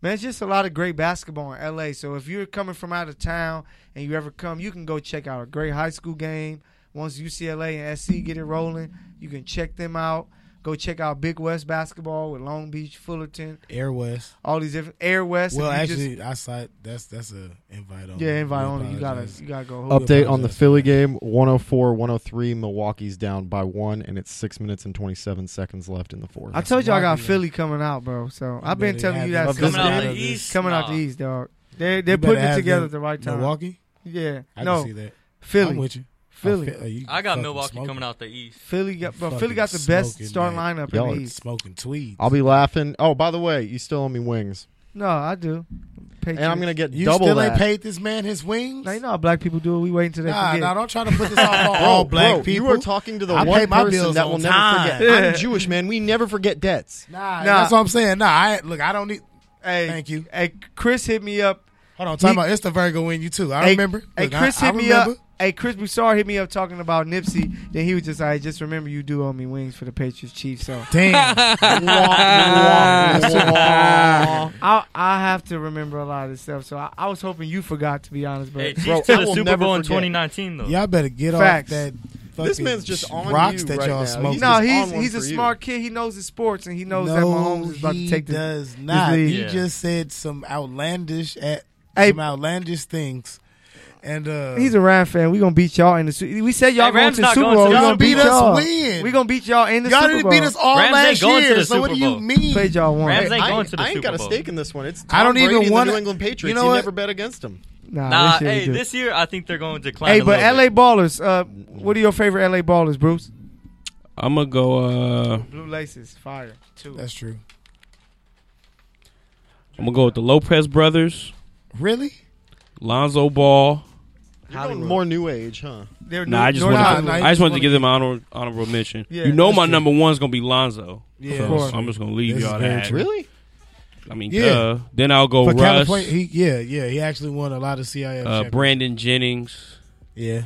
C: man, it's just a lot of great basketball in LA. So, if you're coming from out of town and you ever come, you can go check out a great high school game. Once UCLA and SC get it rolling, you can check them out. Go check out Big West basketball with Long Beach, Fullerton
B: Air West.
C: all these different Air West.
B: well,
C: if you just-
B: actually, I saw that's that's a invite on.
C: yeah, invite
B: We
C: only. You gotta,
B: apologize.
C: you gotta go.
B: Oh,
C: hoop.
D: Update on the
B: apologize.
D: Philly game 104 103. Milwaukee's down by one, and it's six minutes and 27 seconds left in the fourth.
C: I told you I got
B: Milwaukee, yeah.
C: Philly coming out, bro. So I've been
B: better
C: telling you
B: have it.
C: that since
F: Coming out
C: then.
F: the east.
C: coming out
F: Nah.
C: the East, dog. They
B: You
C: they're
B: better
C: putting it
B: have
C: together
B: the-
C: at the right time.
B: Milwaukee.
C: Yeah,
B: I
C: no
B: can see that. I'm
C: Philly,
B: with you.
C: Philly,
B: I, feel- you
F: I got
B: fucking
F: Milwaukee
B: smoking.
F: coming out the east.
C: Philly got, bro.
B: Fucking
C: Philly got the best
B: smoking,
C: start
B: man.
C: lineup
D: Y'all
C: in
D: are
C: the East.
B: Smoking tweed.
D: I'll be laughing. Oh, by the way, you still owe me wings,
C: No, I do. Patriots.
D: and I'm gonna get
B: You
D: double
B: still
D: that.
B: ain't paid this man his wings.
C: Now you know how black people do it. We waiting till they
B: nah,
C: forget.
B: nah, don't try to put this off on all
D: Bro,
B: black
D: bro,
B: people.
D: You are talking to the
B: I pay
D: one
B: my
D: person
B: bills
D: that
B: on
D: will
B: time.
D: never forget. I'm Jewish, man. We never forget debts.
B: nah,
C: Nah.
B: that's what I'm saying. Nah, I, look, I don't need.
C: hey,
B: Thank you.
C: Hey, Chris hit me up
B: Hold on, time
C: He-
B: out. It's the Virgo in you too. I
C: hey,
B: remember.
C: Hey,
B: Look, I-
C: Chris
B: I
C: hit me
B: remember.
C: up. Hey, Chris Broussard hit me up talking about Nipsey. Then he was just like, just remember you do owe me wings for the Patriots Chiefs. So
B: Damn,
C: I I have to remember a lot of this stuff. So I, I was hoping you forgot, to be honest, but
F: Hey, Chiefs
D: Bro,
F: to
D: I
F: the
D: will
F: Super
D: never
F: Bowl in
D: forget.
F: 2019 though.
B: y'all better get
C: Facts.
B: off that.
D: This
B: fucking
D: man's just on
B: rocks
D: you
B: that
D: right
B: y'all
D: now.
B: smoke.
D: He's
C: no,
D: just
C: he's
D: on one
C: he's a
D: for you.
C: smart kid. He knows his sports and he knows
B: no,
C: that Mahomes is about
B: he
C: to take the.
B: does not.
C: league.
B: He
F: Yeah.
B: just said some outlandish at
C: Hey.
B: some outlandish things And uh,
C: He's a Ram fan. We gonna beat y'all in the. Su- We said y'all
F: Hey,
C: going
F: Rams
C: to
F: not
C: Super
F: going
C: Bowl.
F: to
C: we
F: the
C: gonna
F: Super
C: beat
B: Bowl. Y'all
C: y'all.
B: beat us when?
C: We gonna beat y'all in the
B: y'all
C: Super
B: didn't
C: Bowl.
B: beat us all
F: Rams
B: last
F: ain't going to
B: year.
F: the
B: so what do
F: Super
B: you
F: Bowl.
B: mean?
C: Played y'all one.
F: Rams ain't
D: I,
F: going
D: ain't-
F: to the
D: I ain't
F: Super
D: got
F: Bowl.
D: a stake in this one. It's Tom
B: I don't
D: Brady
B: even
D: and the
B: wanna-
D: New England Patriots.
B: You know
D: you
B: what?
D: never bet against them.
C: Nah,
F: Nah,
C: this year
F: hey,
C: you do.
F: this year I think they're going to decline.
C: Hey,
F: a
C: but
F: little
C: LA
F: bit.
C: ballers. Uh, what are your favorite LA ballers, Bruce?
E: I'm gonna go. Uh,
C: Blue laces, fire. Two.
B: That's true.
E: I'm gonna go with the Lopez brothers,
B: Really?
E: Lonzo Ball.
D: You're going more new age, huh?
C: They're
E: Nah, I just
B: North
E: wanted.
B: Nah,
E: to,
B: nah, you
E: I
B: just
E: just wanted
B: wanna
E: to give them an honor, honorable mention.
C: Yeah,
E: you know,
C: that's
E: my
C: true.
E: number one's gonna be Lonzo.
B: Yeah,
E: So,
B: of course.
E: I'm just gonna leave
B: This is
E: y'all
B: very
E: that.
B: true.
D: Really?
E: I mean,
B: Yeah.
E: duh. Then I'll go
B: For
E: Russ,
B: California, he, yeah, yeah, he actually won a lot of CIF.
E: uh,
B: champions.
E: Brandon Jennings,
B: yeah.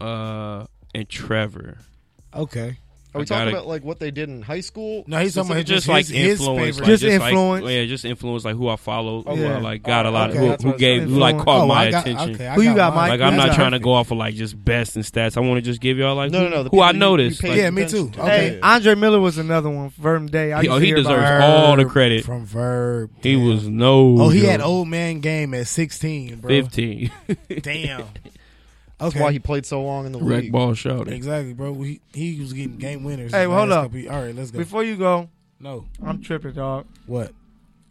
E: uh, and Trevor.
B: Okay.
D: Are we
E: I
D: talking
E: gotta-
D: about like what they did in high school?
B: No, he's talking about
E: just,
B: just,
E: like
B: his, his
E: influence,
B: favorite.
E: like,
C: Just
E: like-
C: influence?
E: yeah, just influence, like who I follow, who
C: Yeah.
E: I like got a
D: Oh,
E: lot,
B: okay,
E: who,
D: that's what I
E: who
D: was
E: gave,
C: saying.
E: who like caught
B: Oh,
E: my
B: I got-
E: attention.
B: okay, I
C: Who you got,
B: mine.
E: Like I'm
B: That's
E: not trying to
B: perfect.
E: go off of like just best and stats. I want to just give y'all like
D: No,
E: who,
D: no, no. The
E: who I
D: people you- you
E: noticed.
D: pay
E: like,
B: Yeah, me
D: attention
B: too.
D: to.
B: Okay.
C: Hey, Andre Miller was another one. Verm Day. I
E: he,
C: used
E: oh,
C: to
E: he
C: hear about
E: deserves
C: him.
E: all the credit.
B: From Verb.
E: He
B: yeah.
E: was no.
B: Oh, he
E: joke.
B: had old man game at 16, bro.
E: fifteen.
B: Damn.
D: That's
B: Okay.
D: why he played so long in the
E: Wreck
D: league.
E: ball shouting.
B: exactly, bro. He, he was getting game winners.
C: Hey,
B: his
C: well, hold
B: last
C: up.
B: couple- all right, let's go.
C: Before you go,
B: no.
C: I'm tripping, dog.
B: What?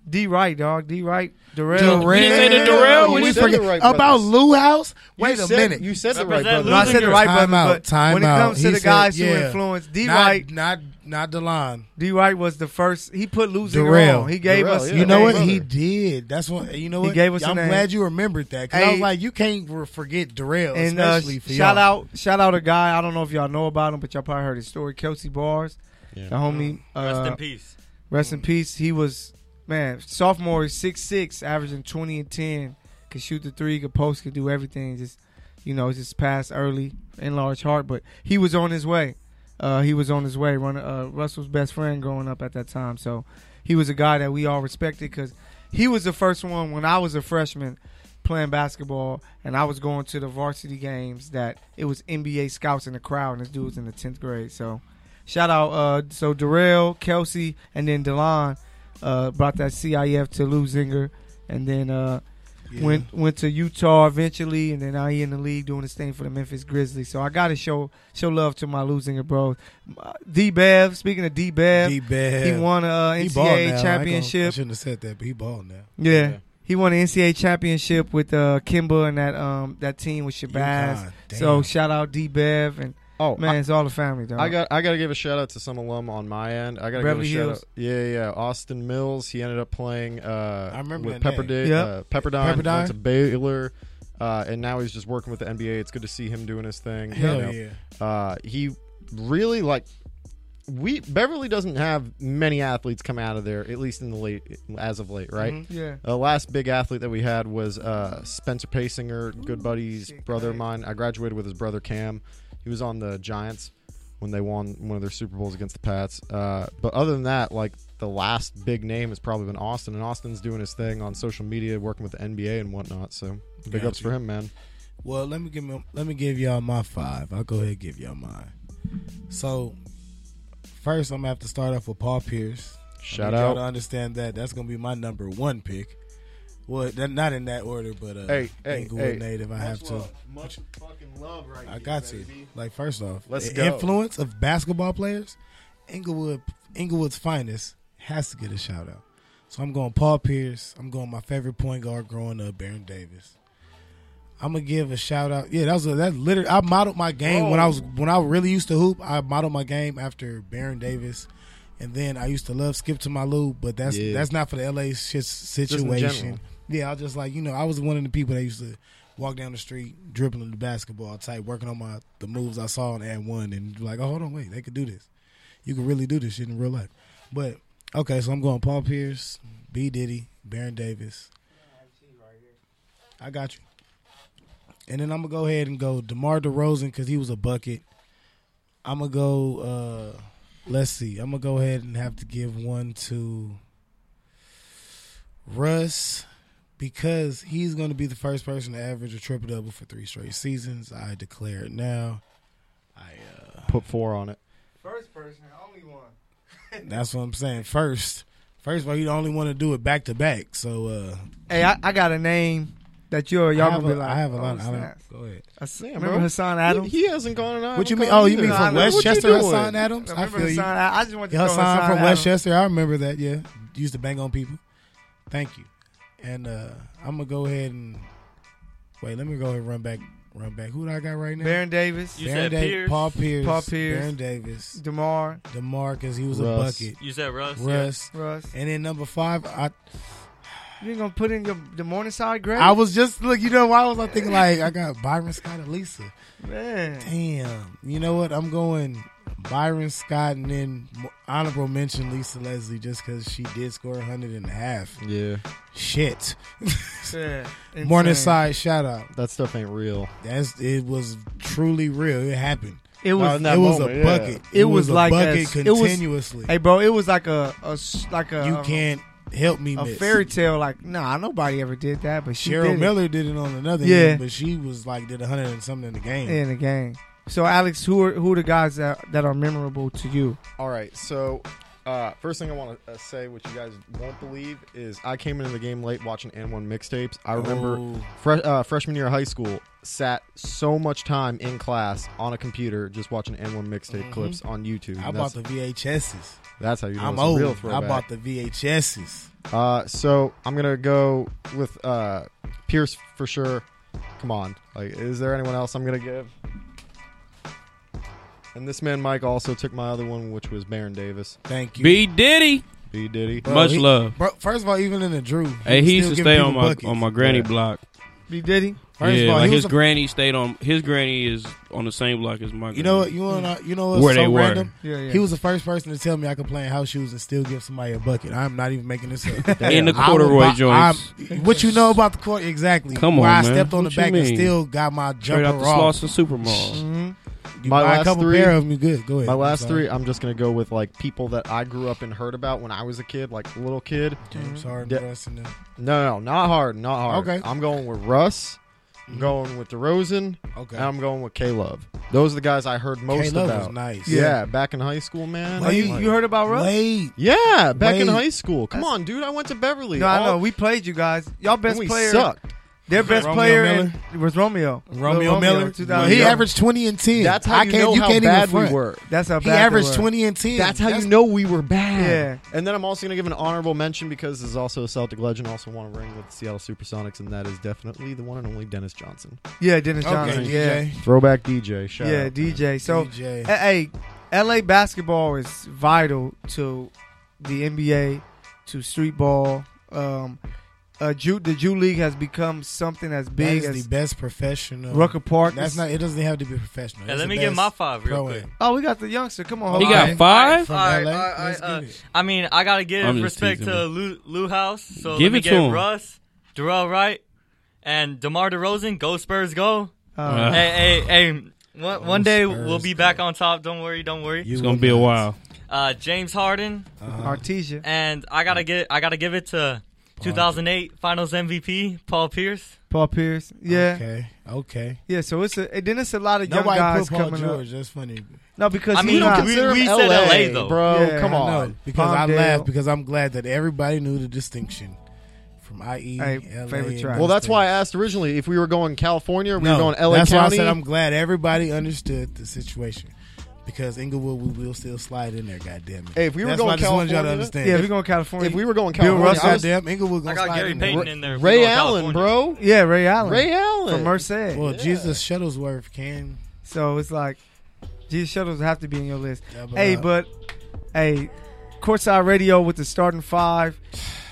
C: D Wright, dog. D Wright. Darrell.
E: Darrell. didn't say the Darrell,
B: We
E: we
D: said
B: forget-
D: the right
B: about
D: brothers.
B: Lou House?
D: You
B: Wait a
D: said-
B: minute.
D: You said the right,
F: Represent
D: brother.
C: No, I said the right
B: Time
C: brother,
B: out,
C: but
B: time
C: when it
B: out.
C: comes to
B: He
C: the
B: said-
C: guys who
B: yeah.
C: influenced D Wright,
B: Not, not, not DeLon.
C: D Wright was the first. He put losing
B: Darrell.
C: on. He gave
D: Darrell,
C: us.
D: yeah.
B: You know what
D: brother.
B: he did? That's what you know.
C: He
B: What
C: gave us a
B: I'm
C: name.
B: glad you remembered that because I was
C: Hey.
B: like, you can't re- forget Darrell,
C: And uh,
B: especially for
C: shout
B: y'all.
C: out, shout out a guy. I don't know if y'all know about him, but y'all probably heard his story. Kelsey Bars,
D: Yeah.
C: the homie. Uh,
F: Rest in peace.
C: Rest in peace. He was man sophomore, six six, averaging twenty and ten. Could shoot the three, could post, could do everything. Just you know, just pass early, enlarge heart. But he was on his way. Uh, he was on his way. Running uh, Russell's best friend growing up at that time. So he was a guy that we all respected because he was the first one when I was a freshman playing basketball and I was going to the varsity games that it was NBA scouts in the crowd and this dude was in the tenth grade. So shout out uh so Darrell, Kelsey, and then Delon uh brought that CIF to Lou Zinger and then uh
B: Yeah.
C: went went to Utah eventually and then now he in the league doing his thing for the Memphis Grizzlies. So I gotta show show love to my Lou Zinger bros. D Bev, speaking of D Bev,
B: D-Bev.
C: he won a uh,
B: He balled now. I ain't
C: NCAA
B: gonna- I
C: championship.
B: shouldn't have said that, but he balled now.
C: Yeah.
D: Yeah.
C: He won an NCAA championship with uh, Kimba and that um that team with Shabazz.
B: UConn, damn.
C: So shout out D Bev and
D: Oh,
C: man, it's all the family dog.
D: I, I got I got to give a shout out to some alum on my end. I got to give a
C: Beverly
D: shout
C: Hills.
D: out. Yeah, yeah. Austin Mills. He ended up playing. Uh,
B: I remember
D: with
B: that name.
D: Pepperdine.
C: Yeah.
D: Uh, Pepperdine.
B: Pepperdine.
D: Went to Baylor. Uh, and now he's just working with the NBA. It's good to see him doing his thing. you
B: Hell
D: know.
B: yeah.
D: Uh, he really like we Beverly doesn't have many athletes come out of there at least in the late as of late,
B: Mm-hmm.
D: right?
C: yeah.
D: The last big athlete that we had was uh, Spencer Pasinger, good buddy's
C: shit,
D: brother of
C: nice.
D: mine. I graduated with his brother Cam. He was on the Giants when they won one of their Super Bowls against the Pats. Uh, but other than that, like the last big name has probably been Austin, and Austin's doing his thing on social media, working with the NBA and whatnot. So big ups
B: Gotcha.
D: for him, man.
B: Well, let me give me let me give y'all my five. I'll go ahead and give y'all mine. So first, I'm gonna have to start off with Paul Pierce.
D: Shout
B: I need y'all to
D: out.
B: understand that that's gonna be my number one pick. Well, that, not in that order, but uh,
D: Hey, hey,
B: Inglewood
D: hey.
B: native. I have to.
D: Much fucking love right
B: I got to. Like first off,
D: Let's
B: the
D: go.
B: influence of basketball players, Inglewood Inglewood's finest has to get a shout out. So I'm going Paul Pierce. I'm going my favorite point guard growing up, Baron Davis. I'm gonna give a shout out. Yeah, that was a, that literally. I modeled my game when I was when I really used to hoop. I modeled my game after Baron Davis, and then I used to love Skip to my Lou. But that's
D: Yeah.
B: that's not for the LA shit
D: in
B: situation.
D: general.
B: Yeah, I was just like you know I was one of the people that used to walk down the street dribbling the basketball type, working on my the moves I saw and and one, and be like oh hold on wait they could do this, you could really do this shit in real life. But okay, so I'm going Paul Pierce, B Diddy, Baron Davis. I got you. And then I'm gonna go ahead and go DeMar DeRozan because he was a bucket. I'm gonna go. uh Let's see. I'm gonna go ahead and have to give one to Russ because he's gonna be the first person to average a triple double for three straight seasons. I declare it now. uh,
D: Put four on it.
C: First person, only one.
B: That's what I'm saying. First, first of all, you the only one to do it back to back. So uh
C: Hey, I, I got a name that you're y'all
B: I have
C: gonna be
B: a-
C: like,
B: I have a
C: oh,
B: lot. I don't-
C: snaps.
B: Go ahead.
C: I s-
D: Yeah,
C: remember
D: bro.
C: Hassan
D: He-
C: Adams?
D: He, hasn't gone on.
B: What you mean? Oh, you mean
C: No, I
B: from
C: know. What you
B: Westchester,
D: doing?
B: Hassan Adams? I
C: remember
B: feel you.
C: Hassan Ad- I just want to
B: Yeah,
C: throw Hassan
B: Hassan from
C: Adams.
B: Westchester. I remember that. Yeah, used to bang on people. Thank you. And uh, I'm gonna go ahead and wait. Let me go ahead and run back. Run back. Who do I got right now?
C: Baron Davis,
F: You said
B: Dav-
F: Pierce.
B: Paul Pierce,
C: Paul Pierce.
B: Baron Davis,
C: Demar,
B: Demarcus. He was
D: Russ.
B: a bucket.
F: You said Russ. yeah.
B: Russ.
C: Russ.
B: And then number five, I
C: You ain't gonna put in your the Morningside grade?
B: I was just look. You know why was I thinking like I got Byron Scott and Lisa.
C: man.
B: Damn. You know what? I'm going Byron Scott and then honorable mention Lisa Leslie just because she did score 100 and a half.
D: Yeah,
B: Shit.
C: Yeah, insane.
B: Morningside shout out.
D: that stuff ain't real.
B: That's it was truly real. It happened.
C: It was
D: in that
B: it was
D: moment,
B: a
D: yeah.
B: bucket.
C: It was
B: a
C: like
B: bucket
C: a- it was-
B: continuously.
C: Hey, bro, it was like a, a s- like a
B: you can't help me
C: a
B: miss.
C: fairy tale. Like, nah, nobody ever did that, but she
B: Cheryl
C: did
B: Miller did it on another
C: Yeah.
B: end, but she was like did 100 and something in the game.
C: it in the game. So, Alex, who are who are the guys that that are memorable to you?
D: All right, so uh, first thing I want to uh, say, which you guys won't believe, is I came into the game late watching N1 mixtapes. I remember
B: Oh.
D: fre- uh, freshman year of high school sat so much time in class on a computer just watching N1 mixtape clips on YouTube.
B: I bought
D: that's,
B: the VHSs.
D: that's how you know
B: I'm
D: it's a
B: old.
D: real
B: I
D: throwback.
B: bought the VHSs.
D: Uh, so I'm gonna go with uh, Pierce for sure. Come on, like, is there anyone else I'm gonna give? And this man Mike also took my other one, which was Baron Davis.
B: Thank you.
E: B Diddy,
D: B Diddy.
B: Bro,
E: much
B: he-
E: love.
B: Bro, first of all, even in the Drew, he
E: Hey,
B: was
E: he used
B: still
E: to
B: giving
E: stay on
B: people
E: my
B: buckets.
E: on my granny
D: Yeah.
E: block.
C: B Diddy.
B: First
E: yeah,
B: of all,
E: like
B: he
E: his
B: was a-
E: granny stayed on. His granny is on the same block as my.
B: you know what?
E: granny.
B: You know, you know what's
E: Where
B: so
E: they were.
B: random?
C: Yeah, yeah.
B: He was the first person to tell me I could play in house shoes and still give somebody a bucket. I'm not even making this up.
E: in the
B: I would
E: corduroy
B: buy-
E: joints.
B: I'm- what you know about the court exactly?
E: Come
B: Where
E: on,
B: I
E: man.
B: stepped on
E: What
B: the
E: you
B: back and
E: mean?
B: still got my jumper
E: Straight out the
B: off.
E: Slauson Supermall.
C: Mhm.
B: You
D: My
B: buy a
D: last
B: couple
D: three-
B: pair of them, you good. Go ahead.
D: My
B: I'm
D: last
B: sorry.
D: three, I'm just gonna go with like people that I grew up and heard about when I was a kid, like little kid.
B: James Harden,
D: Yeah.
B: Russ, and them.
D: No, no, not hard, not hard.
B: Okay. Mm-hmm.
D: I'm going with Russ. I'm going with DeRozan.
B: Okay.
D: And I'm going with K Love. Those are the guys I heard most
B: K-Love was
D: about.
B: nice.
D: Yeah. back in high school, man.
C: Oh,
B: Wait,
C: you,
B: Like-
C: you heard about Russ?
B: Late.
D: Yeah, back in
B: Wait.
D: high school. Come on, dude. I went to Beverly.
C: No, I
D: All-
C: know we played you guys. Y'all best
D: and we
C: player.
D: sucked.
C: Their best
B: Romeo
C: player
B: Miller?
C: in- was Romeo.
B: Romeo,
C: Lil
B: Miller.
C: 2000.
B: he averaged twenty and ten.
D: That's how
B: I
D: you
B: can't,
D: know
B: you
D: how
B: can't
D: bad
B: even front.
D: we were.
C: That's how
B: He
C: bad they
B: averaged
C: were.
B: twenty and ten.
D: That's how you know we were
C: Yeah.
D: bad. And then I'm also going to give an honorable mention because this is also a Celtic legend, also won a ring with the Seattle Supersonics, and that is definitely the one and only Dennis Johnson.
C: Yeah, Dennis
B: Okay,
C: Johnson. yeah,
B: DJ.
D: Throwback DJ. Shout
C: yeah,
D: out, man.
C: DJ. So,
D: eh,
B: DJ.
C: hey, hey, LA basketball is vital to the NBA, to street ball. Um, uh, Ju- the Jew League has become something as big
B: that is
C: as
B: the best professional.
C: Rucker Park.
B: That's
C: is-
B: not. It doesn't have to be professional.
F: Hey,
B: It's
F: let
B: the
F: me get
B: best
F: my five real
B: pro-am.
F: quick.
C: Oh, we got the youngster. Come on,
E: He
C: hold
E: got
C: on.
E: five.
B: From
F: All right,
B: LA?
F: all right,
B: Let's
F: all right, uh,
B: get it.
F: I mean, I gotta give
E: I'm just
F: respect
E: teasing,
F: to
E: man.
F: Lou, Lou House. So
E: Give
F: let me
E: it to
F: get
E: him.
F: Russ, Darrell Wright, and DeMar DeRozan. Go Spurs, go!
C: Uh,
F: hey, hey, hey! One, one day we'll
B: Spurs,
F: be
B: go.
F: back on top. Don't worry, don't worry.
B: You
E: It's gonna
B: will
E: be a
B: not.
E: while.
F: Uh, James Harden,
B: Uh-huh.
C: Artesia.
F: and I gotta get, I gotta give it to 2008 Finals MVP Paul Pierce.
C: Paul Pierce. Yeah,
B: Okay. Okay.
C: yeah. So it's a. And then it's a lot of young
B: Nobody
C: guys
B: put Paul
C: coming up.
B: George. That's funny.
C: No, because
F: I mean,
C: he's
F: you don't
C: not.
F: consider- we- we
D: him
F: said LA, though.
D: bro.
C: Yeah,
D: come
C: I
D: on.
B: No, because I
C: Palmdale.
B: laughed because I'm glad that everybody knew the distinction from IE.
C: Hey,
B: LA,
C: favorite
B: and
C: tribe.
D: Well, that's why I
B: State.
D: asked originally if we were going California, or we
B: no,
D: were going LA
B: that's why I
D: County.
B: said I'm glad everybody understood the situation. Because Inglewood, we will still slide in there. Goddamn it!
D: Hey, if we were
B: that's
D: going
B: why I just wanted y'all to
D: California-
B: understand.
C: yeah, we're going to California.
D: if we were going
B: Bill
D: California,
B: Russell,
D: I was-
B: goddamn Inglewood gonna
F: I got
B: slide
F: Gary
B: in there.
F: Payton in there. if we
D: Ray
F: go
D: Allen,
F: California.
D: bro.
C: yeah, Ray Allen
D: Ray Allen.
C: from Merced.
B: Well,
D: Yeah.
B: Jesus Shuttlesworth can.
C: So it's like, these shuttles have to be in your list.
B: double
C: hey,
B: up.
C: but hey, courtside radio with the starting five,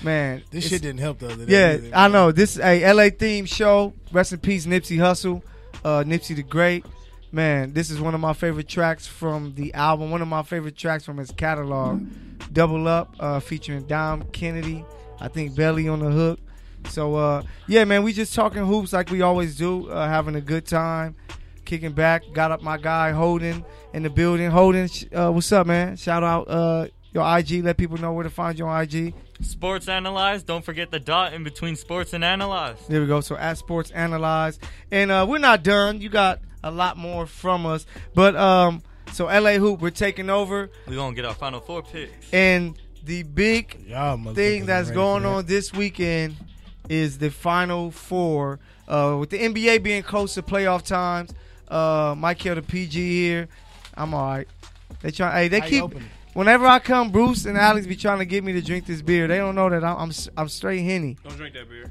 C: man.
B: this
C: it's-
B: shit didn't help the other day.
C: Yeah,
B: either,
C: I
B: man.
C: know. This a LA theme show. Rest in peace, Nipsey Hussle, uh, Nipsey the Great. Man, this is one of my favorite tracks from the album. One of my favorite tracks from his catalog, Double Up, uh, featuring Dom Kennedy. I think Belly on the hook. So uh, yeah, man, we just talking hoops like we always do, uh, having a good time, kicking back. Got up my guy Holden in the building. Holden, sh- uh, what's up, man? Shout out uh, your IG. Let people know where to find you on IG.
F: Sports analyze. Don't forget the dot in between sports and analyze.
C: There we go. So at Sports Analyze. And uh, we're not done. You got a lot more from us. But um, so LA Hoop, we're taking over.
F: We gonna get our final four picks.
C: And the big
B: Y'all motherfuckers
C: thing that's
B: ain't ready
C: going
B: for that.
C: on this weekend is the Final Four. Uh, with the NBA being close to playoff times, uh, Michael the PG here. I'm all right. They try. Hey, they
B: How you
C: keep.
B: open it?
C: Whenever I come, Bruce and Alex be trying to get me to drink this beer. They don't know that I'm I'm, s- I'm straight henny.
E: Don't drink that beer.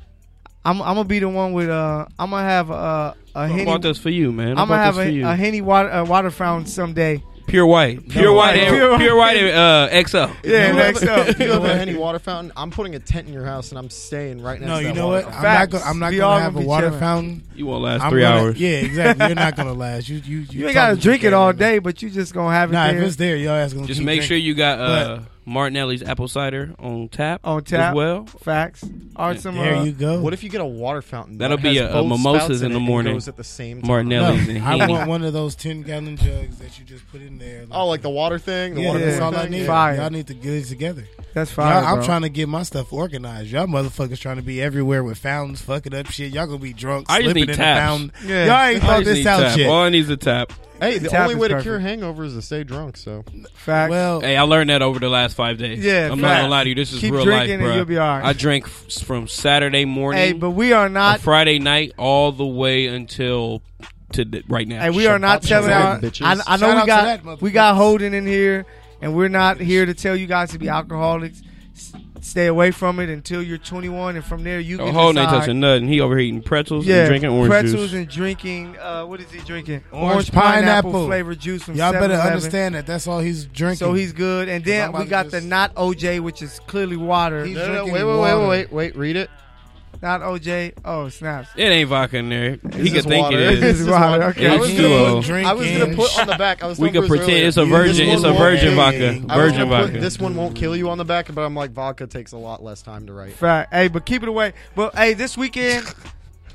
C: I'm I'm gonna be the one with uh I'm gonna have uh, a
E: I
C: henny.
E: bought this for you, man. I
C: I'm gonna
E: bought
C: have
E: this for
C: a,
E: you.
C: a henny water uh, water fountain someday.
E: pure white, pure white, and-
C: Pure
E: pure,
C: White.
E: white, and, uh, XO.
C: Yeah,
D: you
C: next
D: have, a-
C: up.
D: you have a Henny water fountain. I'm putting a tent in your house and I'm staying right next
B: No,
D: to
B: you
D: that
B: know
D: water
B: what? I'm
D: fountain.
B: not.
C: Facts.
B: Gonna, I'm not
C: We
B: gonna
C: all
B: have
C: gonna
B: a
C: be
B: water
C: chilling.
B: fountain.
E: You won't last
B: I'm
E: 3
B: gonna-
E: hours.
B: Yeah, exactly. You're not gonna last. You you
C: You ain't gotta
B: talking
C: drink
B: shit
C: it all
B: right now.
C: day, but you just gonna have it
B: Nah,
C: there
B: if it's there, your ass gonna
E: Just
B: keep
E: make
B: drinking.
E: sure you got uh, Martinelli's apple cider on tap.
C: on tap.
E: as well.
C: facts. Or
E: Yeah.
C: some
B: There
C: uh,
B: you go.
D: What if you get a water fountain?
E: That'll
D: that
E: be
D: has
E: a- a
D: both
E: mimosas
D: spouts
E: in the
D: it and
E: morning.
D: goes at the same time?
E: Martinelli.
B: No,
E: Ellies and
B: I
E: Henny.
B: want one of those ten gallon jugs that you just put in there. like-
D: Oh, like the water thing. The
B: yeah,
D: water
B: that's
D: cooler
B: all I
D: thing?
B: need.
D: Yeah.
C: Fire.
B: Y'all need to get it together.
C: That's fire.
B: Y'all- I'm
C: bro.
B: trying to get my stuff organized. Y'all motherfuckers trying to be everywhere with fountains, fucking up shit. Y'all gonna be drunk,
E: I just
B: slipping
E: need
B: in
E: tabs.
B: the fountain.
C: Yeah.
B: Y'all ain't
E: All I
B: thought
E: just need
B: this out
E: tap.
B: yet.
E: All I need is a tap.
D: Hey, the
C: Tap
D: only
C: is
D: way to
C: perfect.
D: cure hangovers is to stay drunk. So
C: Facts.
B: Well,
E: Hey, I learned that over the last five days.
C: Yeah,
E: I'm not
C: facts.
E: gonna lie to you. This is
C: Keep
E: real life,
C: drinking and
E: bro.
C: you'll be all right.
E: I drank f- from Saturday morning,
C: hey, but we are
E: on
C: not.
E: Friday night, all the way until to th- right now.
C: Hey, we are not
D: up,
C: telling
D: shut
C: our.
D: up, bitches.
C: I, I
B: Shout out
C: know we
B: to
C: got
B: that,
C: we got
B: motherfuckers.
C: Holden in here, and we're not here to tell you guys to be alcoholics. S- Stay away from it until you're 21, and from there you
E: Oh,
C: can
E: Hole ain't
C: decide.
E: touching nothing. He over here eating pretzels
C: yeah,
E: and drinking orange
C: pretzels
E: juice.
C: and drinking. Uh, what is he drinking?
B: Orange
C: pineapple,
B: pineapple.
C: flavored juice from
B: y'all better
C: 7-Eleven.
B: understand that. That's all he's drinking.
C: So he's good,
B: I'm
C: and then
B: about
C: we
B: to
C: got
B: just-
C: the not OJ, which is clearly water.
B: He's
D: no, no,
B: drinking
D: wait, wait, wait,
B: water.
D: wait, wait, wait. Read it.
C: Not OJ. Oh snaps.
E: it ain't vodka in there. he could
D: just
E: think
D: water.
E: it
C: This
E: is.
C: is
D: It's
C: water.
D: water.
C: Okay.
D: I was
E: H2O.
D: gonna put-
B: Drink
D: I was gonna
B: in.
D: put on the back. I was
E: We
D: telling
E: could
D: Bruce
E: pretend
D: earlier.
E: it's a
B: You
E: virgin.
B: just
E: It's a
B: want
E: virgin
B: water.
E: vodka.
B: I
D: I was
E: Virgin
D: gonna put,
E: vodka.
D: This one won't kill you on the back, but I'm like vodka takes a lot less time to write.
C: Fact. Hey, but keep it away. But hey, this weekend,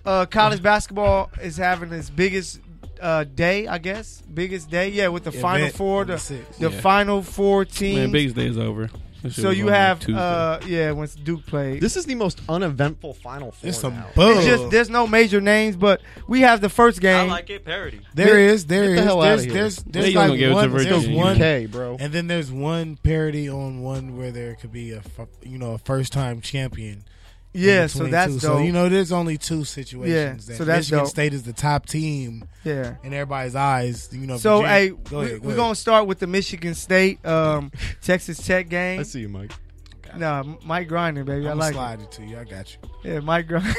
C: uh, college basketball is having its biggest uh, day, I guess. Biggest day, yeah, with the
B: Event
C: final four,
B: on the
C: the,
B: sixth.
C: the
E: Yeah.
C: final four teams.
E: Man, Biggs Day is over. This shit
C: so
E: was
C: you
E: on, like,
C: have,
E: Tuesday.
C: uh, yeah, when Duke played.
D: This is the most uneventful Final Four.
B: It's some
D: now.
B: bug.
C: it's just there's no major names, but we have the first
F: I
C: game.
F: like it parody.
B: There is, there
D: Get the
B: is,
D: hell
B: there's,
D: outta here.
B: there's,
E: They
B: there's
E: gonna
B: like
E: give it to
B: one, there's
E: Virginia.
B: one,
D: UK, bro.
B: and then there's one parody on one where there could be a, fu- you know, a first time champion. in
C: yeah, so
B: between
C: that's
B: two.
C: dope.
B: So you know, there's only two situations.
C: Yeah,
B: that
C: so that's
B: Michigan
C: dope.
B: State is the top team
C: yeah.
B: in everybody's eyes. You know,
C: So
B: Virginia-
C: hey,
B: Uh, go
C: we,
B: ahead, go
C: we're
B: ahead.
C: gonna start with the Michigan State, um, Texas Tech game.
D: I see you, Mike.
C: Nah, Mike Grinder, baby, I
B: I'm
C: like
B: gonna
C: it.
B: slide it to you. I got you.
C: Yeah, Mike Grind.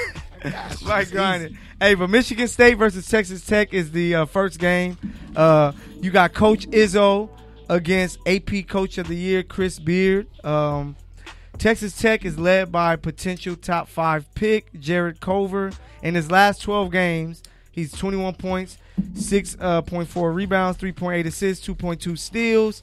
C: Mike Grinding. Hey, but Michigan State versus Texas Tech is the uh, first game. Uh, you got Coach Izzo against AP Coach of the Year Chris Beard. Um, Texas Tech is led by potential top five pick Jared Culver. In his last 12 games, he's 21 points, uh, 6.4 rebounds, 3.8 assists, 2.2 steals.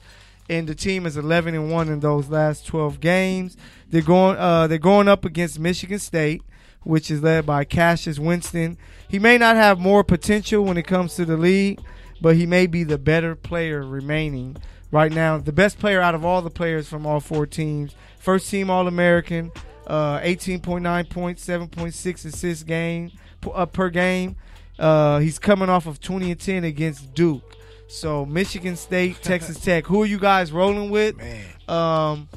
C: And the team is 11 and 1 in those last 12 games. They're going uh, they're going up against Michigan State, which is led by Cassius Winston. He may not have more potential when it comes to the league, but he may be the better player remaining right now. The best player out of all the players from all four teams. First team All American, uh, 18.9 points, 7.6 assists game p- uh, per game. Uh, he's coming off of 20 and 10 against Duke. So Michigan State, Texas Tech. Who are you guys rolling with?
B: Man,
C: um,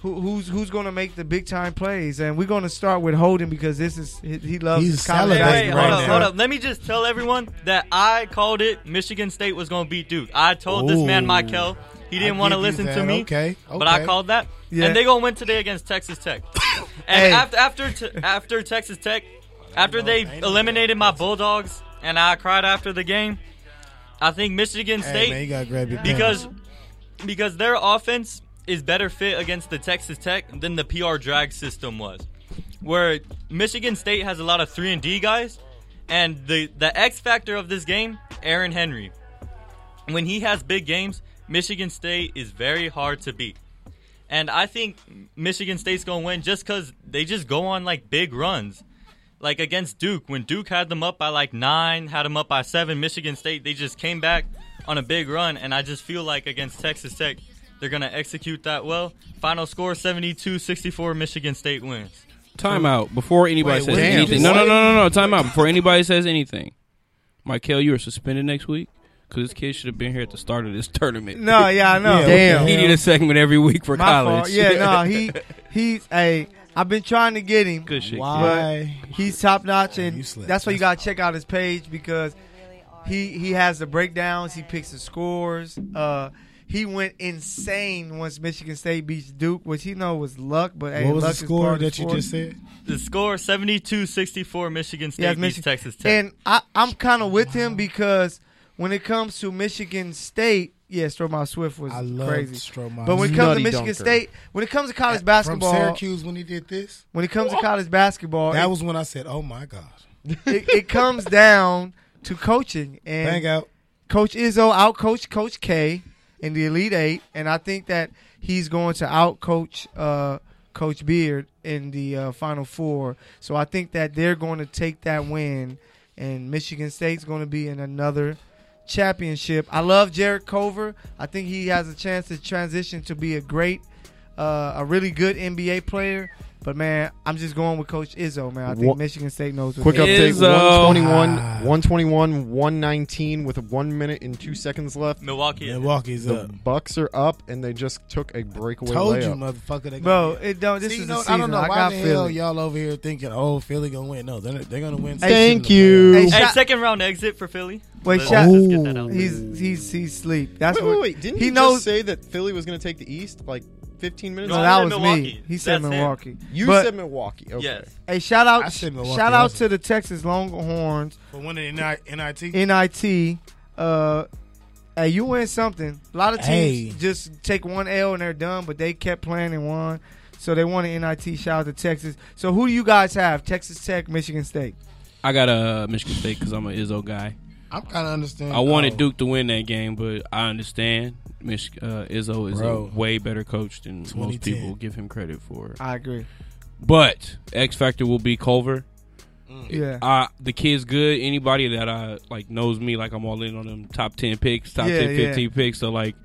C: who, who's who's going to make the big time plays? And we're going to start with Holden because this is he, he loves
B: He's
C: his
B: Wait,
C: college.
F: Wait,
B: salivating
C: basketball.
F: wait,
B: right
F: hold up,
B: now.
F: hold up. Let me just tell everyone that I called it Michigan State was going to beat Duke. I told this man,
B: Ooh.
F: Michael, he didn't
B: I
F: want to
B: give you
F: listen to
B: that.
F: me.
B: Okay,
F: But I
B: okay.
F: called that.
C: Yeah.
F: And they going to win today against Texas Tech. and
C: Hey.
F: after after t- after Texas Tech, after they eliminated my Bulldogs and I cried after the game, I think Michigan State
B: hey man, you gotta grab your pen.
F: because because their offense is better fit against the Texas Tech than the PR drag system was. Where Michigan State has a lot of 3 and D guys and the the X factor of this game, Aaron Henry. When he has big games, Michigan State is very hard to beat. And I think Michigan State's going to win just cuz they just go on like big runs. Like against Duke, when Duke had them up by like 9, had them up by 7, Michigan State they just came back on a big run and I just feel like against Texas Tech they're going to execute that well. Final score 72-64 Michigan State wins.
E: Time out before anybody
B: Wait,
E: says
B: what?
E: anything.
B: Damn.
E: No, no, no, no, no. Time out before anybody says anything. Michael, you are suspended next week because this kid should have been here at the start of this tournament.
C: No, yeah, I know.
B: Yeah, Damn.
E: he need a segment every week for
C: My
E: college.
C: fault. Yeah, no, he he's a I've been trying to get him.
E: Good shit.
B: Why?
E: kid.
C: But he's top notch, and
B: You slept.
C: that's why you gotta check out his page because he he has the breakdowns, he picks the scores. Uh, he went insane once Michigan State beats Duke, which he know was luck, but hey,
B: what was
C: luck
B: the
C: is
B: score
C: part of
B: that you
C: sport.
B: just said?
F: The score 72-64 Michigan State
C: Yeah,
F: beats
C: Michigan-
F: Texas Tech.
C: And I, I'm kind of with him because when it comes to Michigan State, yeah, Stromae Swift was
B: I love
C: crazy.
B: Stromae.
C: But when it comes to
D: Nutty
C: Michigan
D: dunker.
C: State, when it comes to college
B: From
C: basketball,
B: Syracuse when he did this,
C: when it comes to college basketball,
B: that
C: it,
B: was when I said, "Oh my God,
C: it, it comes down to coaching. And
B: bang out."
C: Coach Izzo outcoached Coach K in the Elite Eight, and I think that he's going to outcoach uh, Coach Beard in the uh, Final Four. So I think that they're going to take that win, and Michigan State's going to be in another championship. I love Jared Cover. I think he has a chance to transition to be a great, uh, a really good NBA player. But man, I'm just going with Coach Izzo. Man, I think
D: What-
C: Michigan State knows. What
D: Quick
C: they-
D: update:
E: Izzo.
C: uh,
D: 121,
B: Ah.
D: 121, 119 with one minute and two seconds left.
F: Milwaukee.
B: Milwaukee's
D: The
B: up.
D: Bucks are up, and they just took a breakaway
B: Told
D: layup.
B: you, motherfucker. they gonna
C: Bro,
B: be up.
C: it don't. This
B: See,
C: is
B: you
C: the
B: know,
C: season.
B: I don't know
C: I
B: why
C: got
B: the hell
C: Philly.
B: y'all over here thinking, "Oh, Philly gonna win." No, they're, they're gonna win.
D: Thank
B: six in the
D: you.
B: playoffs.
C: Hey,
F: Hey,
C: shout-
F: second round exit for Philly.
C: Wait,
F: Let's
C: shout-
F: just get that out. there.
C: He's he's he's sleep. That's
D: Wait,
C: what
D: wait, wait! Didn't
C: he
D: you
C: knows.
D: just say that Philly was going to take the East like 15 minutes?
C: no,
F: No,
D: ago?
C: that
F: I
C: was
F: said
C: me.
F: Milwaukee.
C: He said
F: That's him.
C: Milwaukee.
D: you
C: but,
D: said Milwaukee. Okay.
F: Yes.
C: hey, shout
B: I
C: out,
B: said Milwaukee
C: shout out
B: also.
C: to the Texas Longhorns,
B: For winning NIT.
C: NIT. Uh, hey, you win something. A lot of teams
B: Hey.
C: just take one L and they're done, but they kept playing and won. So they won an NIT. Shout out to Texas. So who do you guys have? Texas Tech, Michigan State.
E: I got a Michigan State because I'm an Izzo guy.
B: I'm kind of understanding.
E: I wanted
B: oh,
E: Duke to win that game, but I understand Mich- uh, Izzo is
B: Bro.
E: a way better coach than most
B: 2010.
E: people give him credit for.
C: I agree.
E: But X factor will be Culver.
C: Yeah.
E: I, the kid's good. Anybody that I like knows me, like I'm all in on them top ten picks, top
C: Yeah,
E: 10,
C: yeah.
E: 15 picks. So like,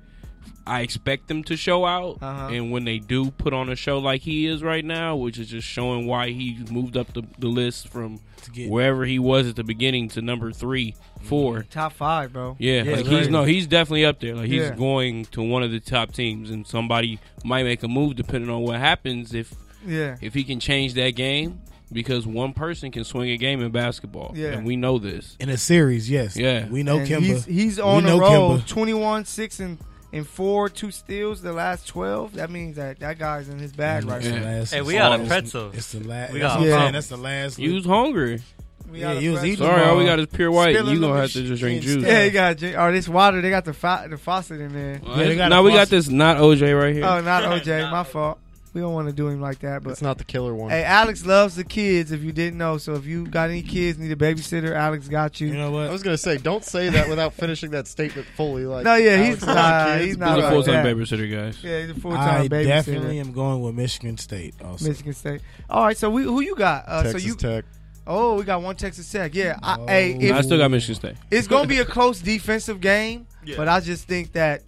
E: I expect them to show out,
C: Uh-huh.
E: and when they do put on a show like he is right now, which is just showing why he moved up the, the list from
B: To get- Mm-hmm.
E: wherever he was at the beginning to number three, four.
C: Top five, bro.
E: Yeah, like
C: it's
E: he's
C: crazy.
E: no, he's definitely up there. Like he's
C: Yeah.
E: going to one of the top teams, and somebody might make a move depending on what happens if
C: Yeah.
E: if he can change that game because one person can swing a game in basketball,
C: Yeah.
E: and we know this.
B: in a series. Yes.
E: Yeah.
B: We know
C: And
B: Kimba.
C: He's, he's
B: We
C: on the
B: know
C: roll.
B: Kemba.
C: 21, 6, and, and 4, 2 steals the last 12. That means that that guy's in his bag right
B: It's the
E: Yeah.
B: last-
F: Hey, we
B: it's the
F: got a
B: last-
F: pretzel.
B: It's the last.
F: We
B: that's what
F: got
C: a
B: I'm saying,
C: problem.
B: That's the last.
E: He was hungry.
C: now. We
B: Yeah,
C: out of
B: he was
C: practice.
B: eating
E: Sorry, all we got is pure white.
B: Spilling
E: You
B: on
E: gonna
B: the
E: have to just drink
B: shit
E: juice.
C: Yeah, you got to drink. Oh, this water. They got the, fi- the faucet in there.
E: Well,
B: Yeah, they
E: it's-
B: got
E: now
B: a
E: we got
B: faucet.
E: this not OJ right here.
C: Oh, not OJ.
F: Nah.
C: My fault. We don't want to do him like that. But
D: It's not the killer one.
C: hey, Alex loves the kids. If you didn't know, so if you got any kids need a babysitter, Alex got you.
B: You know
D: I
B: what?
D: was gonna say, don't say that without finishing that statement fully. Like,
C: No, yeah, he's
D: Alex loves
C: nah,
D: kids,
C: he's
D: but-
C: not
E: he's a
C: like
E: full time
C: that.
E: babysitter, guys.
C: Yeah, he's a full
B: I
C: time babysitter.
B: definitely am going with Michigan State. Also,
C: Michigan State. All right, so we who you got? Uh,
D: Texas
C: so you
D: Tech.
C: oh, we got one Texas Tech. Yeah, I,
B: Oh.
C: hey, if,
B: Nah,
E: I still got Michigan State.
B: Uh,
C: It's gonna be a close defensive game,
F: Yeah.
C: but I just think that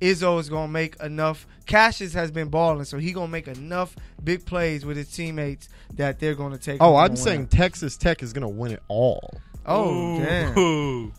C: Izzo is gonna make enough. Cassius has been balling, so he gonna make enough big plays with his teammates that they're gonna take.
D: Oh,
C: home
D: I'm
C: and win.
D: saying Texas Tech is gonna win it all.
C: Oh, damn,
F: Ooh.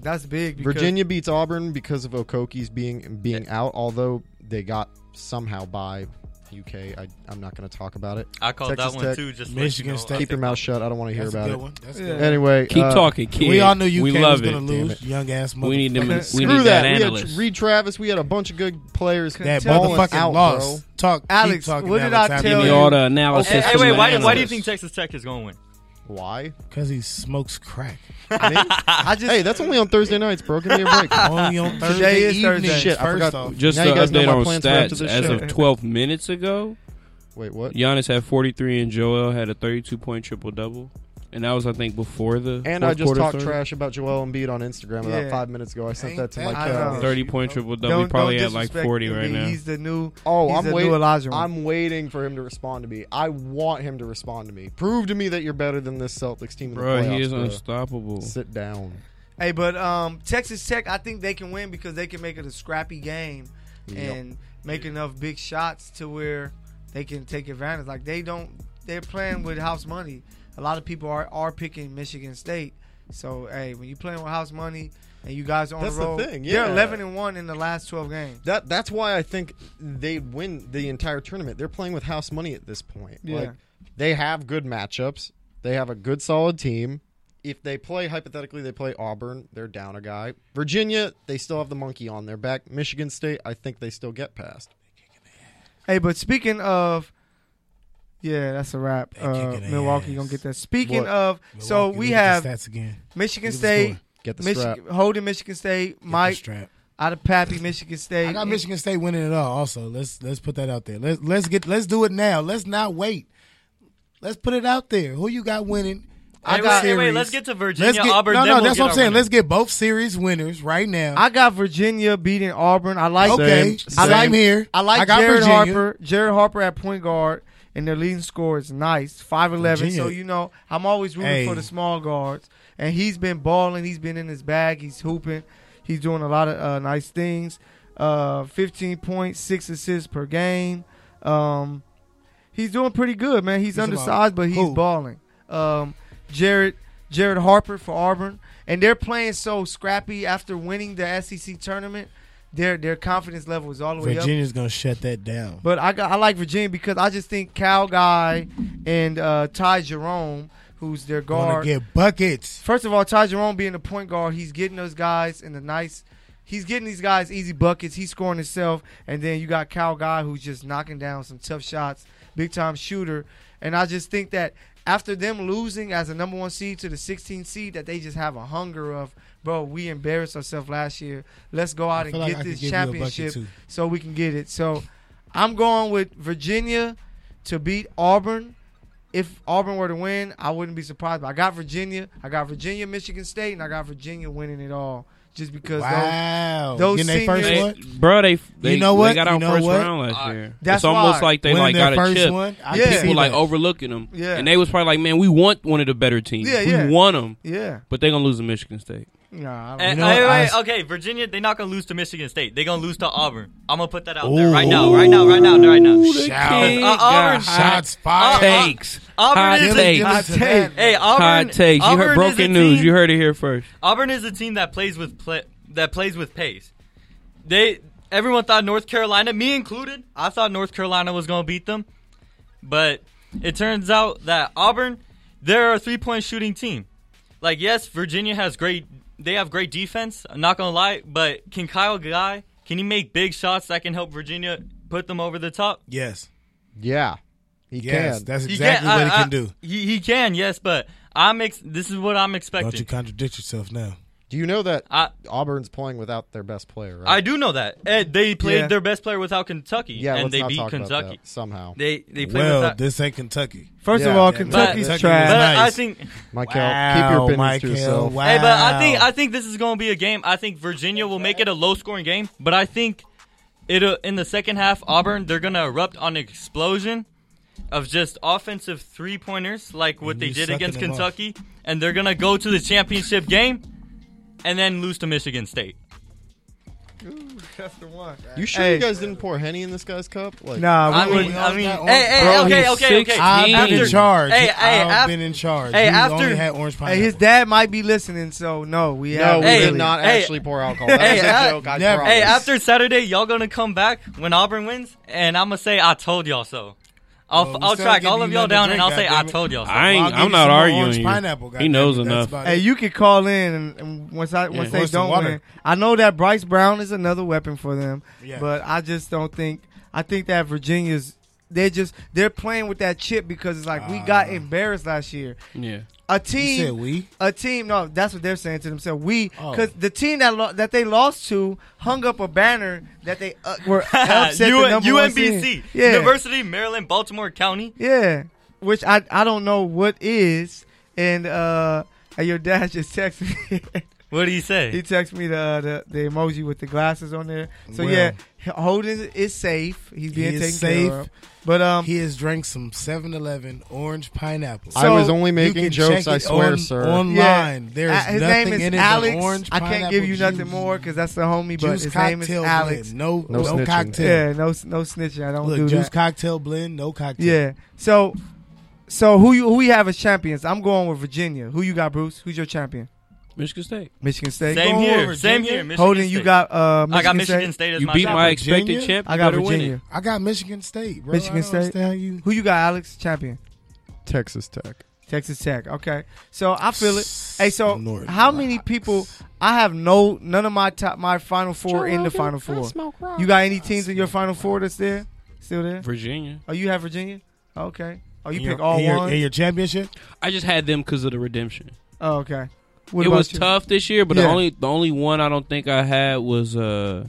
C: that's big. Because,
D: Virginia beats Auburn because of Okoki's being being out, although they got somehow by UK. I, I'm not gonna talk about it.
F: I called
D: Texas
F: that one
D: Tech.
F: too. Just
B: Michigan
F: Michigan
B: State.
F: State.
D: Keep your mouth shut. I don't want to hear
B: that's a
D: about
B: good
D: it.
B: one. That's a
C: Yeah.
B: good. one.
D: Anyway,
E: Keep
D: uh,
E: talking, kid.
B: We all knew UK
E: we
B: was
E: love
B: going to
E: it.
D: Damn
B: lose.
D: it.
B: Young ass motherfucker.
E: We need them. We
C: Screw
E: need
D: Screw that.
E: that,
D: we had
E: analyst.
D: Reed Travis. We had a bunch of good players.
B: That
C: Tell
D: balling
B: motherfucking
D: out,
B: loss. Talk, keep
C: Alex,
B: talking,
C: what did
B: Alex,
C: I
B: after
E: Give
C: tell
E: me
B: you?
C: you?
E: all the analysis.
F: Hey, hey,
E: from
F: wait,
E: the
F: why, why do you
E: analyst.
F: think Texas Tech is going to win?
D: bro. Why?
B: Cause he smokes crack.
D: I mean,
C: I just
D: hey, that's only on Thursday nights, bro. Give me a break.
B: Only on Thursday
C: Today is
B: evening.
C: Thursday.
D: Shit, I
B: first
D: forgot.
B: off,
E: Just
D: Now
E: to
D: you guys know
E: update
D: my
E: on
D: plans for after
E: stats,
D: this
E: as
D: show.
E: of 12 minutes ago,
D: Wait, what?
E: Giannis had 43 and Joel had a 32 point triple double, and that was I think before the
D: And
E: fourth
D: I just
E: quarter
D: talked
E: started.
D: trash about Joel Embiid on Instagram
C: Yeah.
D: about five minutes ago. I sent that to my
B: Ain't
C: that- I know.
D: cat.
E: 30 point triple double.
C: don't,
E: He probably
C: don't
E: had like
C: disrespect
E: 40
C: him.
E: right now.
C: He's the new.
D: Oh,
C: he's
D: I'm
C: the
D: waiting.
C: new Elijah.
D: I'm waiting for him to respond to me. I want him to respond to me. Prove to me that you're better than this Celtics team in
E: Bro,
D: the playoffs.
E: he is
D: bro.
E: unstoppable.
D: Sit down.
C: Hey, but um, Texas Tech, I think they can win because they can make it a scrappy game
D: Yep.
C: and make enough big shots to where they can take advantage. Like they don't, they're playing with house money. A lot of people are are picking Michigan State, So hey, when you playing with house money and you guys are on
D: That's
C: the
D: the
C: road,
D: thing,
C: you're
D: yeah.
C: eleven and one in the last twelve games.
D: That that's why I think they win the entire tournament. They're playing with house money at this point.
C: Yeah.
D: Like they have good matchups. They have a good solid team. If they play hypothetically, they play Auburn. They're down a guy. Virginia, they still have the monkey on their back. Michigan State, I think they still get past.
C: Hey, but speaking of, yeah, that's a wrap.
B: They
C: Uh,
B: kicking their
C: Milwaukee
B: ass.
C: gonna get that. Speaking
D: What?
C: of, so
B: Milwaukee,
C: we
B: look at the
C: have
B: stats again.
C: Michigan
B: Look at the
C: State,
B: score.
D: Get the strap.
C: Michigan, holding Michigan State,
B: Get the
C: Mike
B: strap.
C: out of Pappy, Michigan State.
B: I got Michigan State winning it all. Also, let's let's put that out there. Let's let's get let's do it now. Let's not wait. Let's put it out there. Who you got winning?
F: Hey,
B: got
F: wait, hey, wait,
B: series.
F: let's get to Virginia, Auburn,
B: No,
F: then
B: no,
F: we'll
B: that's
F: get
B: what I'm
F: our
B: saying.
F: winner.
B: Let's get both series winners right now.
C: I got Virginia beating Auburn. I like
B: okay,
D: Same,
B: I like
D: same.
B: here.
C: I like
B: got
C: Jared
B: Virginia.
C: Harper. Jared Harper at point guard, and their leading scorer is nice, five eleven.
B: Virginia.
C: So you know, I'm always rooting
B: Hey.
C: for the small guards, and he's been balling. He's been in his bag. He's hooping. He's doing a lot of uh, nice things. Uh, fifteen points, six assists per game. Um, he's doing pretty good, man. He's,
B: He's
C: undersized,
B: about-
C: but he's
B: who?
C: balling. Um, Jared Jared Harper for Auburn, and they're playing so scrappy after winning the SEC tournament. Their their confidence level is all the way up.
B: Virginia's gonna shut that down.
C: But I got I like Virginia because I just think Cal Guy and uh, Ty Jerome, who's their
B: Gonna
C: guard.
B: get buckets.
C: First of all, Ty Jerome being the point guard, he's getting those guys in the nice. He's getting these guys easy buckets. He's scoring himself, and then you got Cal Guy who's just knocking down some tough shots, big time shooter. And I just think that after them losing as a number one seed to the 16 seed, that they just have a hunger of, bro, we embarrassed ourselves last year. Let's go out
B: I
C: and
B: feel like
C: get
B: I could
C: this
B: give you a bucket,
C: championship
B: too.
C: so we can get it. So I'm going with Virginia to beat Auburn. If Auburn were to win, I wouldn't be surprised. But I got Virginia, I got Virginia, Michigan State, and I got Virginia winning it all just because those,
B: Wow,
C: those
B: Getting their first
C: seniors-
B: one.
E: bro, they, they
B: know what?
E: They got
B: You
E: out
B: know
E: first
B: what?
E: round last
F: Uh,
E: year.
C: that's
E: it's almost
C: why.
E: like they
B: Winning
E: like
B: their
E: got a
B: first
E: chip.
B: one. I
C: Yeah.
B: can see
E: People like
B: that.
E: overlooking them,
C: Yeah.
E: and they was probably like, "Man, we want one of the better teams.
C: Yeah, yeah.
E: We want them,
C: yeah.
E: but they gonna lose to Michigan State."
C: Nah, I don't-
F: And,
B: know,
F: hey,
B: I
F: Eh, wait,
B: s-
F: okay, Virginia, they're not gonna lose to Michigan State. They're gonna lose to Auburn. I'm gonna put that out
B: Ooh.
F: there right now, right now, right now, right now.
E: Ooh, the
B: Shout.
E: kid
F: Uh, Auburn-
E: got
B: Shots
E: hot
B: fired.
F: Uh,
E: takes.
F: Auburn
E: hot
F: is a
E: takes.
C: Hot
B: Listen to
C: take.
B: that.
F: Hey, Auburn.
E: hot takes. You
F: Auburn
E: heard
F: is a
E: broken news.
F: team-
E: You heard it here first.
F: Auburn is a team that plays with play, that plays with pace. They everyone thought North Carolina, me included, I thought North Carolina was going to beat them, but it turns out that Auburn, they're a three-point shooting team. Like yes, Virginia has great, they have great defense. I'm not gonna lie, but can Kyle Guy can he make big shots that can help Virginia put them over the top?
B: Yes,
D: Yeah. He
B: yes,
D: can.
B: that's
F: You
B: exactly
F: can't-
B: what
F: I-
B: he can
F: I-
B: do.
F: He, he can, yes, but I'm ex- this is what I'm
B: Don't you
F: expecting.
B: contradict yourself now.
D: Do you know that
F: I-
D: Auburn's playing without their best player, right?
F: I do know that. And they played
C: Yeah.
F: their best player without Kentucky,
D: yeah,
F: and
D: let's
F: they
D: not
F: beat
D: talk about
F: Kentucky.
D: that somehow.
F: They they played
B: Well,
F: without.
B: this ain't Kentucky.
C: First of
D: Yeah.
C: all,
D: But-
C: Kentucky's
F: Kentucky
C: trash.
F: but
B: nice.
F: I think.
D: Michael, keep your opinions to
B: Mike Hill,
D: yourself.
B: Wow.
F: Hey, but I think I think this is going to be a game. I think Virginia will make it a low scoring game, but I think it will in the second half Auburn they're going to erupt on an explosion of just offensive three pointers like what
B: And
F: they
B: you
F: did
B: sucking
F: against
B: them off.
F: Kentucky, and they're going to go to the championship game and then lose to Michigan State.
C: That's the one.
D: You sure
C: Hey.
D: you guys didn't pour Henny in this guy's cup? Like,
C: Nah,
F: I
C: we
F: mean,
C: would.
F: I
B: already
F: mean,
B: got
F: hey,
B: Orange
F: hey,
E: Bro,
F: okay,
E: he's
F: okay, okay.
E: 16.
B: I've been
F: After-
B: in charge.
F: Hey, hey,
B: I've
F: af-
B: been in charge.
F: hey,
B: You
F: after-
B: only had orange
C: Hey,
B: pineapple.
C: his dad might be listening, so no, we
D: no,
C: have
D: we
F: Hey,
D: did not
F: hey,
D: actually pour alcohol. That
F: hey,
D: was a
F: I-
D: joke. I
B: never.
D: promise.
F: Hey, after Saturday, y'all gonna come back when Auburn wins, and I'm gonna say I told y'all so. I'll
B: Well, we
F: I'll
B: still
F: track
B: giving
F: all of
B: you nothing
F: y'all
B: to
F: down, and
B: drink,
F: I'll say I
B: goddamn it.
F: told y'all so.
E: I
B: Well,
E: ain't.
B: I'll give
E: I'm
B: you some
E: not
B: more
E: arguing.
B: orange
E: you.
B: pineapple,
E: he
B: goddamn
E: knows
B: it. That's
E: enough.
B: about
C: Hey,
B: it.
C: you can call in, and, and once I once
B: Yeah.
C: they
B: Pour some
C: don't
B: water.
C: win, I know that Bryce Brown is another weapon for them.
B: Yeah.
C: But I just don't think I think that Virginia's they're just they're playing with that chip because it's like we got
B: Ah.
C: embarrassed last year.
E: Yeah.
C: A
B: You said
C: team,
B: we.
C: a team. No, that's what they're saying to themselves. We
B: Oh.
C: because the team that lo- that they lost to hung up a banner that they uh, were upset
F: U-
C: the number one
F: UMBC,
C: seed. Yeah.
F: University Maryland Baltimore County.
C: Yeah, which I I don't know what is, and uh, and your dad just texted me.
F: What do you say?
C: he texted me the, the the emoji with the glasses on there. So
B: Well.
C: yeah, Holden is safe. He's being
B: He
C: taken
B: is
C: care
B: safe.
C: of. But um,
B: He has drank some 7-Eleven orange pineapple.
D: I was
C: so
D: only
B: You
D: making
B: can
D: jokes,
B: check
D: I
B: it
D: swear,
B: on-
D: sir.
B: Online, there
C: uh,
B: is
C: his
B: nothing
C: name is
B: in it but
C: Alex.
B: orange
C: I can't
B: pineapple
C: give you
B: juice.
C: nothing more because that's the homie. But
B: Juice
C: his
B: cocktail
C: name is Alex.
B: blend. No,
D: No
B: no,
D: snitching.
B: cocktail.
C: Yeah, no s- no snitching. I don't
B: Look,
C: do
B: juice
C: that.
B: cocktail blend, no cocktail.
C: yeah. So so who you who we have as champions? I'm going with Virginia. Who you got, Bruce? Who's your champion?
E: Michigan State.
C: Michigan State.
F: Same
B: Go
F: here.
B: over
F: Same
B: Virginia.
F: here. Michigan
C: Holding,
F: State.
C: you got uh, Michigan
F: I got Michigan
C: State.
F: State, as
E: You
F: my
E: beat
F: guy.
E: my
B: Virginia?
E: expected champ.
C: I got
E: better win it.
C: Virginia.
B: I got Michigan State, bro.
C: Michigan
B: I don't
C: State.
B: understand how you.
C: Who you got, Alex? Champion.
D: Texas Tech.
C: Texas Tech. Okay, so I feel it. Hey, so
B: North
C: how many
B: Rocks.
C: people? I have no none of my top my Final Four in the Final Four. You got any teams in your Final Four that's there? Still there?
E: Virginia.
C: Oh, you have Virginia. Okay. Oh, you
F: Yeah.
C: pick all
B: in, your,
C: one.
B: in your championship?
E: I just had them because of the redemption.
C: oh, okay. What
E: it
C: about
E: was
C: you?
E: tough this year, but the
C: Yeah.
E: only the only one I don't think I had was uh,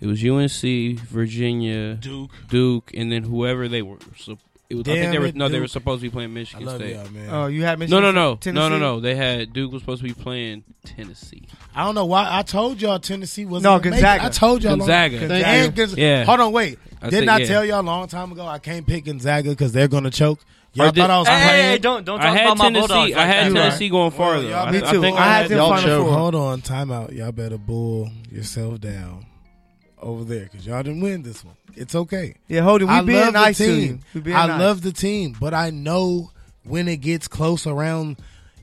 E: it was UNC, Virginia,
G: Duke.
E: Duke, and then whoever they were. So it was, I
B: Damn
E: think they were
B: it,
E: no, they were
B: Duke.
E: supposed to be playing
B: I
E: Michigan
B: love
E: State.
B: y'all, man.
C: Oh, you had
E: No,
C: Michigan.
E: no, no,
C: Tennessee?
E: no, no, no. They had Duke was supposed to be playing Tennessee.
B: I don't know why. I told y'all Tennessee wasn't.
C: No,
B: gonna make it.
C: Gonzaga.
B: I told y'all.
E: Gonzaga.
B: Long,
D: Thank
B: and Gonz-
E: Yeah.
B: Hold on, wait.
E: I
B: Didn't
E: said,
B: I
E: yeah.
B: tell y'all a long time ago I can't pick Gonzaga because they're gonna choke? Y'all
E: Or did-
B: thought I was
F: Hey, hey, hey,
B: playing.
F: don't don't talk
E: I had
F: about my
E: Tennessee.
F: Bulldogs.
E: I
F: like
E: had
F: that.
C: You
E: Tennessee going farther.
B: Well,
E: though.
B: y'all-
E: I,
B: me
E: I
C: too.
E: think
C: I
E: I
C: had
E: had
C: them
E: y'all
C: Final
E: choked.
C: Four.
B: Hold on, time out. Y'all better bull yourself down over there because y'all didn't win this one. It's okay.
C: Yeah, hold it. We
B: I
C: being
B: love
C: nice
B: the
C: to
B: team.
C: you. We being
B: I
C: nice.
B: love the team, but I know when it gets close around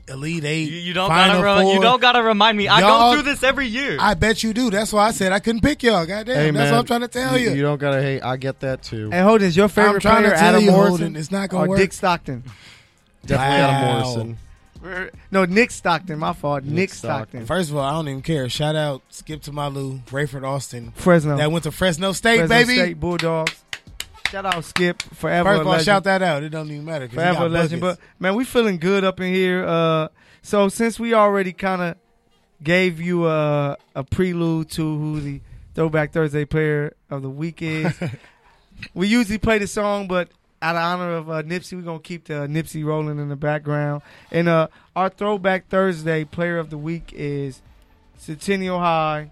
B: Elite Eight,
F: You, you don't
B: Final
F: gotta re- you
B: Four,
F: don't gotta remind me. I
B: Y'all-
F: go through this every year.
B: I bet you do. That's why I said I couldn't pick y'all. Goddamn,
D: Hey,
B: that's
D: man,
B: what I'm trying to tell you.
D: You, don't gotta hate. I get that too.
C: Hey, Holden, is your favorite
B: I'm trying
C: player
B: to tell
C: Adam
B: you,
C: Morrison?
B: Holden, it's not
C: or
B: gonna work.
C: Dick Stockton?
D: Definitely
B: Wow.
D: Adam Morrison.
C: No, Nick Stockton. My fault. Nick,
D: Nick
C: Stockton.
B: First of all, I don't even care. Shout out Skip to Malu, Rayford Austin.
C: Fresno.
B: That went to Fresno State,
C: Fresno
B: baby.
C: State Bulldogs. Shout out Skip forever.
B: First of all,
C: legend.
B: shout that out. It don't even matter. 'cause he
C: forever
B: got
C: legend. But
B: buckets.
C: man, we feeling good up in here. Uh, so since we already kind of gave you a a prelude to who the Throwback Thursday player of the week is, we usually play the song, but out of honor of uh, Nipsey, we're gonna keep the Nipsey rolling in the background. And uh, our Throwback Thursday player of the week is Centennial High,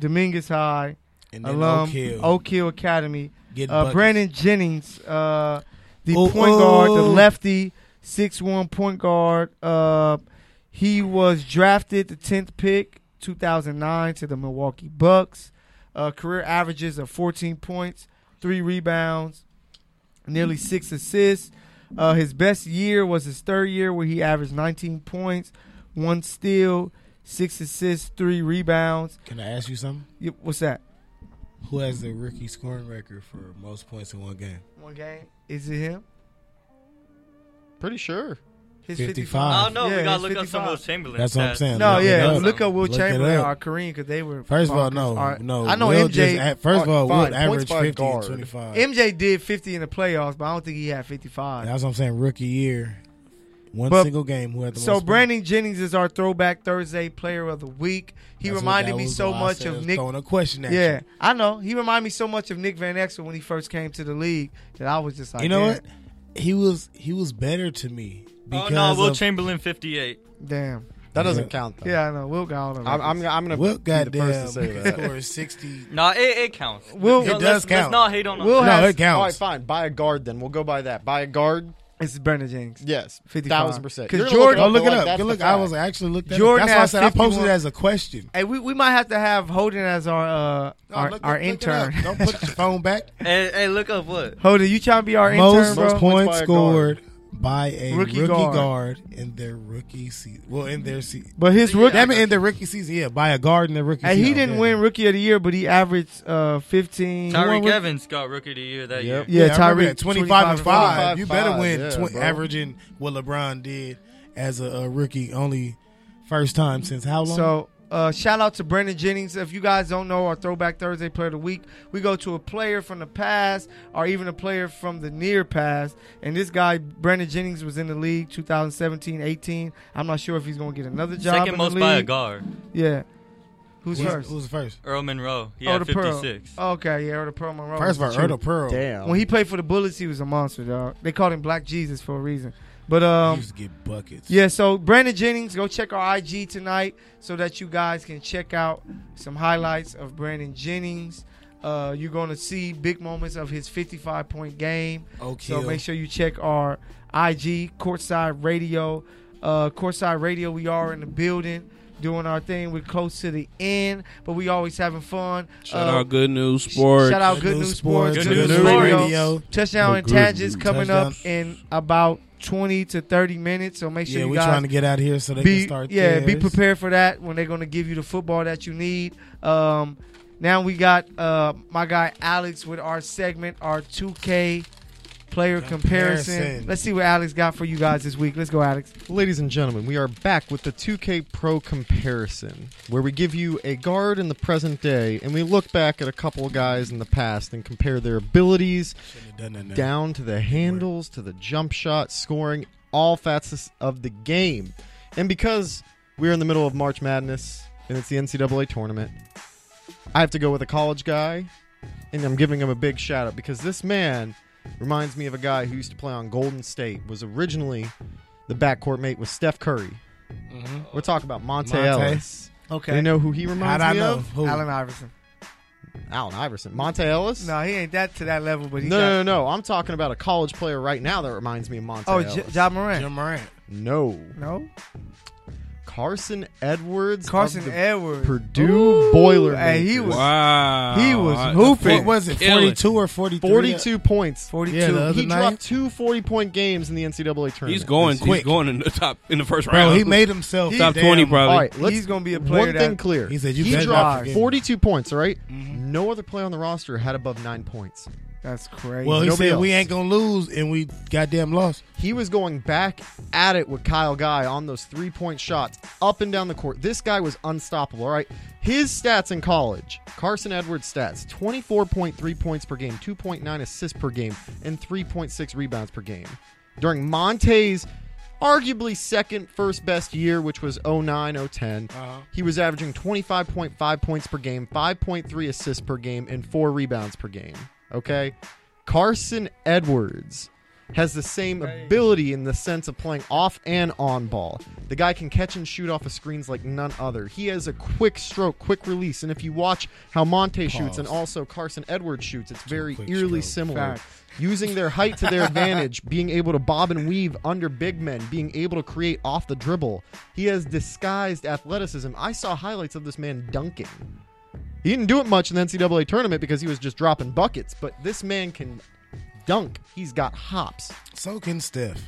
C: Dominguez High,
B: and then
C: alum
B: Oak Hill,
C: um, Oak Hill Academy
B: getting
C: uh,
B: buckets.
C: Brandon Jennings, uh, the
B: Oh,
C: point guard, the
B: oh.
C: lefty, six one point guard. Uh, he was drafted the tenth pick, two thousand nine, to the Milwaukee Bucks. Uh, career averages of fourteen points, three rebounds, nearly six assists. Uh, his best year was his third year, where he averaged nineteen points, one steal, six assists, three rebounds.
B: Can I ask you something?
C: Y- What's that?
B: Who has the rookie scoring record for most points in one game?
C: One game? Is it him?
D: Pretty sure.
C: His
B: 55.
F: I don't know.
C: Yeah,
F: we gotta
C: he's
F: look up some
C: 55.
F: Will Chamberlain.
B: That's what I'm
F: stats.
B: saying.
C: No,
B: Look it
C: yeah,
B: up.
C: look up Will
B: Look it
C: Chamberlain
B: up.
C: or Kareem because they were.
B: First of all,
C: bonkers.
B: no,
C: Alright.
B: no.
C: I know
B: Will
C: MJ.
B: Just, at- first of all,
D: Fine,
B: Will averaged
D: points by
B: 50 and
D: guard.
B: 25.
C: MJ did fifty in the playoffs, but I don't think he had fifty-five.
B: That's what I'm saying. Rookie year, one
C: But-
B: single game. Who had the
C: so
B: most
C: Brandon Jennings is our throwback Thursday player of the week. He
B: That's what-
C: reminded
B: that
C: me
B: was
C: so
B: why I
C: much
B: said I
C: of
B: was
C: Nick.
B: Throwing a question at you.
C: Yeah, I know. He reminded me so much of Nick Van Exel when he first came to the league that I was just like,
B: you know
C: damn,
B: what? He was he was better to me
F: Oh
B: because
F: no, Will
B: of
F: Chamberlain 58.
C: Damn.
D: That
B: Yeah.
D: doesn't count though.
C: Yeah, I know. Will got all of
D: I'm, I'm, I'm gonna
B: Will
D: be the first
B: goddamn
D: to say that.
B: scored sixty.
F: No, it, it counts.
C: Will-
F: No,
B: It
F: let's-
B: does count.
F: Let's not hate on him.
B: No,
C: Will has-
B: it
D: All right,
B: counts.
D: fine. Buy a guard then. We'll go by that. Buy a guard.
C: It's Brandon Jennings.
D: Yes,
C: 55.
D: thousand percent.
C: 'Cause
D: You're gonna
C: Jordan-
B: Go look
D: but,
B: it
D: like,
B: up.
D: that's
B: Go
D: the
B: look, I
D: fact.
B: was actually looked. That
C: Jordan
B: up. That's why I
C: has
B: said I posted
C: 51.
B: it as a question.
C: Hey, we, we might have to have Holden as our uh,
B: No,
C: our,
B: Oh, look it-
C: our
B: look it
C: intern.
B: up. Don't put your phone back.
F: Hey, hey, look up what?
C: Holden, you trying to be our intern,
B: Most
C: bro?
B: points
D: Points by a guard.
B: scored by a
C: Rookie
B: rookie,
C: guard.
B: guard. in their rookie season. Well, in their season.
C: But his rookie.
B: That meant in their rookie season. Yeah, by a guard in their rookie.
C: And
B: season.
C: he didn't
B: Yeah.
C: win Rookie of the Year, but he averaged uh, 15. He won
F: Tyreek
C: rookie-
F: Evans got Rookie of the Year that
D: Yep.
F: year.
C: Yeah,
B: I remember
C: Tyreek,
B: that. 25 and 5.
D: 25,
B: you better win
D: yeah,
B: twen-
D: bro.
B: averaging what LeBron did as a, a rookie only first time since how long?
C: So uh, shout out to Brandon Jennings. If you guys don't know our Throwback Thursday Player of the Week, we go to a player from the past or even a player from the near past. And this guy, Brandon Jennings, was in the league 2017-18. I'm not sure if he's going to get another job. in
F: Second
C: the
F: most by a
C: league.
F: guard.
C: Yeah. Who's
B: who's,
C: first?
B: who's the first?
F: Earl Monroe. He
C: Oh,
F: had
C: the Pearl.
F: 56.
C: Okay, yeah, Earl the Pearl Monroe.
B: First of all,
C: That's true.
B: Erda Pearl.
D: Damn.
C: When he played for the Bullets, he was a monster, dog. They called him Black Jesus for a reason. But um,
B: he used to get buckets.
C: Yeah, so Brandon Jennings, go check our IG tonight so that you guys can check out some highlights of Brandon Jennings. Uh, you're going to see big moments of his 55 point game.
E: Oh,
B: Okay.
C: So make sure you check our IG, Courtside Radio. Uh, Courtside Radio, we are in the building doing our thing. We're close to the end, but we always having fun.
E: Shout
C: Uh,
E: out Good News Sports.
C: Shout out Good,
B: Good
C: News
B: News
C: Sports,
B: Sports,
C: Good, News,
F: Good News
C: Radio.
B: Radio.
C: Touchdown and Tangents coming up
B: Touchdown.
C: in about twenty to thirty minutes. So make sure
B: yeah,
C: you
B: we're
C: guys
B: trying to get out of here so they
C: be
B: can start.
C: yeah be
B: theirs.
C: prepared for that when they're going to give you the football that you need um now we got uh my guy alex with our segment our 2k player comparison.
B: Comparison.
C: let's see what alex got for you guys this week let's go alex
D: Ladies and gentlemen, we are back with the 2K Pro comparison, where we give you a guard in the present day and we look back at a couple of guys in the past and compare their abilities
B: Done that now.
D: down to the handles, to the jump shot, scoring, all facets of the game. And because we're in the middle of March Madness and it's the NCAA tournament, I have to go with a college guy, and I'm giving him a big shout out because this man reminds me of a guy who used to play on Golden State, was originally the backcourt mate with Steph Curry. We're talking about Monte,
B: Mm-hmm. Monte.
D: Ellis.
C: okay
D: You know who he
B: How'd
D: reminds
B: I
D: me
B: know?
D: of?
B: Who?
C: allen iverson
D: Allen Iverson. Monte Ellis?
C: no he ain't that to that level but he
D: no,
C: got,
D: no, no, no. I'm talking about a college player right now that reminds me of Monte
C: oh
D: Ellis.
C: J- Ja Morant.
B: Jim Morant.
D: No.
C: no
D: Carson Edwards. of
C: carson
D: the
C: edwards
D: Purdue
C: Ooh,
D: Boilermakers.
C: hey, he was-
E: Wow.
C: he was
E: I-
C: hooping.
B: What was it?
E: Killing.
B: Forty-two or forty-three?
D: 42 points.
C: 42
B: Yeah, the other
D: he
B: night.
D: dropped two 40 point games in the NCAA tournament.
E: He's going.
B: quick.
E: He's going in the top in the first
B: Bro,
E: round.
B: he made himself
E: top
B: damn-
E: twenty, probably.
D: All right, let's-
C: He's gonna be a player
D: One
C: that-
D: thing clear.
B: He said, "You
D: he
B: better not
D: dropped
B: forget me."
D: 42 points, all right?
C: Mm-hmm.
D: No other player on the roster had above nine points.
C: that's crazy
B: Well, he
D: Nobody
B: said we
D: else.
B: ain't gonna lose, and we goddamn lost.
D: He was going back at it with Kyle Guy on those three point shots up and down the court. This guy was unstoppable. All right. His stats in college Carson Edwards stats 24.3 points per game, 2.9 assists per game, and 3.6 rebounds per game. During Monte's arguably second first best year, which was 09 10, he was averaging 25.5 points per game, 5.3 assists per game, and four rebounds per game. Okay. Carson Edwards has the same ability in the sense of playing off and on ball. The guy can catch and shoot off of screens like none other. He has a quick stroke, quick release, and if you watch how Monte shoots and also Carson Edwards shoots, it's very
B: quick
D: eerily
B: stroke.
D: similar.
C: Facts.
D: Using their height to their advantage, being able to bob and weave under big men, being able to create off the dribble. He has disguised athleticism. I saw highlights of this man dunking. He didn't do it much in the NCAA tournament because he was just dropping buckets, but this man can dunk. He's got hops.
B: So can Steph.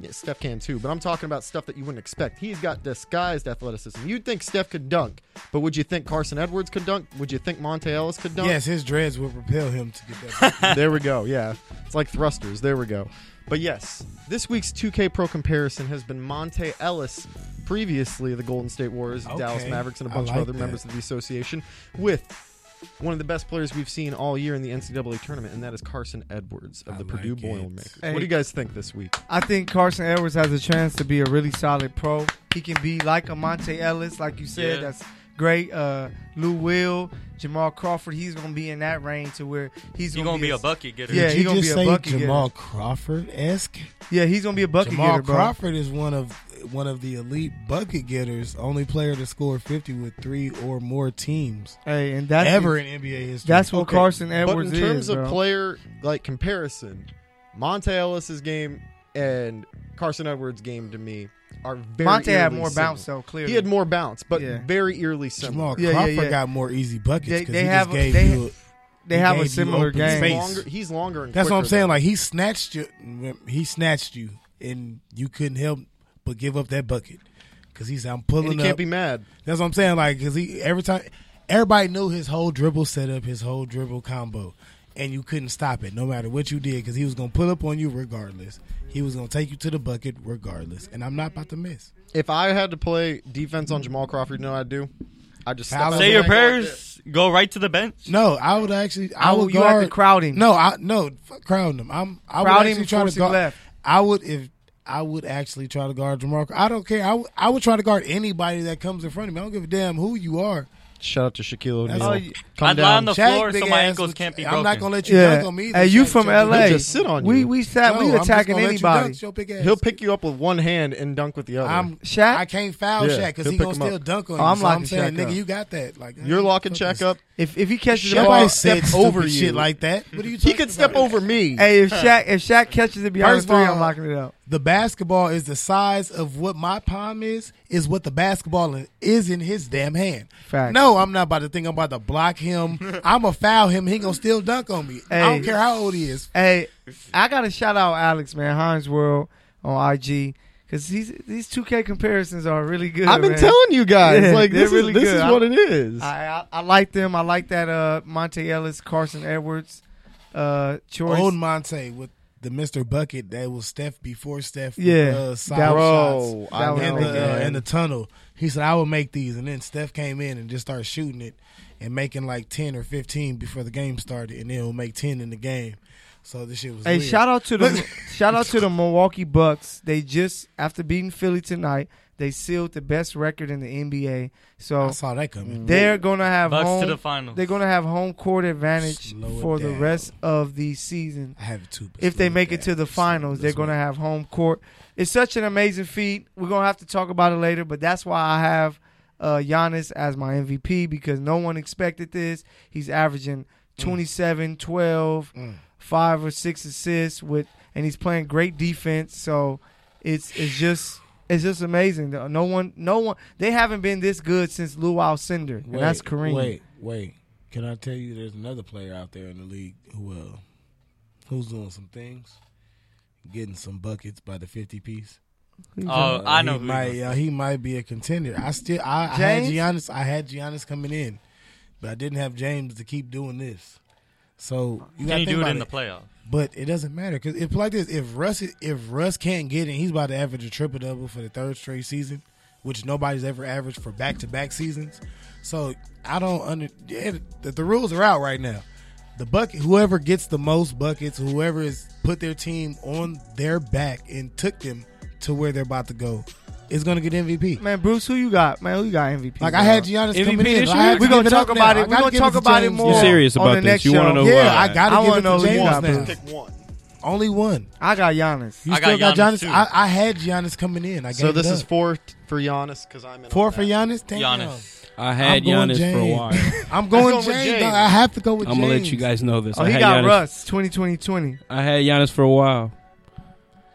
D: Yeah, Steph can too, but I'm talking about stuff that you wouldn't expect. He's got disguised athleticism. You'd think Steph could dunk, but would you think Carson Edwards could dunk? Would you think Monte Ellis could dunk?
B: Yes, his dreads will propel him to get that.
D: there we go. Yeah. It's like thrusters. There we go. But yes, this week's 2K Pro comparison has been Monte Ellis, previously the Golden State Warriors,
B: Okay.
D: Dallas Mavericks, and a
B: I
D: bunch
B: like
D: of other
B: that.
D: members of the association, with one of the best players we've seen all year in the NCAA tournament, and that is Carson Edwards of
B: I
D: the Purdue
B: like it.
D: Boilermakers.
C: Hey.
D: What do you guys think this week?
C: I think Carson Edwards has a chance to be a really solid pro. He can be like a Monte Ellis, like you said.
F: Yeah.
C: That's great. Uh, Lou Will, Jamal Crawford. He's gonna be in that range to where he's
F: He's
C: gonna,
F: gonna be a bucket getter.
C: Yeah,
B: Did
C: he
B: you
C: gonna
B: just
C: be a
B: say
C: bucket getter.
B: Jamal Crawford esque?
C: Yeah, he's gonna be a bucket
B: Jamal
C: getter, bro.
B: Crawford is one of one of the elite bucket getters, only player to score fifty with three or more teams
C: Hey, and that's
B: ever in NBA history.
C: That's what
D: Okay,
C: Carson Edwards
D: But in terms
C: is,
D: of
C: bro.
D: player like comparison, Monte Ellis's game and Carson Edwards' game to me are very
C: Monte had
D: eerily
C: more
D: similar.
C: bounce though. Clearly,
D: He had more bounce, but
C: Yeah.
D: very eerily similar.
B: Jamal
C: Yeah, yeah,
B: Crawford
C: yeah.
B: got more easy buckets
C: They-
B: because
C: they
B: he
C: have a-
B: just gave
C: they-
B: you.
C: They
B: he
C: have a
B: gave you
C: similar
B: open
C: game.
D: He's
B: space.
D: longer, he's longer and
B: That's what I'm
D: quicker,
B: saying.
D: though.
B: Like he snatched you, he snatched you, and you couldn't help but give up that bucket because he's I'm
D: and
B: pulling
D: you
B: up.
D: can't be mad.
B: That's what I'm saying. Like, cause he every time everybody knew his whole dribble setup, his whole dribble combo, and you couldn't stop it no matter what you did, cause he was gonna pull up on you regardless. He was gonna take you to the bucket regardless, and I'm not about to miss.
D: If I had to play defense on Jamal Crawford, you know what I'd do? I'd just step
B: Foul him.
D: out of
F: Say
D: the way
F: your
D: and go like this.
F: prayers. Go right to the bench.
B: No, I would actually. I,
C: I
B: would
C: would- you have to
B: guard,
C: crowd him.
B: No, I no fuck crowding him. I'm. I
C: Crowd him
B: would actually
C: and
B: try
C: force
B: to
C: him
B: guard.
C: left.
B: I would if I would actually try to guard Jamal. I don't care. I would- I would try to guard anybody that comes in front of me. I don't give a damn who you are.
D: Shout out to Shaquille
B: That's-
D: O'Neal.
B: Oh,
C: yeah.
D: Come
F: I'd lie
D: down.
F: on the
B: Shaq,
F: floor so
B: big
F: my
B: ass,
F: ankles
B: with-
F: can't be
B: I'm not
F: broken.
B: gonna let you dunk
C: yeah.
B: on me.
C: Hey, you from LA?
D: just sit on
C: We
D: you.
C: we sat. we attacking anybody.
D: He'll pick you up with one hand and dunk with the other.
B: I'm
C: Shaq?
B: I can't foul
D: Yeah,
B: Shaq because
D: he'll
B: he
D: pick
B: gonna
D: him up.
B: still dunk on
C: Oh,
B: you.
C: I'm
B: So I'm
C: locking
B: saying,
C: Shaq
B: nigga,
C: up.
B: you got that. Like
D: You're
B: man,
D: locking
B: fuck
D: Shaq
B: this.
D: up.
C: If if he catches the
B: Nobody
C: ball,
B: said
D: step
B: stupid
D: over you.
B: shit like that. What are you?
D: He
B: talking
D: could step
B: about?
D: over me.
C: hey, if Shaq if Shaq catches it behind the
B: First of
C: three,
B: all,
C: I'm locking it up.
B: the basketball is the size of what my palm is, is what the basketball i- is in his damn hand.
C: Facts.
B: No, I'm not about to think I'm about to block him. I'm going to foul him. He going to still dunk on me. I don't
C: Hey.
B: care how old he is.
C: Hey, I got to shout out Alex, man, Heinz World on IG because these these 2K comparisons are really good.
D: I've been
C: man.
D: telling you guys,
C: Yeah,
D: like
C: they're
D: this
C: really
D: is this
C: good.
D: is
C: I-
D: what it is.
C: I, I I like them. I like that uh, Monte Ellis, Carson Edwards, uh, choice.
B: Old Monte with the Mr. Bucket that was Steph before Steph. with,
C: Yeah.
B: uh, side
C: That
B: shots.
D: Bro, I
C: That was
B: in
D: know,
B: the uh,
D: man.
B: in the tunnel. He said, "I will make these," and then Steph came in and just started shooting it and making like ten or fifteen before the game started, and then he'll make ten in the game. So this shit was.
C: Hey,
B: weird.
C: shout out to the shout out to the Milwaukee Bucks. They just after beating Philly tonight, they sealed the best record in the NBA.
B: I
C: So
B: saw that coming.
C: they're gonna have
F: Bucks
C: home.
F: to the final.
C: they're gonna have home court advantage
B: Slow it
C: for the
B: down.
C: rest of the season.
B: I have two. but
C: If they
B: slow
C: make it to
B: down.
C: the finals, they're
B: Let's
C: gonna
B: wait.
C: have home court. It's such an amazing feat. We're gonna have to talk about it later, but that's why I have uh, Giannis as my MVP because no one expected this. He's averaging
B: Mm.
C: 27, 12, five or six assists with, and he's playing great defense. So it's it's just it's just amazing. No one, no one, they haven't been this good since Lou Alcindor, and that's Kareem.
B: Wait, wait. Can I tell you? There's another player out there in the league who uh, who's doing some things, getting some buckets by the fifty piece.
F: Oh, I know.
B: he
F: Who
B: might
F: you
B: uh, he might be a contender. I still I, I had
C: James?
B: Giannis. I had Giannis coming in, but I didn't have James to keep doing this. So you
F: Can
B: gotta
F: you
B: think
F: do it
B: about
F: in the playoff?
B: But it doesn't matter because if like this, if Russ is- if Russ can't get in, he's about to average a triple double for the third straight season, which nobody's ever averaged for back to back seasons. So I don't under yeah, the, the rules are out right now. The bucket, whoever gets the most buckets, whoever has put their team on their back and took them to where they're about to go, is going to get MVP.
C: man, Bruce, who you got? Man, who you got MVP?
B: Like I had
C: bro?
B: Giannis
E: MVP
B: coming in.
E: this
B: I
E: year?
B: had to
C: We're gonna
B: give it
C: talk
B: up
C: about
B: now.
C: it.
B: I
C: We're
B: gotta
C: gonna
B: give
C: talk
B: to
C: about it
B: James
C: more.
E: You
B: now.
E: serious
C: on
E: about
C: the
E: this?
C: next
E: You wanna
C: show.
E: know
B: Yeah,
E: why?
B: I got to
C: I wanna
B: give it
C: know
B: to
C: who you
B: James
C: got,
B: now.
C: Bruce.
G: Pick one.
B: Only one.
C: I got Giannis.
B: You
F: I
B: still
F: got
B: got
F: Giannis,
B: Giannis.
F: too.
B: I, I had Giannis coming in. I gave
D: so
B: it
D: this is
B: up.
D: four t- for Giannis because I'm in
B: four
D: on
B: for
D: that.
B: Giannis. Damn.
F: Giannis.
E: I had
B: I'm going
E: Giannis for a
B: James.
E: while.
B: I'm going,
D: going with
B: James.
D: James.
B: dog. I have to go with
E: I'm
B: James.
E: gonna let you guys know this.
C: Oh,
E: I
C: he
E: had
C: got
E: Giannis.
C: Russ 2020.
E: I had Giannis for a while.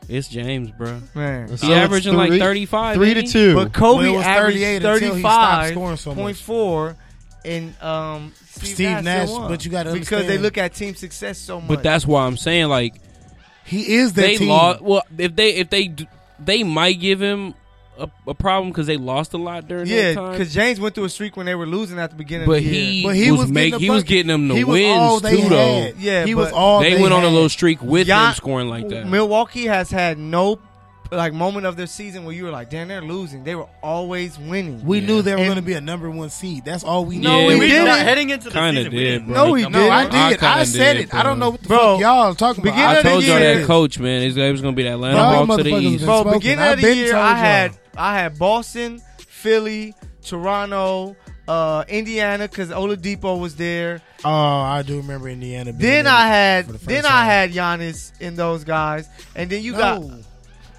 E: It's James, bro.
C: Man.
E: He
D: So it's
E: averaging like
D: three-
E: 35,
D: Three
E: ain't
D: to
E: he?
D: two.
C: But Kobe
B: Well, it was
C: averaged
B: 38 until he stopped scoring so much.
C: 35.4 and um, Steve,
B: Steve
C: Nash,
B: Nash,
C: still won.
B: but you gotta
C: Because they
B: understand-
C: look at team success so much.
E: But that's why I'm saying like
B: He is their
E: they
B: team.
E: lost. Well, if they if they d- they might give him a, a problem because they lost a lot during
C: yeah,
E: that time.
C: because James went through a streak when they were losing at the beginning
E: But
C: of the
E: he,
C: year.
B: But he
E: was,
B: was
E: make,
B: getting the
E: he was
B: bucket.
E: getting them the
B: he was all
E: wins
B: they
E: too,
B: had.
E: though.
C: Yeah,
B: he
C: but
B: was all
E: They, went on a
B: had.
E: little streak with
C: Gian-
E: him scoring like that.
C: Milwaukee has had no like moment of their season where you were like, damn, they're losing. They were always winning.
B: We knew they were
C: And-
B: going to be a number one seed. That's all we
E: No,
B: knew.
E: we
F: we
C: didn't.
F: not heading into the
E: Kinda
F: season.
E: did,
F: we didn't.
E: bro.
C: No, we
F: Come
B: No,
C: didn't.
F: on.
B: I
E: I
B: did.
E: kinda
B: I, said
E: did,
B: it. I don't know what the
C: Bro,
B: fuck y'all are talking about.
C: beginning
E: I
C: of the
E: told y'all
C: year-
E: that coach, man, it was gonna be that
B: Y'all
E: Atlanta Hawks to the
B: motherfuckers
E: East.
B: been
C: Bro,
B: spoken.
C: beginning
B: I've
C: of the
B: been
C: year,
B: told
C: I
B: y'all.
C: had I had Boston, Philly, Toronto, uh, Indiana because Oladipo was there.
B: Oh, I do remember Indiana. being
C: Then
B: there
C: I had
B: for the first
C: then I
B: time.
C: had Giannis in those guys, and then you got
B: No.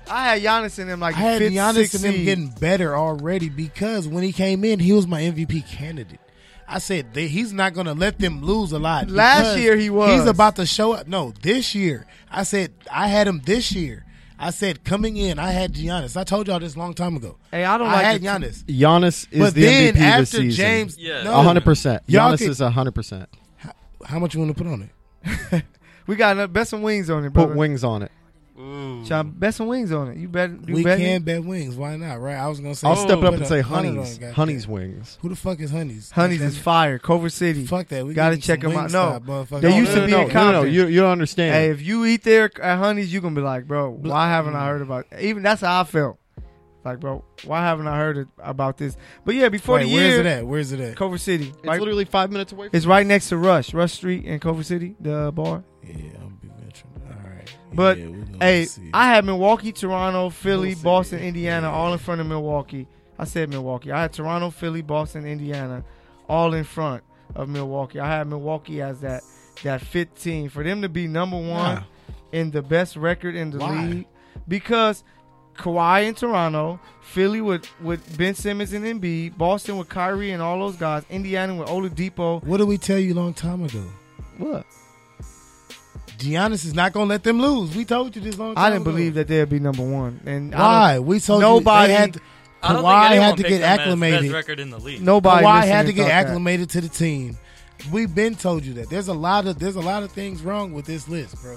C: I had Giannis in them like
B: I had
C: fifth,
B: Giannis
C: sixth
B: and him
C: seed.
B: getting better already because when he came in, he was my MVP candidate. I said that he's not going to let them lose a lot.
C: Last
B: because
C: year he was.
B: He's about to show up. No, this year I said I had him this year. I said coming in, I had Giannis. I told y'all this long time ago.
C: Hey, I don't
B: I
C: like
B: had
C: the-
B: Giannis.
D: Giannis is
B: But
D: the
B: then
D: MVP this
B: after
D: season.
B: James,
F: Yeah.
B: no,
D: 100 percent.
B: Y'all
D: Giannis
B: could-
D: is 100 percent.
B: How much you want to put on it?
C: We got enough best some wings on it, bro.
D: Put wings on it.
F: Ooh.
C: John, best some wings on it. You bet. You
B: we
C: bet
B: can bet wings. Why not? Right? I was gonna say.
D: I'll step
B: put
D: up and
B: a
D: say
B: hundred
D: honeys,
B: on it,
D: honeys
B: goddamn.
D: wings.
B: Who the fuck is honeys?
C: Honeys is fire. Culver City.
B: Fuck that. We
C: Gotta
B: getting
C: check
B: some
C: them out.
B: Wingstop,
C: No,
B: motherfucker.
C: they
B: No,
C: used
B: no,
C: to be
D: no,
C: in
D: no, no, no,
C: Compton.
D: you you don't understand.
C: Hey, if you eat there at Honey's, you gonna be like, bro, why haven't
B: mm.
C: I heard about? Even that's how I felt. Like, bro, why haven't I heard it, about this? But yeah, before
B: Wait,
C: the
B: where's
C: year,
B: it at? Where's it at?
C: Culver City.
D: it's
C: Right,
D: literally five minutes away. From
C: it's right next to Rush, Rush Street in Culver City, the bar.
B: Yeah, I'm be veteran. All right.
C: But
B: Yeah, we gonna
C: hey,
B: see.
C: I had Milwaukee, Toronto, Philly,
B: We'll see.
C: Boston, Indiana,
B: Yeah.
C: all in front of Milwaukee. I said Milwaukee. I had Toronto, Philly, Boston, Indiana, all in front of Milwaukee. I had Milwaukee as that that 15 for them to be number one
B: Nah.
C: in the best record in the
B: Why?
C: league because Kawhi in Toronto, Philly with with Ben Simmons and Embiid, Boston with Kyrie and all those guys, Indiana with Oladipo.
B: what did we tell you a long time ago?
C: What?
B: Giannis is not gonna let them lose. We told you this long time.
C: I didn't
B: ago.
C: believe that they'd be number one, and I
B: Why?
C: don't-
B: We told you
C: Nobody-
B: they had to,
F: I don't think
B: Kawhi
F: anyone
B: had to
F: picked
B: get
F: them as Best
B: acclimated.
F: record in the league.
C: nobody
B: Kawhi
C: listening
B: had to get
C: thought that.
B: acclimated to the team. We've been told you that. There's a lot of there's a lot of things wrong with this list, bro.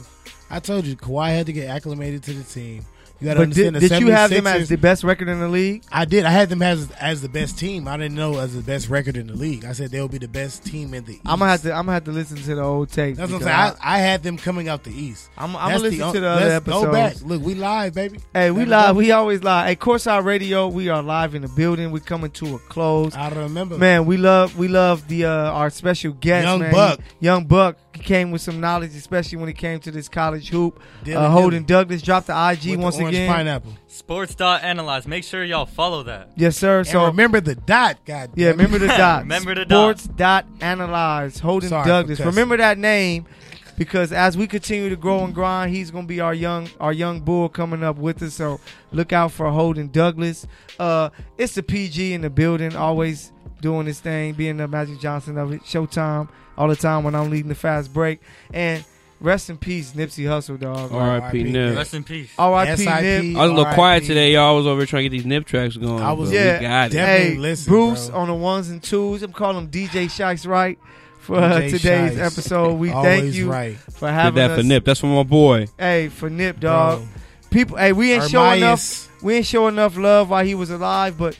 B: I told you Kawhi had to get acclimated to the team. You got to
C: But did,
B: understand the
C: did you have them
B: 76ers
C: as the best record in the league?
B: I did. I had them as as the best team. I didn't know as the best record in the league. I said they'll be the best team in the. East.
C: I'm gonna have to. I'm gonna have to listen to the old tape.
B: That's what I'm saying. I, I had them coming out the East.
C: I'm-
B: That's
C: I'm gonna listen
B: on-
C: to the other
B: let's Go back.
C: episodes.
B: Look, we live, baby.
C: Hey,
B: Let
C: we
B: 'em
C: live.
B: know.
C: We always live. Hey, Courtside Radio. We are live in the building. We coming to a close.
B: I remember.
C: Man, we love we love the uh, our special guest,
B: Young
C: man.
B: Buck.
C: Young Buck came with some knowledge, especially when it came to this college hoop.
B: Dilly-dilly.
C: Uh, Holden Douglas dropped the IG
B: with the
C: once
B: orange
C: again.
B: pineapple.
F: Sports dot analyze. Make sure y'all follow that.
C: Yes, sir.
B: So
C: So
B: remember the dot. God. damn
C: yeah,
B: it.
C: remember the dot.
F: Remember the dot.
C: Sports dot analyze Holden
B: Sorry for
C: Douglas.
B: cussing.
C: Remember that name because as we continue to grow and grind, he's gonna be our young our young bull coming up with us. So look out for Holden Douglas. Uh, it's the PG in the building, always doing his thing, being the Magic Johnson of it. Showtime all the time when I'm leading the fast break. And rest in peace, Nipsey Hustle, dog.
E: R.I.P. Nip.
F: Rest in peace.
C: R.I.P.
B: SIP.
C: Nip.
E: I was a little
B: R.I.P..
E: quiet today, y'all. I was over here trying to get these nip tracks going.
B: I was-
E: but
C: Yeah,
E: we got it.
B: definitely.
C: Hey,
B: listen,
C: Bruce
B: bro.
C: on the ones and twos. I'm calling him DJ Shikes right for uh,
B: DJ
C: today's
B: Shikes.
C: episode. We thank
B: Always
C: you
B: right.
C: for
E: Did
C: having
E: that
C: us.
E: for Nip. That's for my boy.
C: Hey, for Nip, dog.
B: Bro.
C: People, hey, we ain't show
B: Armaeus.
C: enough. We ain't show enough love while he was alive, but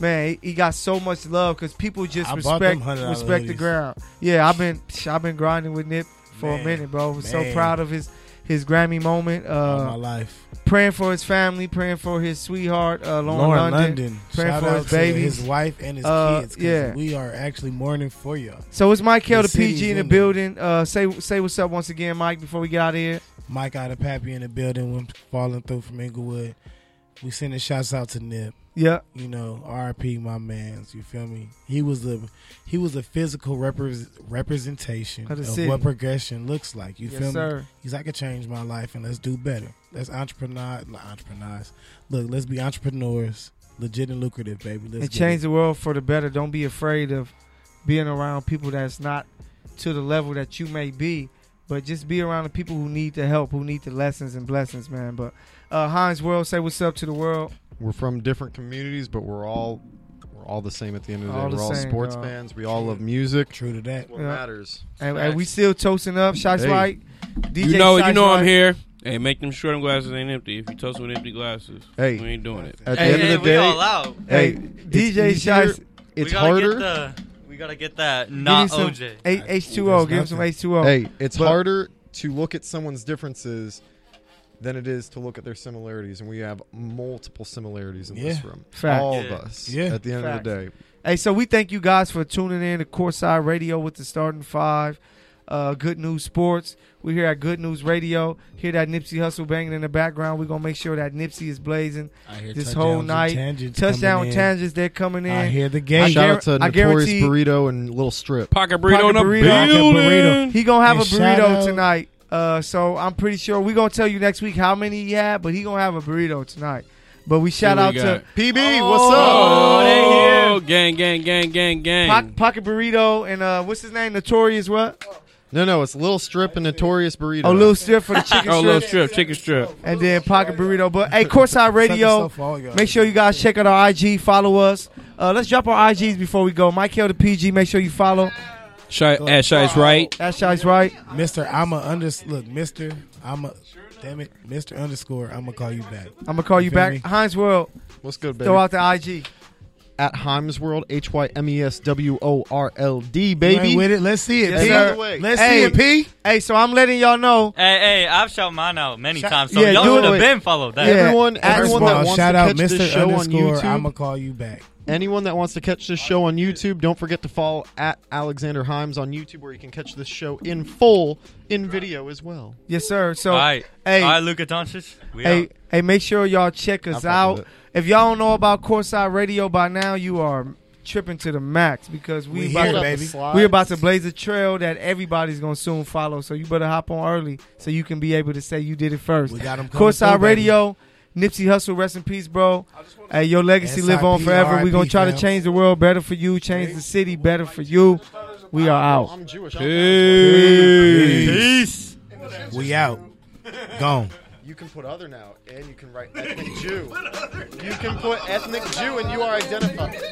C: man, he- he got so much love because people just
B: I bought them
C: respect
B: $100
C: respect the
B: hoodies.
C: ground. Yeah, I've been psh, I've been grinding with Nip for a
B: Man,
C: minute, bro. I'm so
B: man.
C: proud of his his Grammy moment.
B: All my
C: Uh,
B: life.
C: praying for his family, praying for his sweetheart, uh, Lauren,
B: Lauren
C: London.
B: London.
C: praying
B: Shout
C: for
B: out
C: his
B: to
C: babies.
B: his wife, and his
C: Uh,
B: kids. 'cause
C: yeah.
B: we are actually mourning for y'all.
C: So it's Michael, the,
B: The city's
C: PG in the
B: in there.
C: building. Uh, say say what's up once again, Mike, before we get out of here.
B: Mike out of Pappy in the building. We're falling through from Inglewood. We sending shouts out to Nip.
C: Yeah,
B: You know, RP my man's. You feel me? He was the he was the physical repres representation
C: Of
B: of,
C: the city.
B: what progression looks like. You feel
C: yes,
B: me?
C: sir.
B: He's like, I could change my life and let's do better. Let's entrepreneur, not entrepreneurs. Look, let's be entrepreneurs, legit and lucrative, baby. Let's
C: and
B: get
C: change
B: it.
C: the world for the better. Don't be afraid of being around people that's not to the level that you may be, but just be around the people who need the help, who need the lessons and blessings, man. But uh, Heinz World, say what's up to the world.
D: We're from different communities, but we're all we're all the same at the end of the
C: All
D: day.
C: the
D: We're all
C: same,
D: sports
C: dog.
D: fans. We all love music.
B: True to that.
D: What
C: Yeah.
D: matters?
C: And, and we
D: Facts.
C: still toasting up. Shots
D: Hey.
C: right. DJ
E: you know, you
C: Shots
E: know, I'm
C: right.
E: here. Hey, make them short glasses ain't empty. If you toast with empty glasses,
D: Hey.
E: we ain't doing it.
D: At
F: Hey,
D: the end
F: hey,
D: of the
F: we
D: day,
F: all out.
C: Hey,
D: it's
C: DJ
D: easier,
C: Shots.
F: We
D: It's
F: gotta
D: harder.
F: Get the, we gotta get that
C: Give him
F: not
C: some
F: OJ.
C: A- H2O.
B: There's
C: Give him some
B: nothing.
C: H2O.
D: hey, it's
C: But-
D: harder to look at someone's differences than it is to look at their similarities, and we have multiple similarities in this
B: Yeah.
D: room.
C: Facts.
D: All
F: Yeah.
D: of us.
B: Yeah.
D: At the end of
C: Facts.
D: the day,
C: Hey, so we thank you guys for tuning in to Courtside Radio with the starting five. Uh, Good News Sports. We're here at Good News Radio. Hear that Nipsey Hustle banging in the background. We're going to make sure that Nipsey is blazing
B: I hear
C: this
B: touchdowns
C: whole
B: and
C: night.
B: tangents
C: Touchdown
B: coming in.
C: tangents, they're coming
B: I
C: in.
B: hear the game.
D: shout out
C: guar-
D: to
C: I
D: Notorious
C: guarantee-
D: Burrito and Little Strip.
E: Pocket burrito
C: Pocket
E: in the
C: burrito.
B: Pocket burrito.
E: building.
C: He going to have a
B: And shout
C: burrito
B: out-
C: tonight. Uh, so I'm pretty sure we're going to tell you next week how many he had, but he going to have a burrito tonight. But we shout
E: Who we
C: out to
E: got?
D: PB,
C: Oh, they here.
E: Oh, gang, gang, gang, gang, gang.
C: Poc- Pocket Burrito and uh, what's his name? Notorious what?
E: Uh,
D: No, no, it's Little Strip and Notorious Burrito.
C: Oh, Lil Strip for the chicken
E: oh, little
C: strips.
E: strip, chicken strip.
C: and then Pocket Burrito. But hey, Courtside Radio.
B: Suck us up, all y'all.
C: Make sure you guys check out our IG, follow us. Uh, let's drop our IGs before we go. Mike Hill the PG. Make sure you follow.
E: Shy, at Shy's right.
C: That shot's right.
B: Mister, I'm a under. Look, Mister, I'm a. Damn it, Mister underscore. I'm gonna call you back.
C: I'm gonna call you
B: You feel
C: back.
B: me?
C: Heinz World.
D: What's good, baby?
C: Throw out the IG.
D: At Himes World, H Y M E S W O R L D,
B: You
D: baby.
B: ain't with it. Let's see it.
C: Yes,
B: P.
C: sir.
B: Let's
C: Hey.
B: see it, P.
C: Hey, so I'm letting y'all know.
F: Hey, hey, I've shout mine out many
B: Shout-
F: times, so
C: yeah,
F: y'all
C: do
F: should
D: it.
F: have been followed that.
C: Yeah.
D: Everyone,
B: First
D: everyone
B: of
D: that
B: all,
D: wants
B: shout
D: to
B: out
D: catch
B: Mister
D: this show on
B: underscore.
D: YouTube,
B: I'm gonna call you back.
D: anyone that wants to catch this show on YouTube, don't forget to follow at Alexander Himes on YouTube, where you can catch this show in full in video as well.
C: Yes, sir. So
F: All right,
C: hey,
F: all right, Luka Doncic. We
C: hey,
F: out.
C: hey, make sure y'all check
D: I
C: us
D: fuck with
C: out.
D: it.
C: If y'all don't know about Courtside Radio by now, you are tripping to the max because we,
B: We
C: about
B: here,
C: to
D: Hold up the
B: baby.
D: slides.
C: We're about to blaze a trail that everybody's gonna soon follow. So you better hop on early so you can be able to say you did it first.
B: We got 'em coming
C: Courtside
B: through, baby.
C: Radio, Nipsey Hustle, rest in peace, bro. Hey, your legacy live on
B: SIP,
C: forever. We're gonna
B: RIP,
C: try to
B: fam.
C: change the world better for you, change the city better for you. We are out.
D: I'm Jewish. I'm
E: Peace.
F: peace.
B: We out. Gone.
D: You can put other now, and you can write ethnic Jew. You can put ethnic Jew, and you are identified.